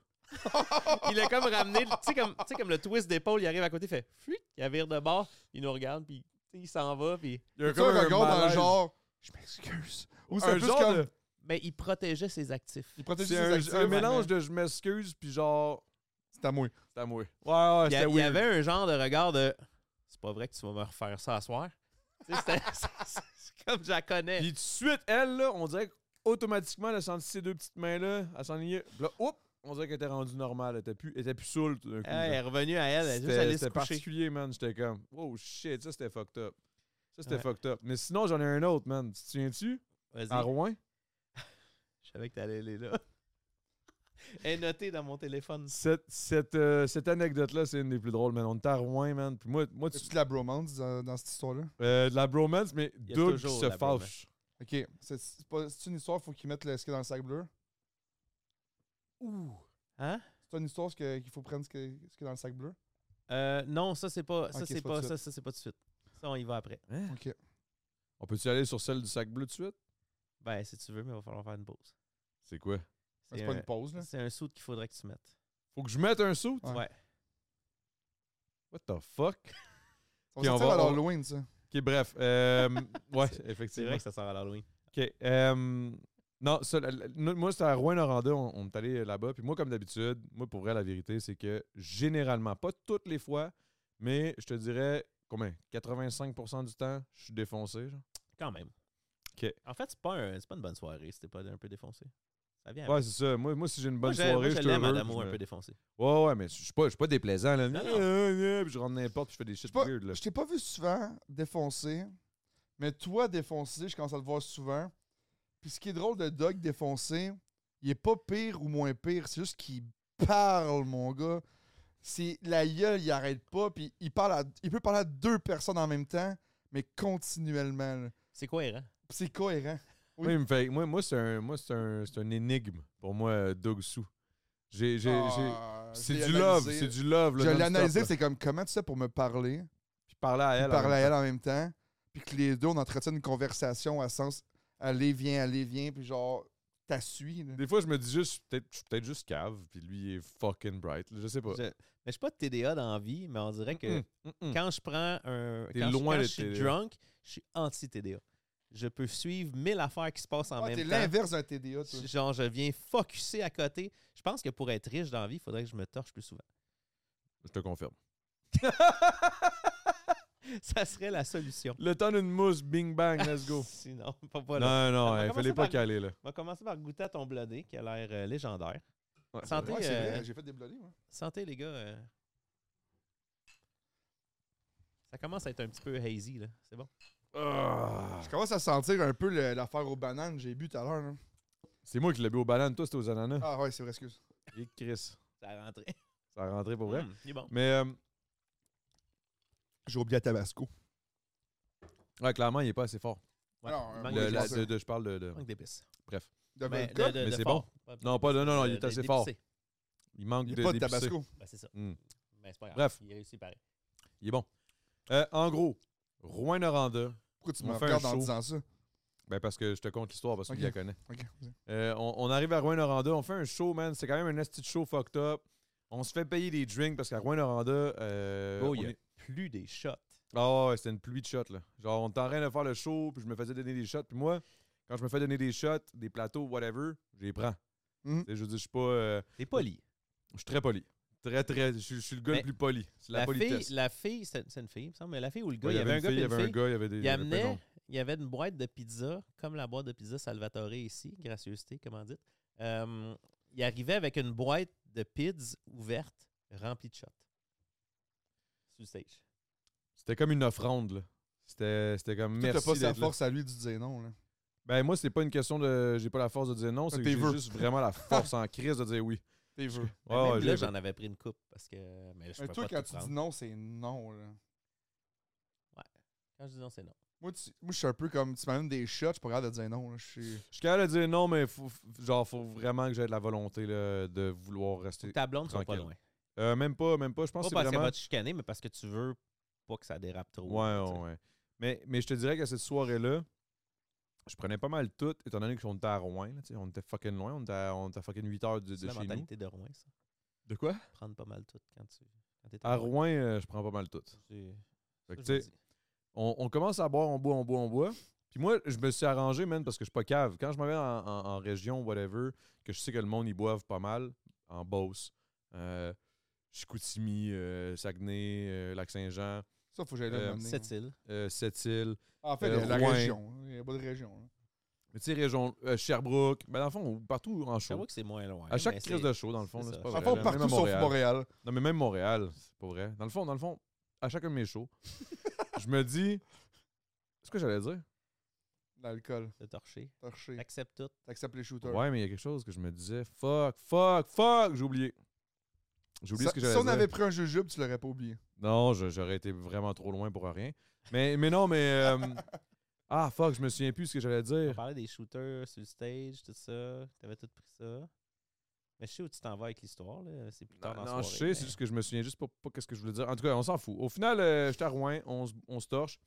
Il a comme ramené, le- tu sais, comme, tu sais, comme le twist d'épaule, il arrive à côté, il fait fuit, il vire de bord, il nous regarde, puis tu sais, il s'en va, puis.
Il y a
Tu sais, un regard dans le
malaise.
genre. Je m'excuse. Ou c'est
Un
plus
genre
comme.
de-
Mais Ben, il protégeait ses actifs.
Il protège
C'est
ses
un,
actifs.
un mélange de je m'excuse, puis genre,
C'est à moi.
c'est à moi. Ouais, ouais,
Il y, a-
c'était
il y
weird.
avait un genre de regard de C'est pas vrai que tu vas me refaire ça à soir. Tu sais, c'était- c'est c'est comme je la connais.
Puis tout de suite, elle, là, on dirait qu'automatiquement, elle a senti ses deux petites mains-là, elle s'enlignait. Puis là, oups, on dirait qu'elle était rendue normale. Elle était plus, elle était plus saoule tout d'un coup.
Elle Ah, elle est
genre.
revenue à elle, elle est juste
C'était
allée se
c'était
coucher.
particulier, man. J'étais comme, oh shit, ça c'était fucked up. Ça c'était
Ouais.
fucked up. Mais sinon, j'en ai un autre, man. Tu te souviens-tu?
Vas-y,
À Rouen?
je savais que t'allais aller là. Elle est notée dans mon téléphone.
Cette, cette, euh, cette anecdote-là, c'est une des plus drôles, man. On était à Rouen, man. Puis moi, moi tu-
C'est de la bromance dans, dans cette histoire-là.
euh, de la bromance, mais
Il y a
Doug qui
toujours
se
de la bromance.
fâche.
Ok. C'est c'est pas- c'est une histoire, faut qu'il mette le- ce qu'il y a dans le sac bleu.
Hein?
C'est une histoire ce que- qu'il faut prendre ce que- ce qu'il y a dans le sac bleu.
Euh, non, ça c'est pas. Ça
Ok,
c'est
c'est pas
pas.
tout de
Ça, ça, c'est pas tout de suite. Ça, on y va après.
Hein?
Ok.
On peut-tu aller sur celle du sac bleu tout de suite?
Ben, si tu veux, mais il va falloir faire une pause.
C'est quoi?
C'est
un-
pas une pause, là.
C'est un saut qu'il faudrait que tu mettes.
Faut que je mette un saut?
Ouais.
Ouais.
What the fuck?
On
Ok,
va
on
sortir
va-
à
on-
l'Halloween, ça.
Ok, bref. Euh, ouais,
C'est
effectivement.
vrai que ça sort à l'Halloween.
OK. euh, non, ça, la- la- no- moi, c'était à Rouen-Noranda, on, on est allé euh, là-bas. Puis moi, comme d'habitude, moi, pour vrai, la vérité, c'est que généralement, pas toutes les fois, mais je te dirais, combien? 85 du temps, je suis défoncé. Genre.
Quand même.
OK.
En fait, c'est pas, un- c'est pas une bonne soirée si t'es pas un peu défoncé. Ça vient avec.
Ouais, c'est ça. Moi, moi si j'ai une bonne
Ah Moi, je- moi,
soirée,
je
je suis
l'aime à
heureux.
l'amour
puis je
un
me-
peu défoncé.
Ouais, ouais, mais je suis pas, je suis pas déplaisant. Là.
Non, non.
Puis je rentre n'importe, puis je fais des shit
pas-
weird. Là.
Je t'ai pas vu souvent défoncer, mais toi défoncer, je commence à te voir souvent. Puis ce qui est drôle de Doug défoncé, il est pas pire ou moins pire, c'est juste qu'il parle, mon gars. C'est la gueule, il arrête pas, puis il parle à- il peut parler à deux personnes en même temps, mais continuellement. là.
C'est cohérent.
Puis C'est cohérent. Oui.
Moi, il me fait- moi, moi, c'est un, moi, c'est un, c'est un énigme pour moi, euh, Doug Sou. J'ai, j'ai,
Oh.
j'ai-
Ah, je
c'est
l'ai
du love,
analysé.
c'est du love. là,
Je l'ai
non-stop,
analysé,
là.
c'est comme comment tu sais pour me parler,
Puis parler à elle.
puis parler à
en
elle en même temps, puis que les deux on entretient une conversation à sens aller viens aller viens, puis genre t'as suis. là.
Des fois, je me dis juste, peut-être, je suis peut-être juste cave, puis lui il est fucking bright. là, Je sais pas.
Je- mais je suis pas de TDA dans la vie, mais on dirait que
Mm, mm, mm.
quand je prends un.
T'es
quand je-
loin
quand
de
je suis
TDA.
drunk, je suis anti-TDA. Je peux suivre mille affaires qui se passent en
Ah, t'es
même temps.
l'inverse d'un TDA, toi.
Genre, je viens focusser à côté. Je pense que pour être riche dans la vie, il faudrait que je me torche plus souvent.
Je te confirme.
Ça serait la solution.
Le temps d'une mousse, bing bang, let's go.
Sinon, pas voilà.
Non, non,
va
il
commencer
fallait pas
par-
caler là.
On va commencer par goûter à ton blodé qui a l'air euh, légendaire.
Ouais, c'est
Santé,
vrai.
Ouais, c'est
euh,
vrai, j'ai fait des bloody, moi.
Santé, les gars. euh. Ça commence à être un petit peu hazy, là. C'est bon.
Ah.
Je commence à sentir un peu le- l'affaire aux bananes que j'ai bu tout à l'heure. là.
C'est moi qui l'ai bu aux bananes, toi c'était aux ananas.
Ah ouais, c'est vrai, excuse.
Et Chris,
Ça a rentré.
ça a rentré pour vrai.
Mm, il est bon.
Mais euh,
J'ai oublié à Tabasco.
ouais, clairement, il est pas assez fort.
Ouais,
Alors,
il
euh,
manque
Le-
moi,
d'épices.
la-
pense que-
de- de- je parle de, de-
Il manque d'épices.
De
Ben,
vodka?
de- de-
mais
de
c'est
fort. Ouais,
Non, pas, non, non, il
de-
est assez
d'épicé.
fort. Il manque
Il
de,
n'y a pas de
d'épicé.
Tabasco.
Ben, c'est ça.
Mm.
Mais c'est pas grave.
Bref.
Il réussit pareil.
Il est bon. Euh, en gros, Rouen Noranda,
Pourquoi tu
On
me
fait un
regardes en
show.
disant ça?
ben parce que je te conte l'histoire parce que
Ok.
tu la connais.
Ok.
Euh, on, on arrive à Rouen Noranda, on fait un show, man. C'est quand même un esti de show fucked up. On se fait payer des drinks parce qu'à Rouen Noranda, euh,
oh,
on
il y a
est-
plus des shots.
Ah ouais, c'était une pluie de shots, là. Genre, on était en train de faire le show, puis je me faisais donner des shots. Puis moi, quand je me fais donner des shots, des plateaux, whatever, je les prends.
Mhm.
Tu sais, Je veux dire, je suis pas... euh,
T'es poli.
je suis très poli. Très, très... Je suis- je suis le gars
Mais
le plus poli. C'est la,
La, fille,
politesse.
la fille c'est c'est une fille, il me semble, mais la fille ou le gars,
Ouais,
il y avait un gars,
une fille, il y
puis une
avait un
fille.
gars, il y avait des...
Il
y avait plein de
amenait,
monde.
il y avait une boîte de pizza, comme la boîte de pizza Salvatore ici, gracieuseté, comment dites. Euh, il arrivait avec une boîte de pids ouverte, remplie de shots. Sous le stage.
C'était comme une offrande, là. C'était c'était comme
Toi, T'as
merci
pas sa
d'être là.
force à lui de dire non. Là.
Ben moi, c'est pas une question de... J'ai pas la force de dire
Ah,
non, c'est que
tes
j'ai
vœux.
juste vraiment la force en crise de dire oui.
T'es veux.
Ouais,
Mais
ouais,
même
j'ai
là,
les
j'en avais pris une coupe parce que. Mais là, je
Mais
peux
Euh, toi,
pas
quand
tout
tu
prendre.
dis non, c'est non. Là.
Quand je dis non, c'est non.
Moi, tu- moi, je suis un peu comme. Tu m'amènes des shots, je suis pas capable de dire non. Là. Je suis.
Je suis capable de dire non, mais faut, genre, faut vraiment que j'aie de la volonté là, de vouloir rester.
Ta blonde, sont pas
tranquille.
loin.
Euh, même pas, même pas. Je pense que
Pas
c'est
parce qu'elle
vraiment...
va te chicaner, mais parce que tu veux pas que ça dérape trop.
Ouais,
tu sais.
ouais, ouais. Mais, mais je te dirais que cette soirée-là, je prenais pas mal tout, étant donné qu'on était à Rouen. là, tu sais, on était fucking loin. On était à, on était à fucking 8 heures de, de
C'est la
chez nous.
mentalité de Rouen, ça.
De quoi
Prendre pas mal tout quand tu. Quand t'es
À Rouen, euh, je prends pas mal tout.
C'est-
Fait que,
ça, je
tu
me
sais, on, on commence à boire, on boit, on boit, on boit. Puis moi, je me suis arrangé, man, parce que je suis pas cave. Quand je m'en vais en, en- en région, whatever, que je sais que le monde, ils boivent pas mal, en Beauce, euh, Chicoutimi, euh, Saguenay, euh, Lac-Saint-Jean,
Ça, faut que j'aille là.
Euh,
un moment
dis.
donné,
Cette
là.
île.
euh, Sept-Îles.
En fait,
Euh,
la
Rouen.
région. là. Il n'y a pas de région. là.
Mais tu sais, région, euh, Sherbrooke, ben dans le fond, partout en
Je
show.
que c'est moins loin.
À chaque
mais
crise
c'est-
de show, dans le fond, là,
c'est
c'est
ça.
pas
Dans
vrai.
le fond,
là,
partout
même à
sauf
Montréal.
Montréal.
Non, mais même Montréal, c'est pas vrai. Dans le fond, dans le fond, à chacun de mes shows, je me dis. C'est ce que j'allais dire?
L'alcool.
de torcher.
Torché.
Accepte tout.
T'acceptes les shooters.
Ouais, mais il y a quelque chose que je me disais. Fuck, fuck, fuck! J'ai oublié. J'ai oublié
Ça-
ce que j'allais
si on
dire.
avait pris un jujube, tu l'aurais pas oublié.
Non, je- j'aurais été vraiment trop loin pour rien. Mais, mais non, mais. euh, Ah, fuck, je me souviens plus ce que j'allais
On
dire.
parlait des shooters sur le stage, tout ça. T'avais tout pris ça. Mais je sais où tu t'en vas avec l'histoire, là. C'est plus
Non,
tard dans la
non, je
soirée.
sais, c'est juste que je me souviens juste pas, pas qu'est-ce que je voulais dire. En tout cas, on s'en fout. Au final, euh, j'étais à Rouen, on, se- on se torche.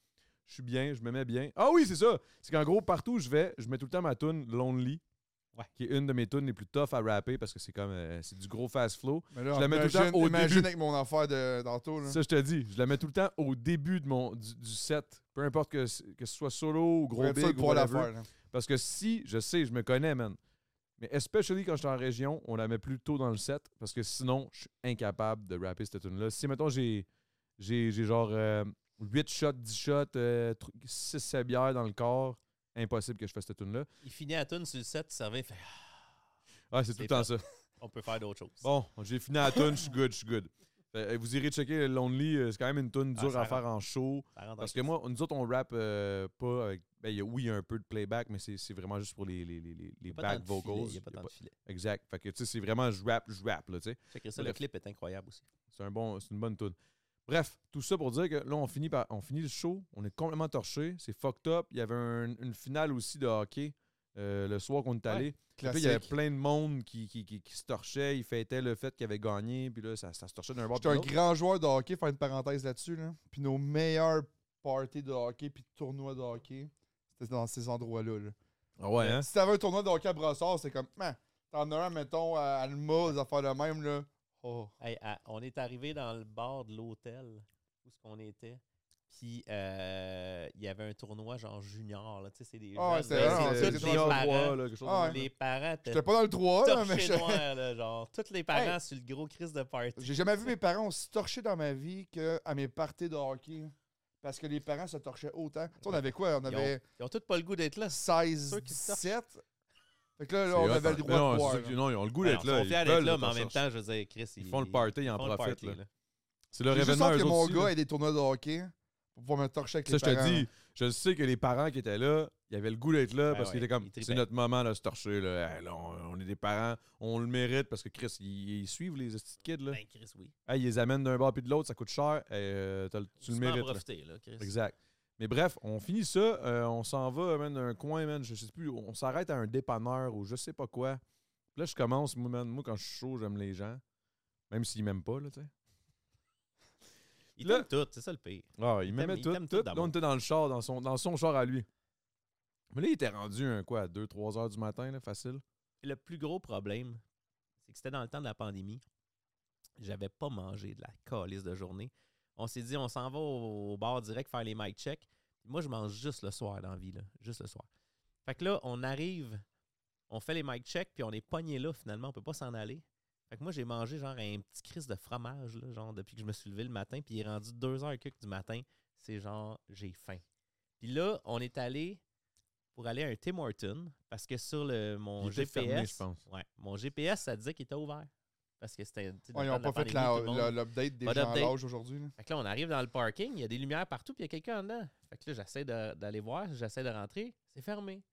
Je suis bien, je me mets bien. Ah oui, c'est ça! C'est qu'en gros, partout où je vais, je mets tout le temps ma tune Lonely,
Ouais.
qui est une de mes tunes les plus tough à rapper parce que c'est comme euh, c'est du gros fast flow.
Mais là,
Je la mets tout le temps
imagine-
au
imagine
début.
avec mon affaire de- d'anto. là.
Ça, je te dis, je la mets tout le temps au début de mon, du, du set. Peu importe que, c- que ce soit solo ou gros
Faudrait être sûr de
big ou
pouvoir la
whatever.
faire, là.
Parce que si, je sais, je me connais, man. Mais especially quand je suis en région, on la met plus tôt dans le set parce que sinon, je suis incapable de rapper cette tune-là. Si, mettons, j'ai, j'ai, j'ai genre 8 shots, 10 shots, euh, 6, 7 bières dans le corps, impossible que je fasse cette tune-là.
Il finit à tune sur le set, tu servais, il fait Ah,
Ah, c'est
C'est
tout le temps ça.
on peut faire d'autres choses.
Bon, j'ai fini la tune, je suis good, je suis good. Fait, euh, Vous irez checker Lonely, euh, c'est quand même une tune
Ah,
dure
ça
à faire
rentre.
en show.
Ça rentre en
Parce que
crise.
moi, nous autres, on rappe euh, pas avec Ben, il y a- oui, il y a un peu de playback, mais c'est c'est vraiment juste pour les, les, les, les- les
Il n'y a pas
back
tant de
vocals.
filet. Il y
Y
a pas
a
tant de
pas-
filet.
Exact. Fait que, tu sais, c'est vraiment je rap, je rap, là, tu sais.
Fait que ça, le
Bref.
clip est incroyable aussi.
C'est un bon, c'est une bonne tune. Bref, tout ça pour dire que là, on finit, par, on finit le show. On est complètement torché. C'est fucked up. Il y avait un- une finale aussi de hockey euh, le soir qu'on est allé. Puis là, il y avait
Classique.
plein de monde qui, qui, qui, qui se torchait. Ils fêtaient le fait qu'ils avaient gagné. Puis là, ça, ça se torchait d'un bord.
J'étais
puis de
un
l'autre.
grand joueur de hockey, faire une parenthèse là-dessus. Là. Puis nos meilleurs parties de hockey, puis tournois de hockey, c'était dans ces endroits-là. là.
Ah ouais, hein?
Si t'avais un tournoi de hockey à Brossard, c'est comme, man, t'en as un, mettons, à Alma, des affaires de même, là. Oh.
Hey, à- on est arrivé dans le bar de l'hôtel où ce qu'on était. Puis euh, il y avait un tournoi genre junior. Là. Tu sais, c'est des
Ah ouais,
jeunes,
c'est
Ouais,
là,
vraiment-
c'est
c'est-
c'est
c'est
tous
genre
des
les
joueurs
de bois,
parents.
là, quelque chose de
Ah ouais.
même, là.
Les parents étaient
J'étais pas dans le 3, là, mais
torchés
je-
noirs, là, genre. Tous les parents sur le gros Chris de party.
j'ai jamais vu mes parents aussi torcher dans ma vie qu'à mes parties de hockey. Parce que les parents se torchaient autant. Tu sais, on avait quoi? On avait
Ils ont tous pas le goût d'être là.
16,
Ceux qui se torchent.
17. Fait que là, là,
C'est
on
hot,
avait
hein.
le droit
non,
de boire.
c'est sûr
là.
qu'ils- non, ils ont le goût
Ouais,
d'être
Ben ils
là.
sont fiers d'être
veulent
là,
le
mais en même
torchage.
temps, je veux dire, Chris,
Ils font le party, ils en
font le
profitent.
party,
là.
là.
C'est leur
J'ai juste
événement,
hâte que
eux
mon
autres
gars
aussi, là.
ait des tournois de hockey pour pouvoir me torcher avec
Ça,
les
je te
parents.
dis, je sais que les parents qui étaient là, ils avaient le goût d'être là
Ben
parce qu'ils
ouais,
étaient comme,
ils tripaient.
c'est notre moment de se torcher. Là. Hey, là, on, on est des parents, on le mérite parce que Chris, ils, ils suivent les petits kids. Là.
Ben, Chris, oui.
Hey, ils les amènent d'un bar puis de l'autre, ça coûte cher. Hey, euh, t'as le- tu le
peux en
mérites. là.
profiter, là, Chris.
Exact. Mais bref, on finit ça, euh, on s'en va man, dans un coin, man, je sais plus, on s'arrête à un dépanneur ou je sais pas quoi. Puis là, je commence, moi, man, moi quand je suis chaud, j'aime les gens. Même s'ils m'aiment pas, là, tu sais.
Ils
Là-
t'aiment tout, c'est ça le pire.
Ah, il
Il
m'aimait
t'aime- il
tout,
t'aime
tout.
tout
Là,
d'amour.
on était dans le char, dans son, dans son char à lui. Mais là, il était rendu, un, quoi, à 2-3 heures du matin, là, facile.
Le plus gros problème, c'est que c'était dans le temps de la pandémie. J'avais pas mangé de la calice de journée. On s'est dit, on s'en va au, au bar direct faire les mic checks. Moi, je mange juste le soir dans la vie, là. Juste le soir. Fait que là, on arrive, on fait les mic checks, puis on est pogné là, finalement. On peut pas s'en aller. Fait que moi, j'ai mangé genre un petit crise de fromage, là, genre depuis que je me suis levé le matin, puis il est rendu 2h quelques du matin. C'est genre, j'ai faim. Puis là, on est allé pour aller à un Tim Horton, parce que sur le, mon
Il était
GPS,
fermé, je pense.
Ouais, mon GPS, ça disait qu'il était ouvert. Parce que c'était. tu sais, dans
Ouais, ils
le
n'ont
temps de
pas fait
pandémie,
la-
tout le monde-
la- l'update des
Pas
gens à
d'update.
l'âge aujourd'hui. là.
fait que là, on arrive dans le parking, il y a des lumières partout, puis il y a quelqu'un dedans. Fait que là, j'essaie de- d'aller voir, j'essaie de rentrer, c'est fermé.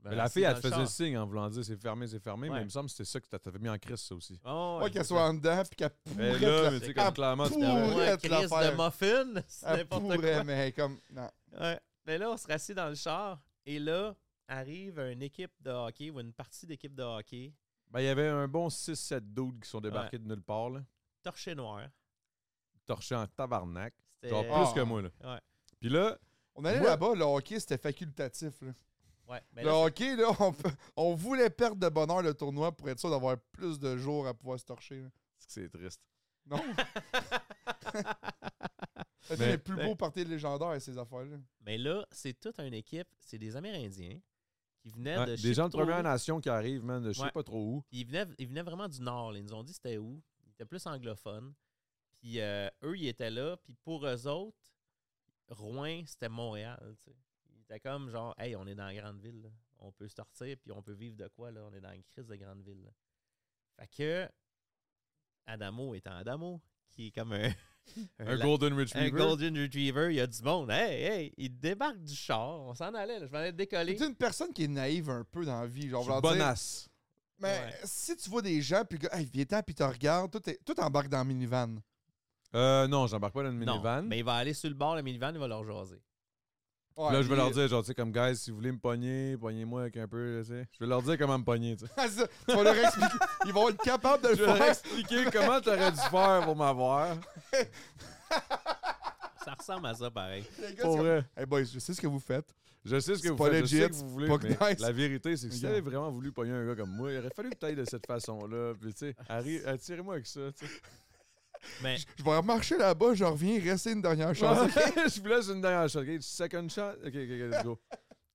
Je me
Mais la
rassis
fille, elle
Ben, dans
te
le
faisait
char.
signe en voulant dire c'est fermé, c'est fermé, mais
Ouais.
il me semble que c'était ça que t'a- t'avais mis en crise, ça aussi.
Oh,
Pas
ouais,
qu'elle
c'est
soit en dedans puis qu'elle
Mais
pourrait
là,
la-
mais tu sais, comme
Ah,
clairement, c'était
pour-
ça.
avant.
Ouais,
pourrait te
crise
la faire.
de muffin, c'est
elle
n'importe
pourrait,
quoi.
mais comme. Non.
Ouais. Mais là, on se rassit dans le char, et là, arrive une équipe de hockey ou une partie d'équipe de hockey,
Ben, il y avait un bon 6-7 dudes qui sont débarqués de nulle part, là,
torché noir.
torchés en tabarnak.
C'était-
Genre
Ah.
plus que moi, là.
Ouais.
Puis là,
On allait
Moi-
là-bas, le hockey, c'était facultatif. là.
Ouais, mais
le
là,
hockey, là, on, peut- on voulait perdre de bonheur le tournoi pour être sûr d'avoir plus de jours à pouvoir se torcher. là.
c'est triste.
Non. C'était
Mais-
les plus
mais-
beaux parties légendaires, ces affaires-là.
mais là, c'est toute une équipe, c'est des Amérindiens qui venaient
Ouais,
de je sais
des gens de
plus trop
Première
où.
Nation qui arrivent, man, de je sais
Ouais.
pas trop où.
Puis ils venaient, ils venaient vraiment du Nord. là. Ils nous ont dit c'était où. Ils étaient plus anglophones. Puis euh, eux, ils étaient là. Puis pour eux autres, Rouen, c'était Montréal. tu sais. Ils étaient comme genre, hey, on est dans la grande ville. là. On peut se sortir, puis on peut vivre de quoi, là. On est dans une crise de grande ville. là. Fait que Adamo étant Adamo, qui est comme un.
Un
la-
Golden
un
Retriever.
Golden Retriever, il y a du monde. Hey, hey, il débarque du char. On s'en allait, là. Je m'en allais décoller.
C'est une personne qui est naïve un peu dans la vie. Genre,
Je suis
vouloir dire,
bonasse.
Mais
Ouais.
si tu vois des gens, puis que, hey, viens-t'en, puis tu regardes, tout, est- tout embarque dans la minivan.
Euh, non, j'embarque pas dans une
Non,
minivan.
mais il va aller sur le bord, le minivan, il va leur jaser.
Ouais,
là, je vais
puis-
leur dire, genre, tu sais, comme, guys, si vous voulez me pogner, pognez-moi avec un peu, tu sais. Je vais leur dire comment me pogner, tu sais.
Ah, ça, tu vas leur expliquer. Ils vont être capables de le
Je vais leur
faire.
expliquer comment t'aurais dû faire pour m'avoir.
Ça ressemble à ça, pareil.
Les gars,
Pour
c'est comme,
vrai.
Hey boys, je sais ce que vous faites.
Je sais ce que
C'est
vous
pas
faites, je sais
legit,
que vous voulez,
c'est pas
mais
nice.
la vérité, c'est que si
Regarde.
t'avais vraiment voulu pogner un gars comme moi, il aurait fallu que t'ailles de cette façon-là. Puis, tu sais, arri- attirez-moi avec ça, tu sais.
Mais
Je, je vais marcher là-bas, je reviens, rester une dernière chance.
Je vous laisse une dernière shot. OK, second shot. OK, OK, OK, let's go.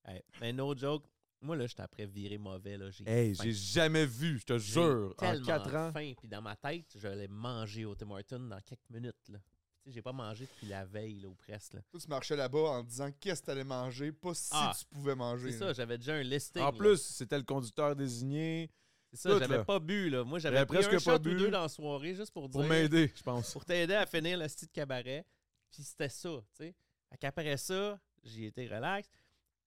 Hey, mais no joke, moi là, je après viré mauvais. Là, j'ai
Hey,
faim.
j'ai jamais vu, je te
J'ai
jure. Eh, En
tellement
4 ans.
faim. Puis dans ma tête, je l'ai mangé au Tim Hortons dans quelques minutes. Là. Tu sais, j'ai pas mangé depuis la veille là, ou presque. là.
Toi, tu marchais là-bas en disant qu'est-ce que t'allais manger, pas si
Ah,
tu pouvais manger.
C'est ça, j'avais déjà un listing.
En
là.
plus, c'était le conducteur désigné
c'est ça,
tout,
j'avais
là.
pas bu. Là. Moi, j'avais
J'avais
pris
presque
un
pas
shot
bu.
ou deux dans la soirée juste pour,
pour
dire-
m'aider, je pense.
pour t'aider à finir le style de cabaret. Puis c'était ça, tu sais. Fait qu'après ça, j'ai été relax.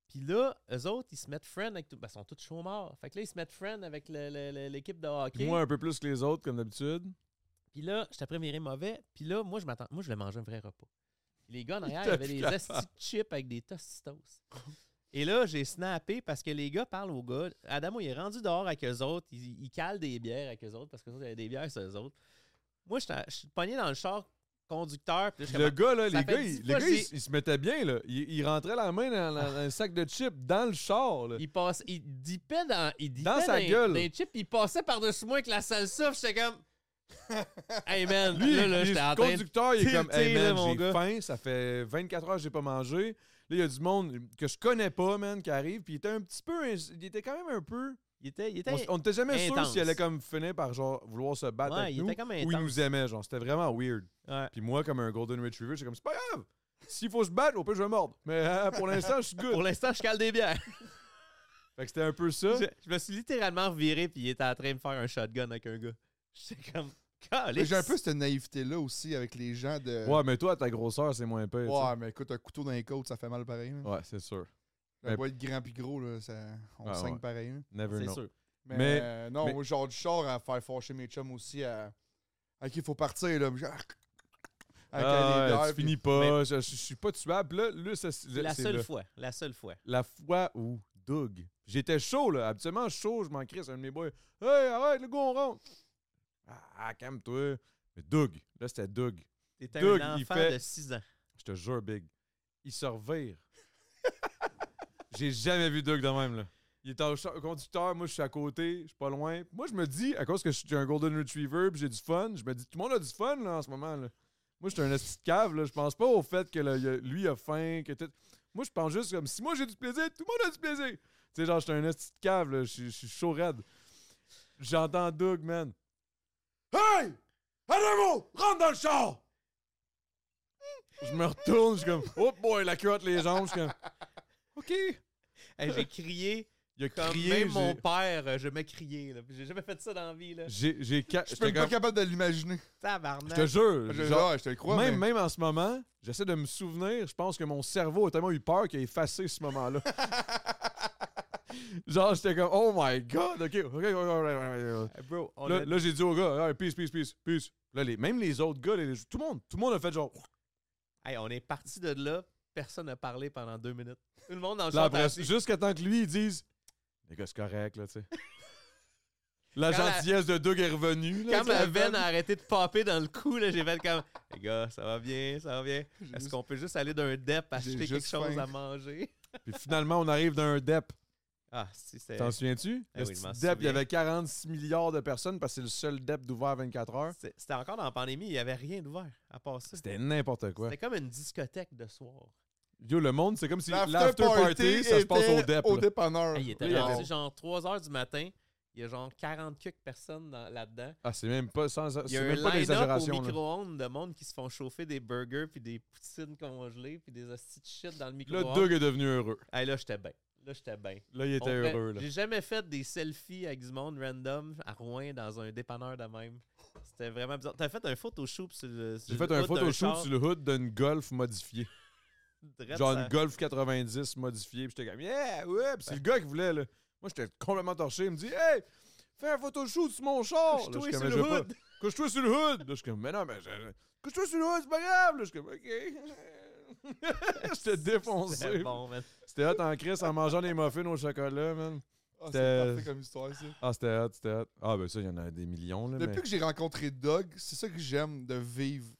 Puis là, eux autres, ils se mettent friend avec tout. Ben, ils sont tous chauds morts. Fait que là, ils se mettent friend avec le- le- le- l'équipe de hockey.
Moi, un peu plus que les autres, comme d'habitude.
Puis là, j'étais prévéré mauvais. Puis là, moi, je m'attends. Moi, je voulais manger un vrai repas. Puis les gars en arrière,
t'a
ils avaient
vu
des
la
esti
face.
de chips avec des tostitos. Et là, j'ai snappé parce que les gars parlent aux gars. Adamo, il est rendu dehors avec eux autres. Il, il cale des bières avec eux autres parce que autres, il y avait des bières sur eux autres. Moi, j'étais- je suis pogné dans le char conducteur. Puis là, j'étais
Le
comme-
gars, là,
Ça
les
fait
gars,
dix
il,
fois
le
que
gars, il,
j'ai-
s- il se mettait bien, là. Il, il rentrait la main dans, dans un sac de chips dans le char, là.
il passe, il dipait dans, il dipait
Dans sa
les-
gueule.
les chips, il passait par-dessus moi avec la salsa, puis j'étais comme, hey man, là, là,
il-
j'étais en
le
train de
conducteur, il est comme,
tilter,
hey
là,
man,
mon
j'ai
gars.
faim, ça fait 24 heures que j'ai pas mangé. Là, il y a du monde que je connais pas, man, qui arrive, puis il était un petit peu, ins- il était quand même un peu.
Il était, il était,
On, s- on était jamais sûr
intense.
s'il allait comme finir par genre vouloir se battre
ouais,
avec
il
nous
était comme
ou il
intense.
nous aimait, genre, c'était vraiment weird.
Ouais.
Puis moi, comme un Golden Retriever, j'étais comme, c'est pas grave, s'il faut se battre, au pire, je vais mordre. Mais euh, pour l'instant, je suis good.
Pour l'instant, je cale des bières.
Fait que c'était un peu ça.
je, je me suis littéralement viré, puis il était en train de faire un shotgun avec un gars. J'étais comme,
Mais
calé.
J'ai un peu cette naïveté-là aussi avec les gens de.
Ouais, mais toi, ta grosseur, c'est moins pire. tu sais.
Ouais, mais écoute, un couteau dans les côtes, ça fait mal pareil. Là.
Ouais, c'est sûr.
Ça
Mais-
doit être grand pis gros, là, ça- on
Ouais,
saigne
ouais.
pareil. là.
Never
C'est
know.
sûr.
Mais,
Mais-
euh, non,
mais-
moi, genre du char à faire fâcher mes chums aussi à. Ok, il faut partir, là. Genre... Avec
Ah,
les bières,
tu
puis-
finis pas, je, je- je suis pas tuable. Là, là ça, c'est-
La
c'est
seule
là.
fois, la seule fois.
La fois où Doug. J'étais chaud, là. Habituellement, chaud, je m'en crisse. Un de mes boys. Hey, arrête, le gars, on rentre. Ah, ah, calme-toi. Mais Doug, là, c'était Doug.
T'étais
Doug,
un
il
enfant
fait-
de 6 ans.
Je te jure, Big. Il se revire. J'ai jamais vu Doug de même, là. Il est au cha- au conducteur, moi je suis à côté, je suis pas loin. Moi je me dis, à cause que je suis un Golden Retriever puis j'ai du fun, je me dis, tout le monde a du fun là, en ce moment. Là. Moi je suis un esti de cave, là. je pense pas au fait que là, il a- lui a faim. Que tout- Moi je pense juste comme si moi j'ai du plaisir, tout le monde a du plaisir. Tu sais, genre je suis un esti de cave, là. je suis- je suis chaud raide. J'entends Doug, man. Hey! Adamo, rentre dans le char! Je me retourne, je suis comme, oh boy, la culotte, les jambes, je suis comme, OK.
Hey, j'ai crié
Il a
comme
crié,
même
j'ai-
mon père, euh, je me criais. là. J'ai jamais fait ça dans la vie. Là.
J'ai, j'ai, ca-
Je suis
j'étais
même pas
comme-
capable de l'imaginer.
je
Tabarnak.
te jure,
Je,
genre,
ouais, je te le crois.
même,
mais...
même en ce moment, j'essaie de me souvenir, je pense que mon cerveau a tellement eu peur qu'il a effacé ce moment-là. genre, j'étais comme, oh my god, OK, OK, OK, OK, OK.
Hey, bro, on
Là,
a-
là, j'ai dit au gars, hey, peace, peace, peace, peace. Là, les, même les autres gars, les- tout le monde, tout le monde a fait genre,
Hey, on est parti de là. Personne n'a parlé pendant deux minutes. Tout le monde dans le
Là,
chat.
après,
a dit-
jusqu'à temps que lui, il dise Les gars, c'est correct, là, tu sais. La
Quand la-
gentillesse de Doug est revenue. Là,
Quand
tu sais,
ma
la
veine
femme.
a arrêté de popper dans le cou, là, j'ai fait comme Les gars, ça va bien, ça va bien. Est-ce
juste-
qu'on peut juste aller d'un dep
J'ai
acheter quelque
juste
chose
faim.
à manger?
Puis finalement, on arrive d'un DEP.
Ah, si c'était.
T'en souviens-tu
Eh
Le
oui, je m'en
petit DEP, il y
souviens.
avait 46 milliards de personnes parce que c'est le seul DEP d'ouvert 24 heures.
c'est- C'était encore dans la pandémie, il n'y avait rien d'ouvert à part ça.
C'était n'importe quoi.
C'était comme une discothèque de soir.
Yo, le monde, c'est comme si
L'after
l'after party, ça se passe au
était
DEP.
Au
E
là.
dépanneur.
Hey, Ah, il était
là, il y
rendu
avait-
genre 3 h du matin. Il y a genre 40 quelques personnes dans- là-dedans.
Ah, c'est même pas, sans,
Il y
c'est
a un
même pas des
line-up au
exagérations. là.
micro-ondes de monde qui se font chauffer des burgers puis des poutines congelées puis des hosties de shit dans le
Là,
micro-ondes.
Doug est devenu heureux.
Hey, là, j'étais bien. Là, j'étais bien.
Là, il était
On fait-
heureux. Là.
J'ai jamais fait des selfies avec du monde random à Rouen dans un dépanneur de même. C'était vraiment bizarre. T'as fait un photoshoot sur le. sur
J'ai fait
le
un
hood d'un
photoshoot
char.
sur le hood d'une Golf modifiée.
Drette,
Genre
ça-
une Golf 90 modifiée. Puis j'étais comme, yeah, ouais. Puis c'est le gars qui voulait, là. Moi, j'étais complètement torché. Il me dit, hey, fais un photoshoot sur mon char. Là,
Couche-toi
je suis
sur
comme,
le
je veux pas.
hood.
Couche-toi sur le hood. Là, je suis comme, mais non, mais. je- Couche-toi sur le hood, c'est pas grave. Là, je suis comme, OK. j'étais
C'était
défoncé.
bon, man.
C'était hot en crise en mangeant des muffins au chocolat, man.
Ah,
C'était-
c'est parfait comme histoire, ça.
Ah, c'était hot, c'était hot. Ah, ben ça, il y en a des millions, là.
Depuis
mais...
que j'ai rencontré Doug, c'est ça que j'aime de vivre.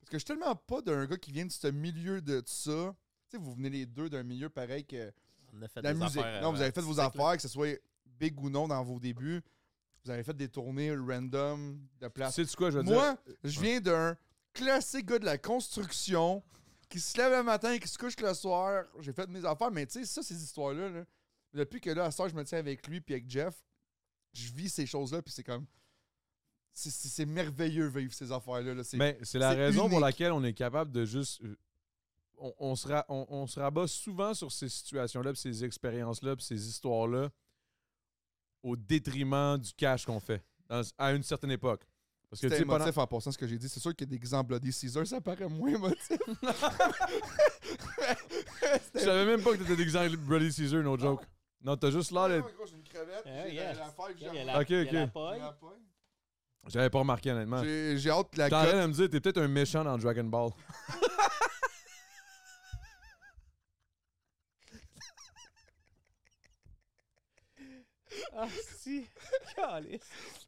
Parce que je suis tellement pas d'un gars qui vient de ce milieu de ça. Tu sais, vous venez les deux d'un milieu pareil que
On a fait
la
des
musique.
affaires euh,
non,
avant.
vous avez fait vos
C'est
affaires, que ce soit big ou non dans vos débuts. Vous avez fait des tournées random de place.
Sais-tu quoi, je veux dire?
Moi, je viens d'un classique gars de la construction qui se lève le matin et qui se couche le soir. J'ai fait mes affaires, mais tu sais, ça, ces histoires-là, là, depuis que là, à ce soir, je me tiens avec lui puis avec Jeff, je vis ces choses-là, puis c'est comme. C'est- C'est c'est merveilleux vivre ces affaires-là. là. C'est-
Mais c'est la
c'est
raison pour
unique.
laquelle on est capable de juste. euh, On, on se, ra- on, on se rabat souvent sur ces situations-là, puis ces expériences-là, puis ces histoires-là, au détriment du cash qu'on fait dans- à une certaine époque. Parce que, tu
C'était
sais, pendant-
émotif en passant ce que j'ai dit. C'est sûr que des exemples des Caesar, ça paraît moins émotif.
Je savais même pas que t'étais déguisé en Bloody Caesar, no joke.
Ah.
Non, t'as juste l'air d'être-
Ouais, gros, j'ai une crevette,
Ah,
j'ai
yes.
l'affaire que j'ai
Il y a
en-
la-
Ok,
il y a
ok.
la
j'ai
paille.
la poigne.
J'avais pas remarqué, honnêtement.
J'ai- J'ai hâte que la
T'es en train
cote.
de me dire, t'es peut-être un méchant dans Dragon Ball.
Ah, si. Calice.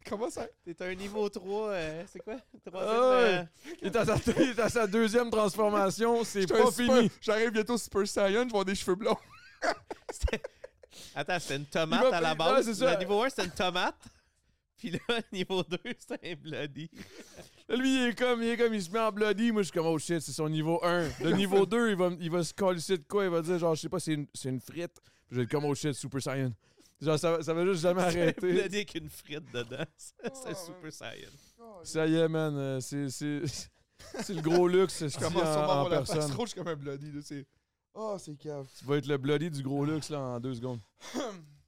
Comment ça?
T'es un niveau 3. euh, c'est quoi? Troisième.
Ah
euh,
Il est à sa, il est à sa deuxième transformation, c'est
J'étais un
pas
super-
fini.
J'arrive bientôt Super Saiyan, je vais avoir des cheveux blonds.
Attends, c'était une tomate
Il va-
à la
il-
base.
ouais, c'est ça.
Le niveau 1, c'était une tomate. Puis là, niveau 2, c'était un bloody.
Là, Lui, il est comme, il est comme, il se met en bloody. Moi, je suis comme, oh shit, c'est son niveau 1. Le niveau 2, il va, il va se colisser de quoi? Il va dire, genre, je sais pas, c'est une, c'est une frite. Puis je vais être comme, oh shit, Super Saiyan. Genre, ça, va- ça va juste jamais
Un bloody
arrêter.
avec une frite dedans. C'est
Oh,
c'est Super Saiyan.
Ça y est, man, euh, c'est, c'est, c'est le gros luxe.
Je
c'est
commence sûrement à
en, en
avoir la face
personne.
rouge comme un bloody. là, c'est- Oh, c'est cave.
Tu vas être le bloody du gros luxe, là, en deux secondes.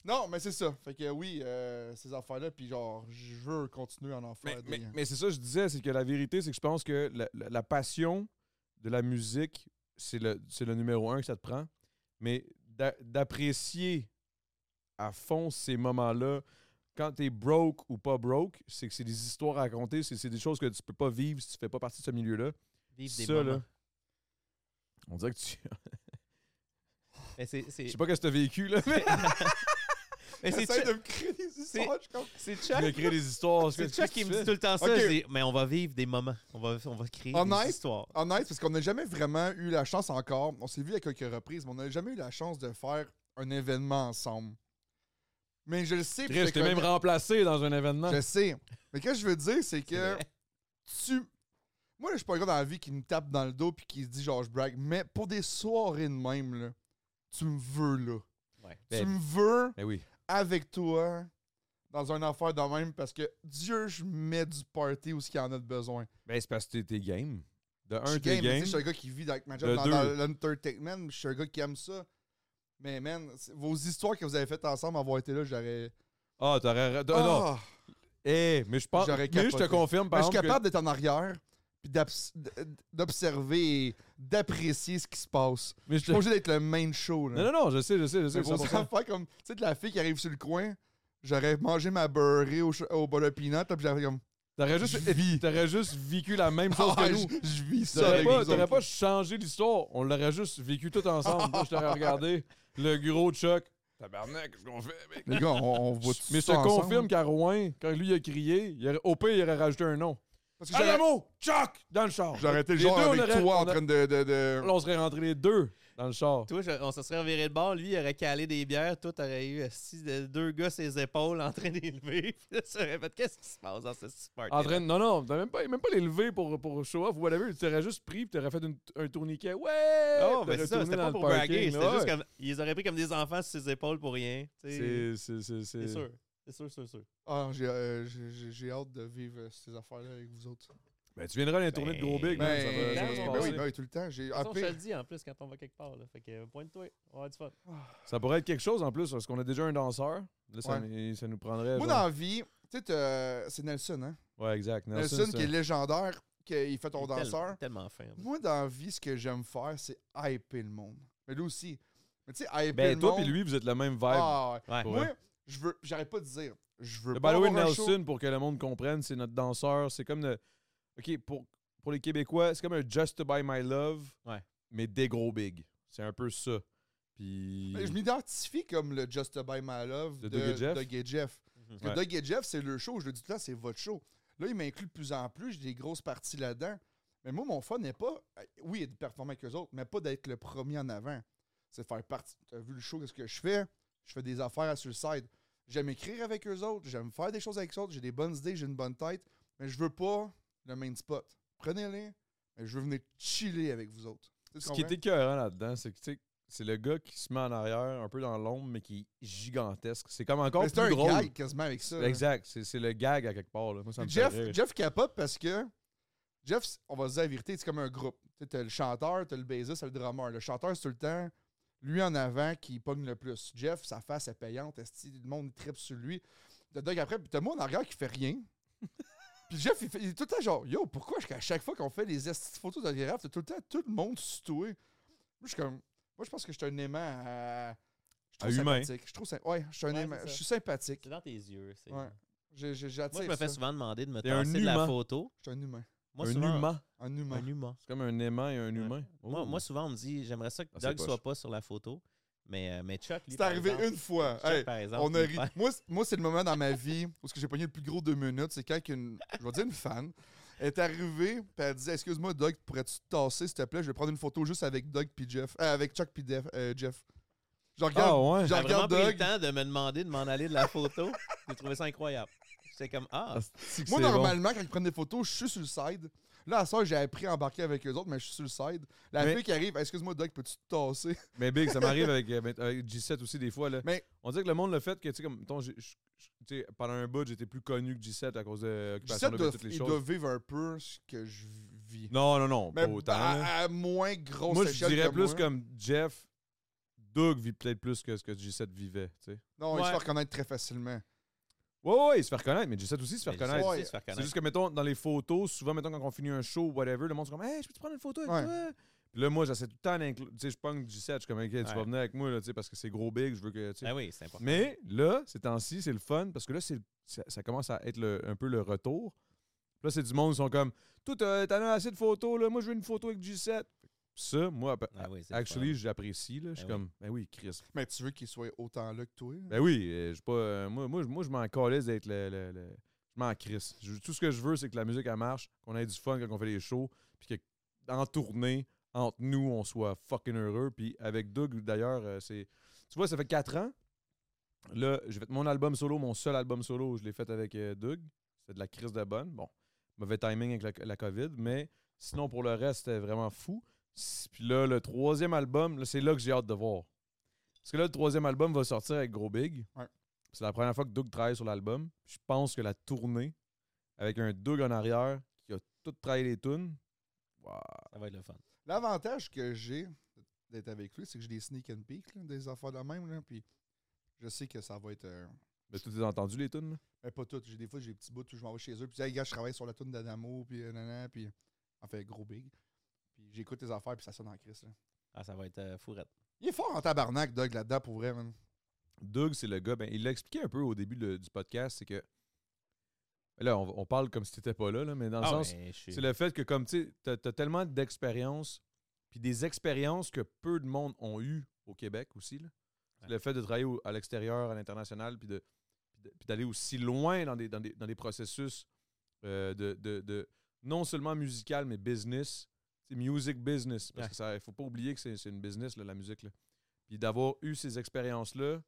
Non, mais c'est ça. Fait que oui, euh, ces affaires-là, puis genre, je veux continuer à en
Mais,
faire des. euh,
mais- mais c'est ça que je disais, c'est que la vérité, c'est que je pense que la, la- la passion de la musique, c'est le, c'est le numéro un que ça te prend. Mais d'a- d'apprécier à fond ces moments-là, quand t'es broke ou pas broke, c'est que c'est des histoires à raconter, c'est c'est des choses que tu peux pas vivre si tu fais pas partie de ce milieu-là.
Vive des
Ça,
moments.
là. On dirait que tu.
Mais c'est- c'est-
Je sais pas que tu as vécu, là, mais
mais c'est
Essaye
Chuck-
de me créer des histoires, je comprends.
c'est
tu
Chuck.
créer des histoires.
C'est
Qu'est-ce
Chuck
que
qui
tu
me dit
fais?
tout le temps ça.
Ok.
je dis, mais on va vivre des moments. On va, on va créer
Honnête?
des histoires.
Honnête, parce qu'on n'a jamais vraiment eu la chance encore. On s'est vu à quelques reprises, mais on n'a jamais eu la chance de faire un événement ensemble. Mais je le sais. puis
Chris,
je
je
te
t'ai même
connais.
remplacé dans un événement.
Je sais. Mais qu'est-ce que je veux dire, c'est
C'est
que
vrai.
tu. Moi, là, je suis pas un gars dans la vie qui me tape dans le dos puis qui se dit genre je brague. Mais pour des soirées de même, là, tu me veux là.
Ouais.
Ben,
Tu me veux
ben oui.
avec toi dans une affaire de même parce que Dieu, je mets du party où ce qu'il y en a de besoin.
Ben, c'est parce que t'es- t'es game. De
je
un,
suis
t'es
game, mais tu sais,
game.
je suis un gars qui vit avec ma job
Le
dans,
deux.
dans l'entertainment. Je suis un gars qui aime ça. Mais man, c'est- vos histoires que vous avez faites ensemble, avoir été là, j'aurais.
Ah, t'aurais. ra- Non, non.
Ah!
Eh, mais je pense.
J'aurais
Mais je te
capoté.
confirme, par
Mais je suis
exemple.
capable d'être en arrière, puis d'abs- d- d'observer et d'apprécier ce qui se passe.
que- mais je
Je
te-
suis pas obligé d'être le main show. Là.
Non, non, non, je sais, je sais, je
Mais
sais.
pour
100%.
ça, faire comme, tu sais, de la fille qui arrive sur le coin, j'aurais mangé ma beurrée au, ch- au bol de peanut, puis j'aurais comme.
T'aurais juste,
Je vis.
t'aurais juste vécu la même chose
Ah,
que nous.
je- Je vis ça.
T'aurais
avec
pas,
vous
t'aurais
autres.
pas changé l'histoire. On l'aurait juste vécu tout ensemble. Moi, je t'aurais regardé. Le gros Chuck. Tabarnak, qu'est-ce qu'on fait, mec?
Les gars, on, on voit tout
Mais je
ça
te
ensemble.
confirme qu'à Rouen, quand lui a crié, il aurait- au pire, il aurait rajouté un nom.
Parce que j'aurais-
Alamo! Chuck! Dans le char.
J'aurais été le
Les
genre
deux, on
avec
aurait-
toi en
on a-
train de. de, de...
Là, on serait rentrés les deux dans le char.
Toi, je- on se serait reviré de bord. Lui, il aurait calé des bières. Toi, t'aurais eu euh, six- euh, deux gars ses épaules en train d'élever. Puis là, tu aurais fait qu'est-ce qui se passe dans ce super
En train de- Non, non, t'as même pas, même pas les lever pour, pour show off ou whatever. Tu aurais juste pris pis t'aurais fait une- un tourniquet. Ouais!
Non,
T'aurais
Oh, Ah mais c'est ça,
tourné
c'était
dans le
pas pour
parking,
braguer. C'était
là,
juste
ouais.
comme. Ils auraient pris comme des enfants sur ses épaules pour rien. tu sais.
C'est- euh, C'est c'est-
C'est
c'est-
sûr. C'est sûr, c'est sûr.
Ah, j'ai, euh, j'ai- j'ai- j'ai hâte de vivre euh, ces affaires-là avec vous autres.
Ben, tu viendras dans les tournées de gros big,
Ben,
man, ça va- ça va
ben,
se
ben
oui,
passer.
oui, ben oui, tout le temps. J'ai
De
Ah,
toute
appelé-
façon, je te le dis en plus quand on va quelque part. Là. Fait que euh, pointe-toi. On va avoir du fun.
Ça pourrait être quelque chose en plus, parce qu'on a déjà un danseur. Là, ça, ça nous prendrait.
Moi,
genre-
dans la vie, tu sais, t'as- c'est Nelson, hein?
Ouais, exact.
Nelson,
Nelson,
qui est légendaire, qui fait ton
Il est tel-
danseur.
tellement fin. en plus.
Moi, dans la vie, ce que j'aime faire, c'est hyper le monde. Mais lui aussi. Mais tu sais, hyper
Ben,
le
toi
monde.
puis lui, vous êtes la même vibe.
Ah, ouais.
Ouais.
Pour
Moi,
vrai.
je veux. J'arrête pas de dire. Je veux
Le
pas.
by the way,
avoir un show.
Nelson, pour que le monde comprenne, c'est notre danseur. C'est comme le. OK, pour, pour les Québécois, c'est comme un Just to Buy My Love,
Ouais.
mais des gros big. C'est un peu ça. Puis.
Mais je m'identifie comme le Just to Buy My Love
De
de,
Doug et Jeff?
Doug et Jeff.
Mhm.
Parce que Doug et Jeff, c'est le show. Je le dis tout le temps, c'est votre show. Là, il m'inclut de plus en plus. J'ai des grosses parties là-dedans. Mais moi, mon fun n'est pas. euh, Oui, de performer avec eux autres, mais pas d'être le premier en avant. C'est de faire partie. Tu as vu le show, qu'est-ce que je fais Je fais des affaires sur le side. J'aime écrire avec eux autres. J'aime faire des choses avec eux autres. J'ai des bonnes idées, j'ai une bonne tête. Mais je veux pas le main spot. Prenez-les. Mais je veux venir chiller avec vous autres. Tu sais, tu
Ce qui est
comprends?
écœurant là-dedans, c'est que tu sais, c'est le gars qui se met en arrière, un peu dans l'ombre, mais qui est gigantesque. C'est comme encore
Mais
plus
C'est un
drôle. Ben,
gag quasiment avec ça. là.
Exact, c'est c'est le gag à quelque part. Là. Moi, ça me fait
Jeff,
rire.
Jeff capote parce que Jeff, c- on va se dire la vérité, c'est comme un groupe. Tu sais, T'as le chanteur, t'as le bassiste, t'as le drummer. Le chanteur, c'est tout le temps lui en avant qui pogne le plus. Jeff, sa face est payante, esti, le monde tripe sur lui. T'as Doug après, puis t'as moi en arrière qui fait rien. Puis Jeff, il, fait- il est tout le temps genre, yo, pourquoi est-ce qu'à chaque fois qu'on fait les esti de photos d'algéraffe, t'as tout le temps tout le monde situé? Moi, je suis comme, moi, je pense que je suis un aimant à. Je
À
suis trop
humain.
sympathique. Je trouve sympa. Ouais, je suis un
Ouais,
aimant.
c'est ça.
Je suis sympathique.
C'est dans tes yeux. c'est-
Ouais. J'ai- j'ai-
Moi,
J'attire.
je me fais
ça.
souvent demander de me
T'es un
tasser de la
humain.
photo.
Je suis un humain.
Moi,
un
souvent,
humain.
Un humain.
Un humain.
C'est comme un aimant et un humain.
Moi,
Oh.
moi, souvent, on me dit, j'aimerais ça que
Ah, c'est
Doug
poche.
soit pas sur la photo. Mais, euh, mais Chuck, lui,
C'est
par
arrivé
exemple-
une fois.
Chuck,
Hey,
par exemple,
On a
il
ri.
fait-
Moi, c- moi, c'est le moment dans ma vie où ce que j'ai pogné le plus gros deux minutes, c'est quand une, je vais dire une fan, est arrivée, puis elle disait Excuse-moi, Doug, pourrais-tu te tasser, s'il te plaît Je vais prendre une photo juste avec Doug puis Jeff. euh, avec Chuck puis Def- euh, Jeff. Je regarde,
Ah ouais.
je
J'ai vraiment
regarde
pris le
Doug.
temps de me demander de m'en aller de la photo. J'ai trouvé ça incroyable. J'étais comme, ah,
C'est que
Moi,
c'est bon.
normalement, quand ils prennent des photos, je suis sur le side. Là, à ça, j'ai appris à embarquer avec eux autres, mais je suis sur le side. La
Mais-
fille qui arrive, excuse-moi, Doug, peux-tu te tasser?
Mais Big, ça m'arrive avec, euh, avec- avec G7 aussi des fois. Là.
Mais-
On dirait que le monde le fait que, tu sais, comme, mettons, j'ai- je- je- tu sais, pendant un bout, j'étais plus connu que G7 à cause de Occupation
Gisette
Double
doit,
et toutes les
il
choses.
doit vivre un peu ce que je vis.
Non, non, non,
mais
pas autant. là.
à, à moins grosse
moi, je
échelle
dirais
que
plus
moi.
comme Jeff. Doug vit peut-être plus que ce que G7 vivait, tu sais.
Non, il se
Ouais.
fait reconnaître très facilement.
Ouais, ouais, ouais, il se fait reconnaître, mais G7 aussi se fait
mais je sais
reconnaître.
aussi se faire
C'est
connaître.
juste que, mettons, dans les photos, souvent, mettons, quand on finit un show ou whatever, le monde se comme, hey, je peux te prendre une photo avec
Ouais.
toi? Puis là, moi, j'essaie tout le temps d'inclure. Tu sais, je pogne G7, je suis comme, ok, tu
Ouais.
vas venir avec moi, là, tu sais, parce que c'est gros big, je veux que. tu sais.
Ah oui, c'est important.
Mais là, ces temps-ci, c'est le fun parce que là, c'est, ça, ça commence à être le- un peu le retour. Là, c'est du monde qui sont comme Toi, t'as, t'en as assez de photos, là. Moi, je veux une photo avec G7. Ça, moi,
Ah oui, c'est le
actually,
fun.
j'apprécie. Là. Je suis
Ben oui.
comme Ben oui, Chris.
Mais tu veux qu'il soit autant là que toi?
Ben oui, euh, je suis pas. euh, moi, moi, je- moi, je m'en calisse d'être le. le- le- je m'en crisse. Je- tout ce que je veux, c'est que la musique, elle marche, qu'on ait du fun quand on fait les shows, puis que en tournée, entre nous, on soit fucking heureux. Puis avec Doug, d'ailleurs, euh, c'est. Tu vois, ça fait quatre ans. Là, j'ai fait mon album solo, mon seul album solo, je l'ai fait avec euh, Doug. C'était de la crise de bonne. Bon, mauvais timing avec la, la COVID, mais sinon, pour le reste, c'était vraiment fou. S- Puis là, le troisième album, là, c'est là que j'ai hâte de voir. Parce que là, le troisième album va sortir avec Gros Big.
Ouais.
C'est la première fois que Doug travaille sur l'album. Je pense que la tournée, avec un Doug en arrière qui a tout travaillé les tunes, wow.
Ça va être le fun.
L'avantage que j'ai d'être avec lui, c'est que j'ai des sneak and peek, là, des affaires de la même. Là, puis je sais que ça va être. euh,
Mais tu as entendu les tunes? là?
mais pas toutes. J'ai des fois, j'ai des petits bouts où je m'en vais chez eux. Puis, hey, gars, je travaille sur la tune d'Adamo. Puis, euh, nanana, puis, en fait, gros big. Puis, j'écoute tes affaires. Puis, ça sonne en crise. Là.
Ah, ça va être euh, fourrette.
Il est fort en tabarnak, Doug, là-dedans, pour vrai, man.
Doug, c'est le gars, ben, il l'a expliqué un peu au début de- du podcast, c'est que. Là, on, on parle comme si t'étais pas là, là, mais dans le
Ah,
sens.
mais je suis-
C'est le fait que, comme tu sais, t'as- t'as tellement d'expérience, puis des expériences que peu de monde ont eues au Québec aussi. là. C'est
Ouais.
Le fait de travailler au- à l'extérieur, à l'international, puis de- puis de- puis d'aller aussi loin dans des, dans des, dans des processus euh, de, de- de- non seulement musical, mais business. C'est music business. Parce
Ouais.
que ça, faut pas oublier que c'est c'est une business, là, la musique. là. Puis d'avoir eu ces expériences-là,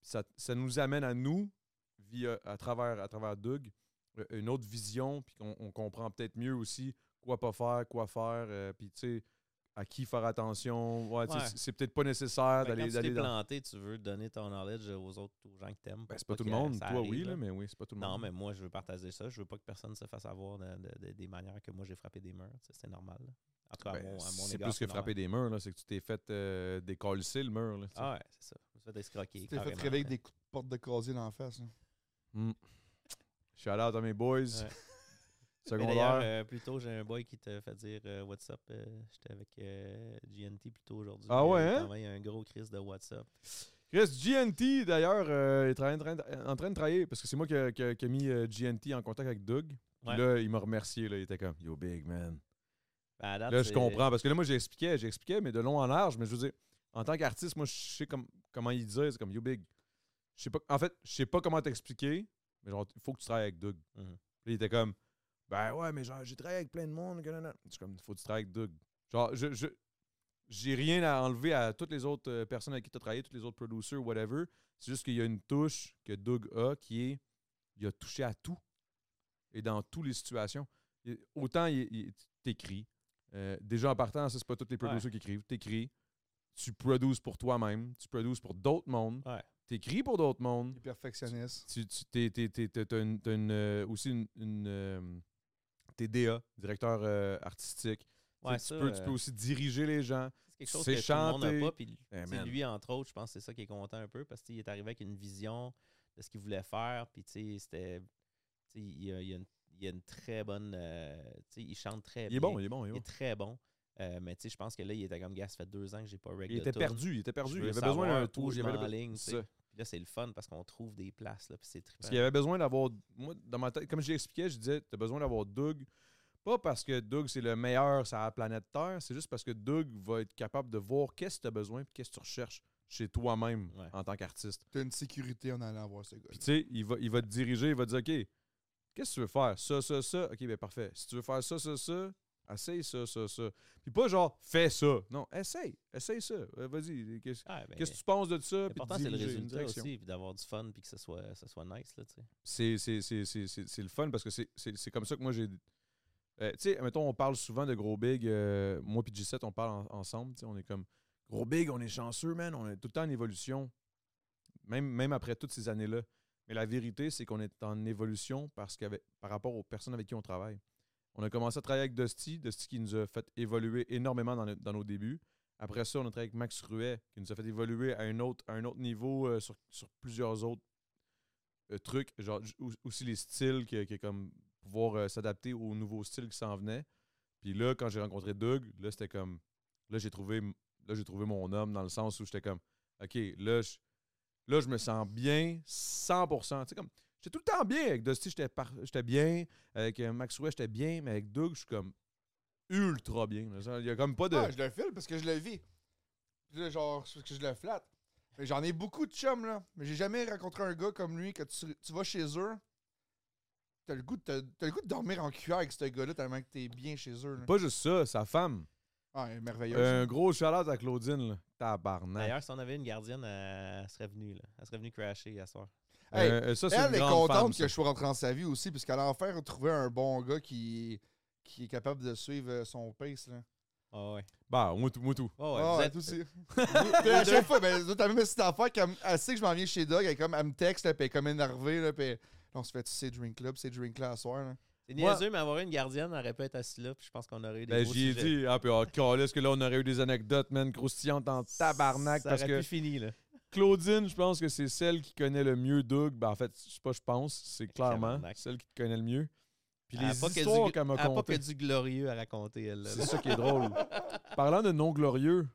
ça, ça nous amène à nous, via, à, travers, à travers Doug, euh, une autre vision, puis qu'on on comprend peut-être mieux aussi quoi pas faire, quoi faire, euh, puis tu sais, à qui faire attention. Ouais, tu sais,
Ouais.
c'est- C'est peut-être pas nécessaire
Fait que
d'aller
Ben, quand tu
d'aller
t'es
dans.
planté, tu veux donner ton knowledge aux autres, aux gens que t'aimes.
Ben,
pour
c'est pas
pas
tout le
que
monde.
ça
Toi,
arrive,
oui,
là.
là, mais oui, c'est pas tout le
Non,
monde.
mais moi, je veux partager ça. Je veux pas que personne se fasse avoir de- de- de- des manières que moi j'ai frappé des murs. tu sais, C'est normal. là. En tout cas, à
Ben,
mon, à mon
c'est
égard,
plus que frapper
normal.
des murs, là, c'est que tu t'es fait euh, décalisser le mur. Là, tu sais.
Ah ouais, c'est ça. Je me suis fait escroquer.
Tu t'es fait
carrément,
réveiller avec
là.
des coups de porte de casier dans la face. là.
Shout out à mes boys.
Ouais. Mais
Secondaire.
D'ailleurs, euh, plus tôt, j'ai un boy qui te fait dire euh, What's up. euh, J'étais avec euh, GNT plus tôt aujourd'hui.
Ah ouais,
Euh, il
hein?
t'envoie un gros crise de What's up.
Chris, GNT, d'ailleurs, euh, est en train, de- en train de travailler parce que c'est moi qui ai mis euh, GNT en contact avec Doug. Puis
Ouais.
là, il m'a remercié. Là, il était comme Yo, big man.
Ben, à date,
Là, je
c'est-
comprends. Parce que là, moi, j'expliquais, j'expliquais, mais de long en large. Mais je veux dire, en tant qu'artiste, moi, je sais comme, comment il disait. C'est comme You Big. Je sais pas, en fait, je sais pas comment t'expliquer, mais genre, il faut que tu travailles avec Doug.
Mhm.
Puis il était comme Ben ouais, mais genre, j'ai travaillé avec plein de monde. nanana. Je suis comme Faut que tu travailles avec Doug. Genre, je. je- j'ai rien à enlever à toutes les autres euh, personnes avec qui tu as travaillé, tous les autres producers, whatever. C'est juste qu'il y a une touche que Doug a qui est. Il a touché à tout. Et dans toutes les situations. Il- autant il, il- t'écris. Euh, déjà en partant, ça, c'est pas tous les producers qui écrivent. T'écris. Tu produces pour toi-même. Tu produces pour d'autres mondes.
Ouais.
T'écris pour d'autres mondes
Il est perfectionniste.
tu, tu t'es, t'es- t'es- t'es- t'as une- t'as une, euh, aussi une, une, euh, t'es DA, directeur euh, artistique. Tu sais,
Ouais,
tu,
ça,
peux, tu
euh,
peux aussi diriger les gens.
C'est quelque chose
C'est
que tout le monde
chanté.
n'a pas. Puis,
Eh,
tu sais,
man.
lui, entre autres, je pense que c'est ça qui est content un peu parce qu'il est arrivé avec une vision de ce qu'il voulait faire. Puis, tu sais, c'était. tu sais, Il y a, il y a une- il il a une très bonne. euh, tu sais, il chante très
Il est
bien.
bon, il est bon, il est
Il
bon.
est très bon. Euh, mais tu sais, je pense que là, il était comme gars, ça fait deux ans que j'ai pas reg
Il
de
était
tourne.
perdu, il était perdu.
Je
Il
veux
avait besoin d'un
savoir où
tour.
je
Il avait
m'en
le-
ligne, tu sais.
ça.
Puis là, c'est le fun parce qu'on trouve des places, là, puis c'est trippant.
Parce qu'il y avait besoin d'avoir. Moi, dans ma tête, comme je l'expliquais, je disais, t'as besoin d'avoir Doug. Pas parce que Doug, c'est le meilleur sur la planète Terre, c'est juste parce que Doug va être capable de voir qu'est-ce que tu as besoin et qu'est-ce que tu recherches chez toi-même
Ouais.
en tant qu'artiste.
T'as une sécurité en allant voir ce gars.
Puis, tu sais, il va, il va te diriger, il va te dire, OK, qu'est-ce que tu veux faire? Ça, ça, ça. OK, bien parfait. Si tu veux faire ça, ça, ça, essaye ça, ça, ça. Puis pas genre, fais ça. Non, essaye. Essaye ça. Euh, Vas-y. Qu'est-ce
Ah, ben,
qu'est-ce que tu penses de ça? Puis
L'important, c'est le
diriger une
résultat
direction.
aussi, puis d'avoir du fun, puis que ce soit, ça soit nice, là, tu sais.
c'est c'est- c'est- c'est- c'est- c'est le fun parce que c'est- c'est c'est comme ça que moi j'ai. Euh, tu sais, mettons, on parle souvent de gros big. euh, moi puis G7, on parle en- ensemble. tu sais, On est comme gros big, on est chanceux, man. On est tout le temps en évolution. Même, même après toutes ces années-là. Mais la vérité, c'est qu'on est en évolution parce qu'avec- par rapport aux personnes avec qui on travaille. On a commencé à travailler avec Dusty, Dusty qui nous a fait évoluer énormément dans, le- dans nos débuts. Après ça, on a travaillé avec Max Ruet, qui nous a fait évoluer à un autre, à un autre niveau euh, sur, sur plusieurs autres euh, trucs, genre j- ou- aussi les styles, que, que comme pouvoir euh, s'adapter aux nouveaux styles qui s'en venaient. Puis là, quand j'ai rencontré Doug, là, c'était comme. Là, j'ai trouvé, m- là, j'ai trouvé mon homme dans le sens où j'étais comme, OK, là, je, là, je me sens bien 100%. Tu sais, comme, j'étais tout le temps bien. Avec Dusty, j'étais, par- j'étais bien. Avec euh, Maxwell, j'étais bien. Mais avec Doug, je suis comme ultra bien. Genre, Il y a comme pas de.
Ouais, Ah, je le file parce que je le vis. Puis là, genre, c'est parce que je le flatte. Mais j'en ai beaucoup de chums, là. Mais j'ai jamais rencontré un gars comme lui que tu, tu vas chez eux. T'as le, goût de, te- t'as le goût de dormir en cuillère avec ce gars-là tellement que t'es bien chez eux. Là.
Pas juste ça, sa femme.
Ah, elle est merveilleuse.
Un gros shout à Claudine, là. Tabarnak. Euh,
D'ailleurs, si on avait une gardienne, elle serait venue, là. Elle serait venue crasher à soir.
Hey,
Euh, ça, c'est une
elle est
grande
contente
femme,
que
ça.
je sois rentré dans sa vie aussi, puisqu'elle a enfin retrouvé un bon gars qui, qui est capable de suivre euh, son pace. Là.
Ah ouais.
Bah, moi tout, moi tout.
Ah ouais,
Ah,
vous
ouais,
êtes-
tout aussi. Puis à chaque fois, ben, t'as même cette affaire, comme, elle sait que je m'en viens chez Doug, elle, est comme, elle me texte, là, puis elle est comme énervée, là, puis là, on se fait tous ces drinks-là, puis ces drinks-là à soir. Là.
C'est
Moi-
niaiseux, mais avoir une gardienne, elle aurait pu être assise là, puis je pense qu'on aurait eu des
Ben,
gros
j'y ai
sujets.
dit. Ah, puis, oh, calisse que là, on aurait eu des anecdotes, man, croustillantes en tabarnak.
Ça
Parce
aurait
que
plus fini, là.
Claudine, je pense que c'est celle qui connaît le mieux Doug. Ben, en fait, je sais pas, je pense. C'est clairement
Tabarnak.
celle qui te connaît le mieux. Puis
Elle a
les
pas que du
histoires
gl-
qu'elle m'a
elle a pas que
contées.
du glorieux à raconter, elle, là.
C'est ça qui est drôle. Parlant de non-glorieux,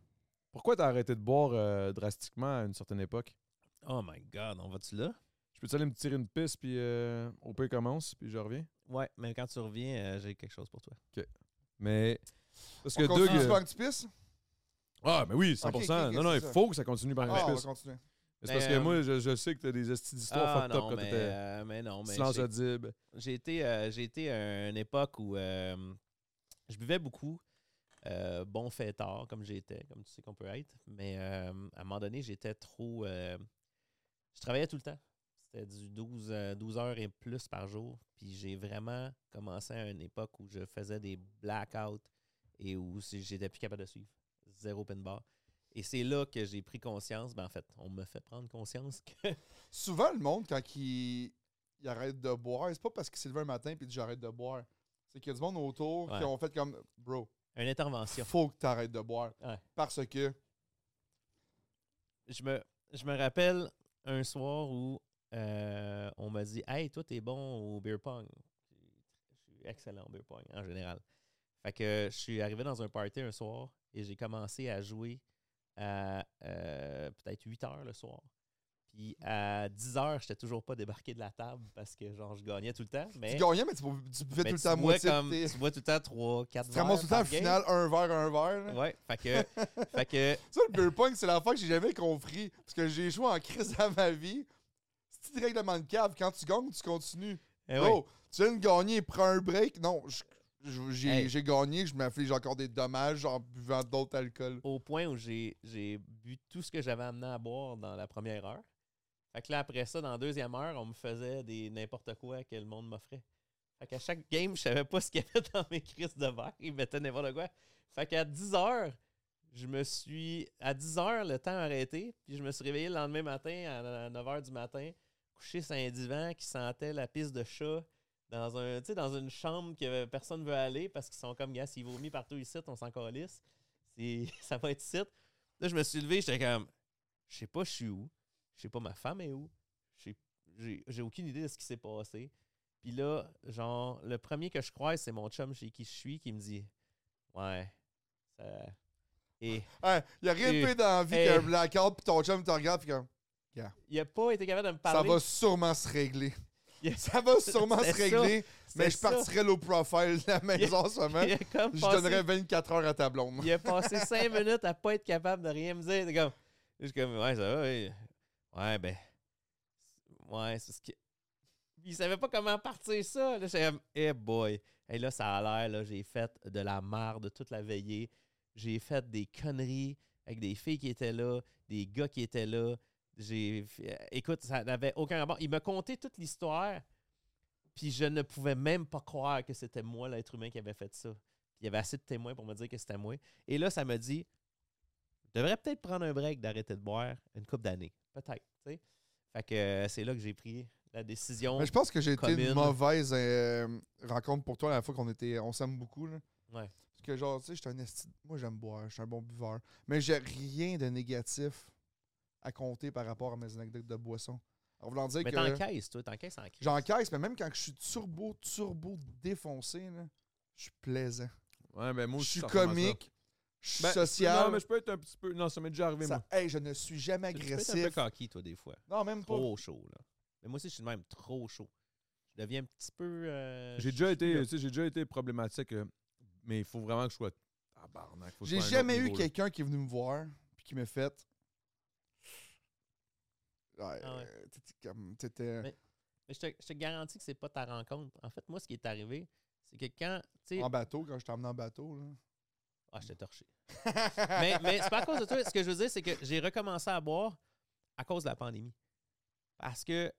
pourquoi t'as arrêté de boire euh, drastiquement à une certaine époque?
Oh my God, on va-tu là?
Je peux-tu aller me tirer une piste, puis euh, au pire commence, puis je reviens?
Ouais, mais quand tu reviens, euh, j'ai quelque chose pour toi.
Mais. Parce
on
que Doug.
continue
euh,
pendant que tu pisses?
Ah, mais oui, 100%.
Ok, ok, ok,
non, non,
c'est
il
ça.
faut que ça continue par une
Ah, on va
piste.
continuer.
C'est parce
Mais,
que
euh,
moi, je, je sais que t'as des esti d'histoires
Ah,
fucked up
non,
quand
mais,
t'étais
euh, mais non, mais
silence
j'ai-
à Dib.
j'ai été, euh, j'ai été à une époque où euh, je buvais beaucoup, euh, bon fêtard comme j'étais, comme tu sais qu'on peut être, mais euh, à un moment donné, j'étais trop... euh, je travaillais tout le temps. C'était du 12, euh, 12 heures et plus par jour. Puis j'ai vraiment commencé à une époque où je faisais des blackouts et où si- j'étais plus capable de suivre. Zéro pin bar. Et c'est là que j'ai pris conscience, ben en fait, on me fait prendre conscience que
Souvent, le monde, quand il, il arrête de boire, c'est pas parce qu'il s'est levé un matin et dit j'arrête de boire. C'est qu'il y a du monde autour
Ouais.
qui ont fait comme Bro,
une intervention.
faut que t'arrêtes de boire.
Ouais.
Parce que.
je me, je me rappelle un soir où euh, on m'a dit Hey, toi, t'es bon au beer pong. Je suis excellent au beer pong en général. Fait que je suis arrivé dans un party un soir et j'ai commencé à jouer à euh, peut-être 8 heures le soir. Puis
Mmh.
à 10 heures, j'étais toujours pas débarqué de la table parce que genre je gagnais tout le temps. Mais,
Tu gagnais, mais tu, bu- tu buvais
mais
tout le
tu
temps à
bois
moitié.
comme-
t'es-
tu bois tout le temps 3, 4
Tu te ramasses tout le temps, au final, un verre, un verre. là.
Ouais, fait que, fait que
Ça, le beer pong, c'est l'affaire que j'ai jamais compris. Parce que j'ai joué en crise dans ma vie. C'est petit règlement de cave. Quand tu gagnes, tu continues.
eh ouais.
Bro, tu viens de gagner, prends un break. Non, je- je- j'ai
Hey.
j'ai gagné, je m'afflige encore des dommages en buvant d'autres alcools.
au point où j'ai j'ai bu tout ce que j'avais amené à boire dans la première heure. Fait que là, après ça, dans la deuxième heure, on me faisait des n'importe quoi que le monde m'offrait. Fait qu'à chaque game, je savais pas ce qu'il y avait dans mes crises de verre. Ils mettaient n'importe quoi. Fait qu'à 10 heures, je me suis. À 10 heures, le temps a arrêté. Puis je me suis réveillé le lendemain matin à 9 h du matin, couché sur un divan qui sentait la piste de chat dans un tu sais, dans une chambre que personne veut aller parce qu'ils sont comme gars, s'il vomit partout ici, on s'en calisse. C'est- ça va être ici. Là, je me suis levé, j'étais comme je sais pas je suis où, je sais pas ma femme est où, je sais- j'ai j'ai aucune idée de ce qui s'est passé. Puis là, genre, le premier que je croise, c'est mon chum chez qui je suis qui me dit Ouais, ça. Et
Hey, il Hein, y a rien de
Et-
pire dans la vie
hey.
qu'un blackout, puis ton chum te regarde, puis comme,
il a pas été capable de me
ça
parler.
va sûrement se régler.
Yeah.
Ça va sûrement se
C'est
régler,
C'est
mais je
ça.
partirais low profile de la maison en ce moment.
Il a comme
Je
passé-
donnerais 24 heures à ta blonde.
Il a passé cinq minutes à pas être capable de rien me dire. C'est comme, je suis comme, ouais, ça va. Ouais, Ouais, ben. Ouais, c'est ce qui. Il savait pas comment partir ça. Là, j'étais comme, eh boy. Et là, ça a l'air, là, j'ai fait de la merde toute la veillée. J'ai fait des conneries avec des filles qui étaient là, des gars qui étaient là. J'ai. euh, Écoute, ça n'avait aucun rapport. Il m'a conté toute l'histoire. Puis je ne pouvais même pas croire que c'était moi, l'être humain, qui avait fait ça. Il y avait assez de témoins pour me dire que c'était moi. Et là, ça me dit, je devrais peut-être prendre un break d'arrêter de boire une coupe d'années. Peut-être, tu sais. Fait que euh, c'est là que j'ai pris la décision.
Mais je pense que j'ai été
Commune.
une mauvaise euh, rencontre pour toi la fois qu'on était. On s'aime beaucoup, là.
Ouais.
Parce que, genre, tu sais, j'étais un esti- Moi, j'aime boire, je suis un bon buveur. Mais j'ai rien de négatif à compter par rapport à mes anecdotes de boisson. En voulant dire
Mais
que.
t'encaisses, toi, t'encaisses en crise.
J'encaisse, mais même quand je suis turbo, turbo défoncé, là, je suis plaisant.
Ouais, ben moi
Je
aussi,
suis
ça ressemble à ça.
comique, je suis
Ben,
social.
Non, mais je peux être un petit peu. Non, ça m'est déjà arrivé,
ça-
moi.
hey, je ne suis jamais
Tu peux être un peu
agressif.
cocky, toi, des fois.
Non, même
Oh,
pas.
Trop chaud, là. Mais moi aussi, je suis de même trop chaud. Je deviens un petit peu. euh,
J'ai
je-
déjà
je suis
été,
là.
tu sais, j'ai déjà été problématique, euh, mais il faut vraiment que je sois. Tabarnak, faut que je
J'ai
sois à un
jamais
autre
eu
niveau, là.
quelqu'un qui est venu me voir puis qui m'a fait. Ouais,
Ah ouais.
euh, t'étais comme- t'étais-
Mais Mais je te, je te garantis que c'est pas ta rencontre. En fait, moi, ce qui est arrivé, c'est que quand. Tu sais.
en bateau quand je t'ai emmené en bateau.
Ah, je t'ai torché.
Là.
mais, mais c'est pas à cause de toi. Ce que je veux dire, c'est que j'ai recommencé à boire à cause de la pandémie. Parce que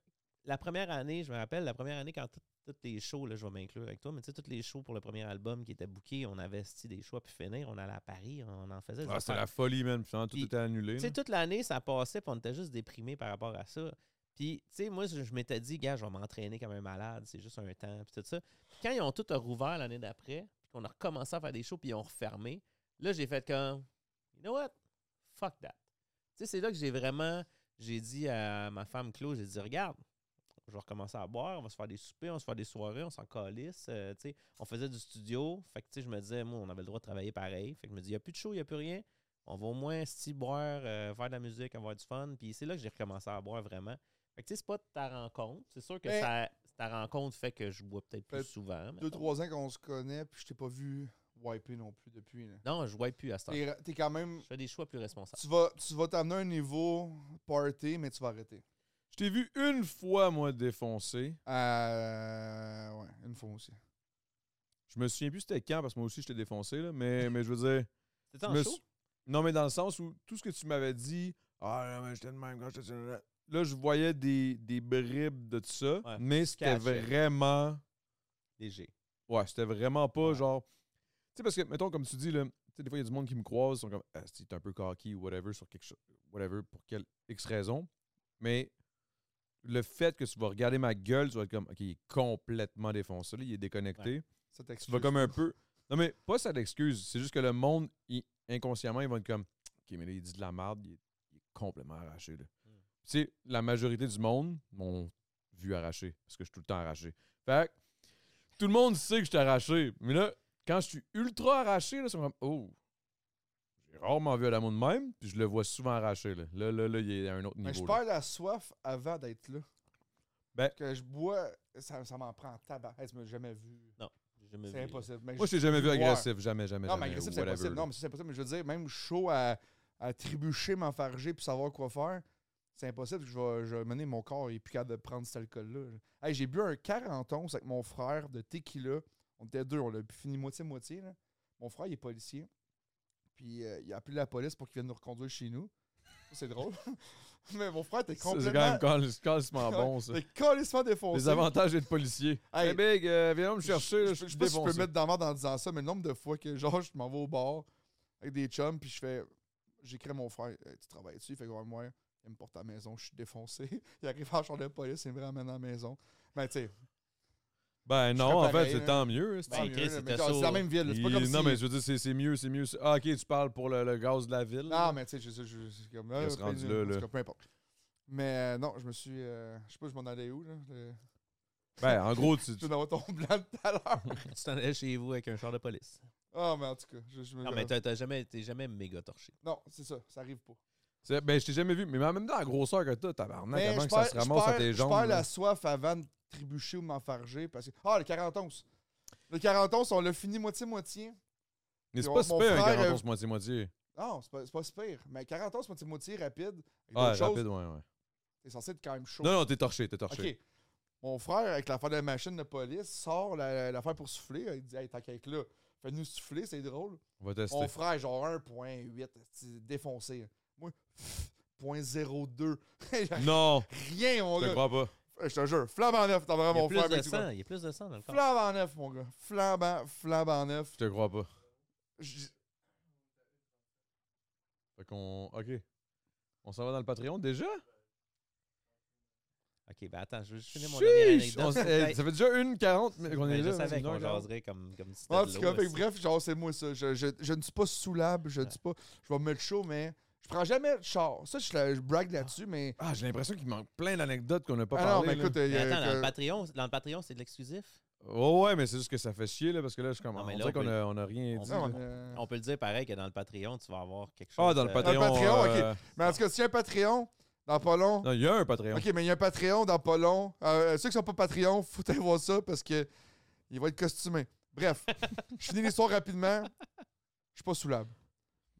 la première année, je me rappelle, la première année, quand tout- toutes les shows, là, je vais m'inclure avec toi, mais tu sais, toutes les shows pour le premier album qui était booké, on avait sti, des shows à pu finir, on allait à Paris, on en faisait. des
Ah, c'est
affaires.
la folie, man. Finalement, tout
Puis,
était annulé.
Tu sais,
là.
toute l'année, ça passait, puis on était juste déprimés par rapport à ça. Puis, tu sais, moi, je, je m'étais dit, gars, je vais m'entraîner comme un malade, c'est juste un temps, puis tout ça. Puis quand ils ont tout rouvert l'année d'après, puis qu'on a recommencé à faire des shows, puis ils ont refermé, là, j'ai fait comme, you know what? Fuck that. Tu sais, c'est là que j'ai vraiment, j'ai dit à ma femme Claude, j'ai dit, regarde, je vais recommencer à boire, on va se faire des soupers, on va se faire des soirées, on s'en calisse, euh, tu sais, on faisait du studio, fait que, tu sais, je me disais, moi, on avait le droit de travailler pareil, fait que je me dis, il n'y a plus de show, il n'y a plus rien, on va au moins si boire, euh, faire de la musique, avoir du fun. Puis c'est là que j'ai recommencé à boire vraiment. Fait que tu sais, c'est pas de ta rencontre. C'est sûr que
Ben,
ça- ta rencontre fait que je bois peut-être plus
peut-être
souvent. mettons.
Deux, trois ans qu'on se connaît, puis je t'ai pas vu wiper non plus depuis. là.
Non, je bois plus à ce temps.
T'es t'es quand même.
Je fais des choix plus responsables.
Tu vas tu vas t'amener à un niveau party, mais tu vas arrêter.
Je t'ai vu une fois, moi, défoncer.
Euh, ouais, une fois aussi.
Je me souviens plus c'était quand, parce que moi aussi, je t'ai défoncé, là. Mais, mais je veux dire.
C'était
je
en
me
show?
sou- Non, mais dans le sens où tout ce que tu m'avais dit, ah, non, mais j'étais de même, quand j'étais. Là, je voyais des, des bribes de tout ça,
Ouais,
mais c'était
cachais.
vraiment.
Léger.
Ouais, c'était vraiment pas
Ouais.
genre. Tu sais, parce que, mettons, comme tu dis, là, tu sais, des fois, il y a du monde qui me croise, ils sont comme, ah, c'est un peu cocky ou whatever, sur quelque chose, whatever, pour quelle X raison. Mais le fait que tu vas regarder ma gueule, tu vas être comme, OK, il est complètement défoncé, là, il est déconnecté.
Ça
Tu vas comme un peu. Non, mais pas ça l'excuse, c'est juste que le monde, il- inconsciemment, ils vont être comme, OK, mais là, il dit de la merde, il est, il est complètement arraché, là.
Hmm.
Tu sais, la majorité du monde m'ont vu arraché, parce que je suis tout le temps arraché. Fait que, tout le monde sait que je suis arraché. Mais là, quand je suis ultra arraché, là, c'est comme Oh! J'ai rarement vu Adamo de même, puis je le vois souvent arraché. Là, là, là, là, il est à un autre
Mais je
niveau. là.
perds la soif avant d'être là.
Ben-
Que je bois, ça, ça m'en prend en tabac. Hey, tu m'as jamais vu.
J'ai jamais
C'est
vu.
impossible. Mais
Moi, je t'ai jamais vu agressif, jamais, jamais,
Non,
jamais.
mais agressif,
ou
c'est
whatever,
impossible.
là.
Non, mais ça, c'est impossible. Mais je veux dire, même chaud à, à trébucher, m'enfarger puis savoir quoi faire, c'est impossible. Je vais, je vais mener mon corps et puis capable de prendre cet alcool-là. Hey, j'ai bu un 40 onces avec mon frère de tequila. On était deux, on l'a fini moitié-moitié. là. Mon frère, il est policier. Puis euh, il a appelé la police pour qu'il vienne nous reconduire chez nous. C'est drôle. mais mon frère était
Ça, C'est quand
complètement.
même call- calcement bon, ça.
était calissement défoncé.
Les avantages d'être policier.
Hey,
Hey, big, euh, viens me
je-
chercher, là, je
je- Je
suis
sais pas si je peux
défoncé.
mettre dans la merde en disant ça, mais le nombre de fois que genre je m'en vais au bar avec des chums puis je fais j'écris à mon frère Hey, tu travailles dessus, il fait ouais moi, il me porte à la maison, je suis défoncé. il arrive en chambre de police, il me ramène à la maison. Mais tu sais,
Ben non,
ferais
en fait,
pareil,
c'est
hein.
tant mieux. hein, c'est-
tant
Ben, Chris,
mieux, là,
c'était
mais genre, c'est
sourd.
la même ville, là, c'est pas comme
Il- Non,
si-
mais je veux dire, c'est- c'est mieux, c'est mieux. c'est- Ah, OK, tu parles pour le, le gaz de la ville.
Non, mais tu sais, je, je, je- c'est comme ah, là,
Il se
peu-
rendu là,
en tout
là.
cas, peu importe. Mais euh, non, je me suis euh, je sais pas je m'en allais où là. le-
Ben, en gros, tu.
Tu dois avoir ton blanc tout à l'heure.
tu t'en allais chez vous avec un char de police.
Ah, mais en tout cas, je, je me-
Non, mais t'as t'as jamais, t'es jamais méga torché.
Non, c'est ça, ça arrive pas.
c'est- Ben, je t'ai jamais vu. Mais en même temps, la grosseur que t'as, tabarnak,
Mais
avant
je
que ça
perds-
se
je
ramasse à
perds-
tes jambes.
Je perds
là.
la soif avant de trébucher ou de m'enfarger parce que. Ah, le 40 onces. Le 40 onces, on l'a fini moitié-moitié.
Mais c'est
Mon
pas si pire, un
frère,
40
euh,
onces moitié-moitié.
Non, c'est pas, c'est pas si pire. Mais 40 onces, moitié-moitié, rapide. Avec
Ah,
d'autres choses,
rapide, ouais, ouais.
C'est censé être quand même chaud.
Non, non, t'es torché, t'es torché.
OK. Mon frère, avec l'affaire de la machine de police, sort la- l'affaire pour souffler. Il dit Hey, t'as qu'à être là. Fais-nous souffler, c'est drôle.
On va tester.
Mon frère, genre 1.8, c'est défoncé. Moi, 0.02.
Non,
Rien, mon
je te
gars.
crois pas.
Je te jure, flambe en neuf. T'as
Il y
vraiment
a
mon frère.
plus de
mais tu vois.
sang, il y a plus de sang dans le corps.
Flambe en neuf, mon gars. Flambant, flambant neuf.
Je te crois pas.
J-
Fait qu'on. OK. On s'en va dans le Patreon déjà?
Ok, ben attends, je vais juste finir mon
Chiche!
dernière
On
anecdote.
s- eh, ça fait déjà une 40 mais qu'on
Ben,
est
je
là. c'est
savais
une heure Ah,
qu'on
quarante.
jaserait comme, comme si
En
c'était
tout
de
cas,
l'eau,
fait que
aussi.
bref, genre, c'est moi ça. Je, je, je ne suis pas soulable, je ne suis pas. Je vais me mettre chaud, mais je prends jamais de char. Ça, je, la- je brague là-dessus, mais.
Ah, j'ai l'impression qu'il manque plein d'anecdotes qu'on n'a pas
Ah non,
parlé.
mais
là.
écoute, euh, il y
Mais
a-
attends, dans
que-
le Patreon, dans le Patreon, c'est de l'exclusif.
Ouais, ouais, mais c'est juste que ça fait chier, là, parce que là, je
Non,
commence.
mais
On
là,
dirait
on peut-
qu'on a, on a rien
on
dit.
peut-
là.
Non, euh,
On peut le dire pareil que dans le Patreon, tu vas avoir quelque chose.
Hein? Ah, dans le
euh,
Patreon.
Patreon, ok.
euh,
Mais en tout cas, s'il y a un Patreon, dans pas long.
Non, il y a un Patreon.
Ok, mais il y a un Patreon dans pas long. Euh, ceux qui sont pas Patreon, faut aller voir ça parce que il va être costumé. Bref, je finis l'histoire rapidement. Je suis pas soulable.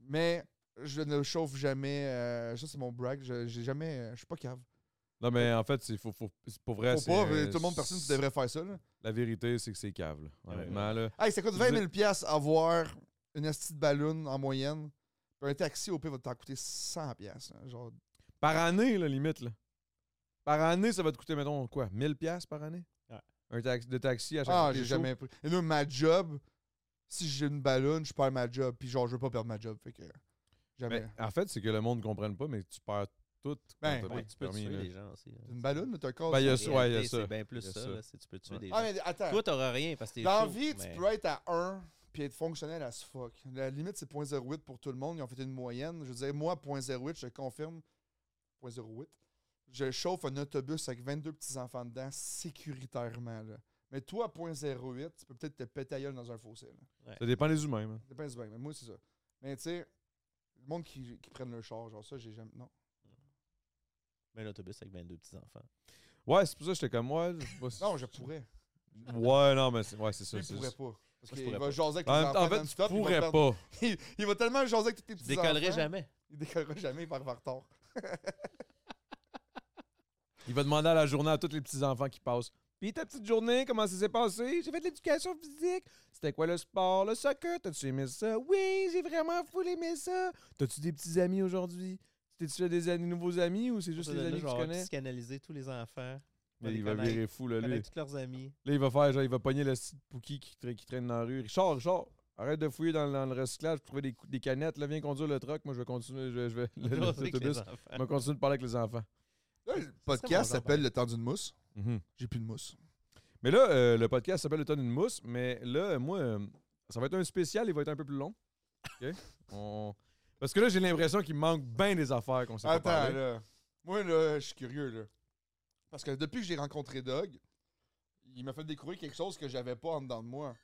Mais je ne chauffe jamais. euh, ça, c'est mon brag. Je j'ai jamais. euh, je suis pas cave.
Non, mais en fait, c'est faut, faut, c'est pour vrai.
Faut
c'est,
pas,
euh,
mais tout le monde, personne ne devrait faire ça. Là.
La vérité, c'est que c'est cave, là.
Ouais,
Honnêtement, là.
Hey, ça coûte 20 000 piastres avoir une astuce de ballon en moyenne. Puis Un taxi, au pire, va t'en coûter 100 piastres. hein, Genre,
Par année, là, limite, là. Par année, ça va te coûter, mettons, quoi, 1000$ piastres par année?
Ouais.
Un taxi, de taxi à chaque fois
Ah,
que
j'ai
t'es chaud.
jamais pris. Et là, ma job, si j'ai une ballonne, je perds ma job. Puis genre, je veux pas perdre ma job. Fait que. Jamais.
Mais en fait, c'est que le monde ne comprenne pas, mais tu perds tout quand
Ben,
t'as pas
Ouais,
de
tu peux
permis,
tuer
là.
les gens aussi. là.
une ballonne, mais t'as un corps.
Ben, il y a
En
ça, ouais, il y a
réalité,
ça.
C'est bien plus
Il y a
ça,
ça.
là, c'est tu peux tuer
Ouais.
des gens.
Ah, mais attends.
Toi, t'auras rien parce que t'es
dans la
chaud,
vie,
mais-
tu peux être à 1 puis être fonctionnel à ce fuck. La limite, c'est 0.08 pour tout le monde. Ils ont fait une moyenne. Je veux dire, moi, 0.08, je te confirme. 0.08. Je chauffe un autobus avec 22 petits-enfants dedans sécuritairement. Là. Mais toi, 0.08, tu peux peut-être te péter la gueule dans un fossé. là.
Ça dépend des humains, man.
Ça dépend du bain, mais moi, c'est ça. Mais tu sais, le monde qui, qui prennent le char, genre ça, j'ai jamais. Non.
Mais l'autobus avec 22 petits-enfants.
Ouais, c'est pour ça que j'étais comme, ouais. je sais pas si-
Non, je pourrais.
Ouais, non, mais c'est ouais, c'est ça.
Je
c'est
pourrais
ça.
pas. Parce
Moi, je
qu'il
pourrais
va
pas.
jaser avec les
En,
enfants
en fait, tu
non-stop, il va
pourrais
perdre-
pas.
Il, il va tellement jaser avec tous tes
Je
petits
décollerai
enfants,
jamais.
Il décollera jamais, il va avoir tard.
Il va demander à la journée à tous les petits-enfants qui passent. Puis ta petite journée, comment ça s'est passé? J'ai fait de l'éducation physique. C'était quoi le sport? Le soccer? T'as-tu aimé ça? Oui, j'ai vraiment full aimé ça. T'as-tu des petits amis aujourd'hui? T'es-tu fait des amis- nouveaux amis ou c'est juste
Là,
les
là,
amis
je
que
vais
tu
avoir
connais?
psychanalyser tous les enfants.
Mais
les
il va
connaître.
virer fou, là, lui.
Connaître tous leurs amis.
Là, il va faire, genre, il va pogner le site Pookie qui, tra- qui traîne dans la rue. Richard, Richard, arrête de fouiller dans, le- dans le recyclage pour trouver des, cou- des canettes. Là, viens conduire le truck. Moi, je vais continuer. Je, je vais. le-
jaser avec les
L'autobus.
enfants.
Je vais continuer de parler avec les enfants.
Là, le
C'est mon genre,
podcast s'appelle
pareil.
Le temps d'une mousse.
Mhm.
J'ai plus de mousse.
Mais là, euh, le podcast s'appelle Le temps d'une mousse. Mais là, moi, euh, ça va être un spécial. Il va être un peu plus long. OK? On- Parce que là, j'ai l'impression qu'il me manque bien des affaires qu'on s'est pas
Attends,
parlé.
là. Moi, là, je suis curieux, là. Parce que depuis que j'ai rencontré Doug, il m'a fait découvrir quelque chose que j'avais pas en dedans de moi.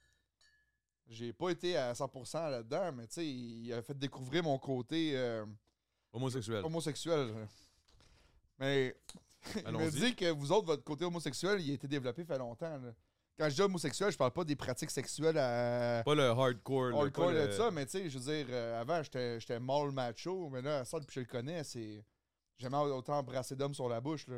J'ai pas été à 100% là-dedans, mais tu sais, il a fait découvrir mon côté. euh,
Homosexuel.
homosexuel. Mais il me
Allons-y.
dit que vous autres, votre côté homosexuel, il a été développé fait longtemps. là. Quand je dis homosexuel, je parle pas des pratiques sexuelles à
Pas le hardcore. là,
hardcore
pas
de
le-
ça, mais tu sais, je veux dire, euh, avant, j'étais j'étais mâle macho, mais là, ça, depuis que je le connais, c'est... Jamais autant embrasser d'hommes sur la bouche, là.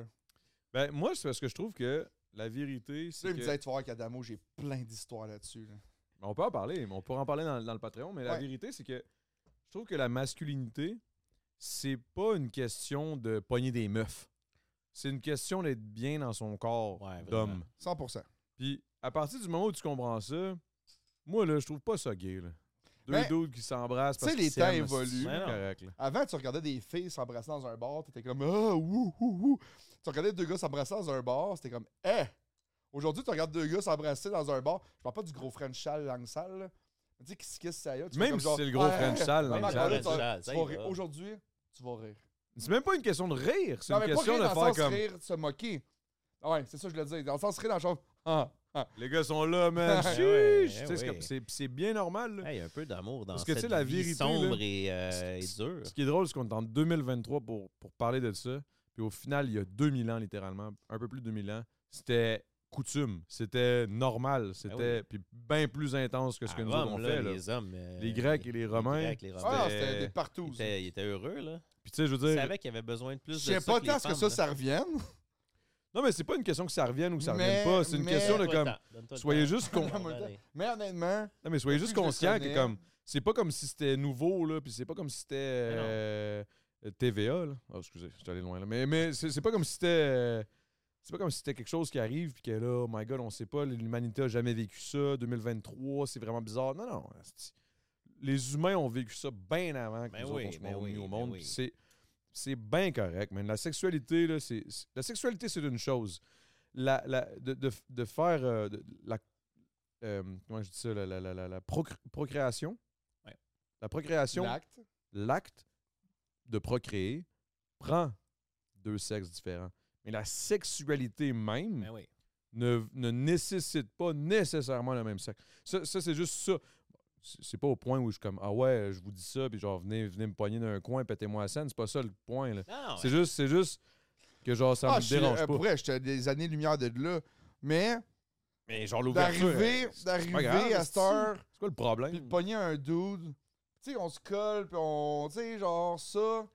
Ben, moi, c'est parce que je trouve que la vérité,
Tu
c'est
sais, il me
que... Ben,
disait, tu vas voir qu'Adamo, j'ai plein d'histoires là-dessus, là.
On peut en parler, mais on pourra en parler dans, dans le Patreon, mais la
Ouais.
vérité, c'est que je trouve que la masculinité, c'est pas une question de pogner des meufs. C'est une question d'être bien dans son corps
Ouais, vraiment.
d'homme.
100%.
Puis à partir du moment où tu comprends ça, moi, là, je trouve pas ça gay. Là. Deux
Mais-
dudes qui s'embrassent
Ben, Tu sais,
parce
les
qu'ils
temps
s'aiment,
évoluent.
c'est
Ouais, non.
correct. là.
Avant, tu regardais des filles s'embrasser dans un bar, t'étais comme Ah, ouh, ouh, ouh. Tu regardais deux gars s'embrasser dans un bar, c'était comme Eh! Aujourd'hui, tu regardes deux gars s'embrasser dans un bar. Je parle pas du gros French Chal langue sale, là. Tu dis qu'est-ce que c'est là? Tu fais
Même
comme
si
genre,
c'est le gros
Ah,
French Chal
même
langue sale.
encore là, tu vas-
French Chal,
tu
ça
vas
y
rire.
va.
Aujourd'hui, tu vas rire.
C'est même pas une question de rire, c'est
Non,
une
mais pas
question
rire
de
dans le
faire
sens
comme.
rire, de se moquer. Ouais, c'est ça que je le dis. Dans le sens, serait dans le genre. Ah, ah.
Les gars sont là, man.
Ah
Chiche!
ouais,
Tu sais,
ah
c'est
ouais.
comme- c'est c'est bien normal. là.
Hey, un peu d'amour dans
Parce que, tu sais,
cette
la
vie
vérité, là,
sombre et, euh,
c'est-
et dure.
Ce qui est drôle, c'est qu'on est en 2023 pour, pour parler de ça. Puis au final, il y a 2000 ans, littéralement, un peu plus de 2000 ans, c'était coutume, c'était normal, c'était puis bien plus intense que ce
À
que nous
Rome,
autres on
Ah là,
fait. là.
Les hommes. euh,
Les Grecs et les Romains,
Grecs, les
Ah,
Romains.
c'était-
c'était des
Ils
partout. ça.
étaient, ils étaient heureux, là.
Puis tu sais, je veux
Ils
dire,
savaient qu'il y avait besoin de plus
Je
de
sais pas
ça que les
tant ce que ça,
femmes, là.
ça revienne.
non mais c'est pas une question que ça revienne ou que ça
Mais-
revienne pas, c'est une
mais-
question de
Donne-toi le
comme,
temps, donne-toi le
soyez
temps.
juste con-
En même temps. Mais honnêtement,
non mais soyez
Plus
juste
je le
conscient que
connais.
comme, c'est pas comme si c'était nouveau là, puis c'est pas comme si c'était euh, TVA là. Oh, excusez, je suis allé loin là, mais mais c'est c'est pas comme si c'était euh, c'est pas comme si c'était quelque chose qui arrive puis que là, oh my god, on sait pas, l'humanité a jamais vécu ça, 2023, c'est vraiment bizarre. Non, non. asti. Les humains ont vécu ça bien avant que
Ben
nous autres,
oui,
on soit
ben
mis
oui,
au
ben
monde.
oui.
puis C'est c'est bien correct, mais la sexualité, là, c'est. c'est- La sexualité, c'est une chose. La, la- de, de- de faire euh, de- la euh, comment je dis ça, la, la- la- la- la procr- procréation.
Ouais.
La procréation
l'acte.
l'acte de procréer prend deux sexes différents. Mais la sexualité même
Ben oui.
ne, ne nécessite pas nécessairement le même sexe. Ça, ça, c'est juste ça. C'est c'est pas au point où je suis comme Ah ouais, je vous dis ça, puis genre venez, venez me poigner d'un coin, pétez-moi la scène. C'est pas ça le point. là.
Non, non,
C'est juste, c'est juste que genre ça
Ah,
me
je suis-
dérange
euh,
pas.
Pour vrai, j'étais des années-lumière de là. Mais
Mais genre l'ouverture.
d'arriver
euh, c'est pas grave,
d'arriver à cette
c'est-tu. Hmm.
heure,
C'est quoi le
puis de
problème?
pogner un dude, tu sais, on se colle, puis on. Tu sais, genre ça,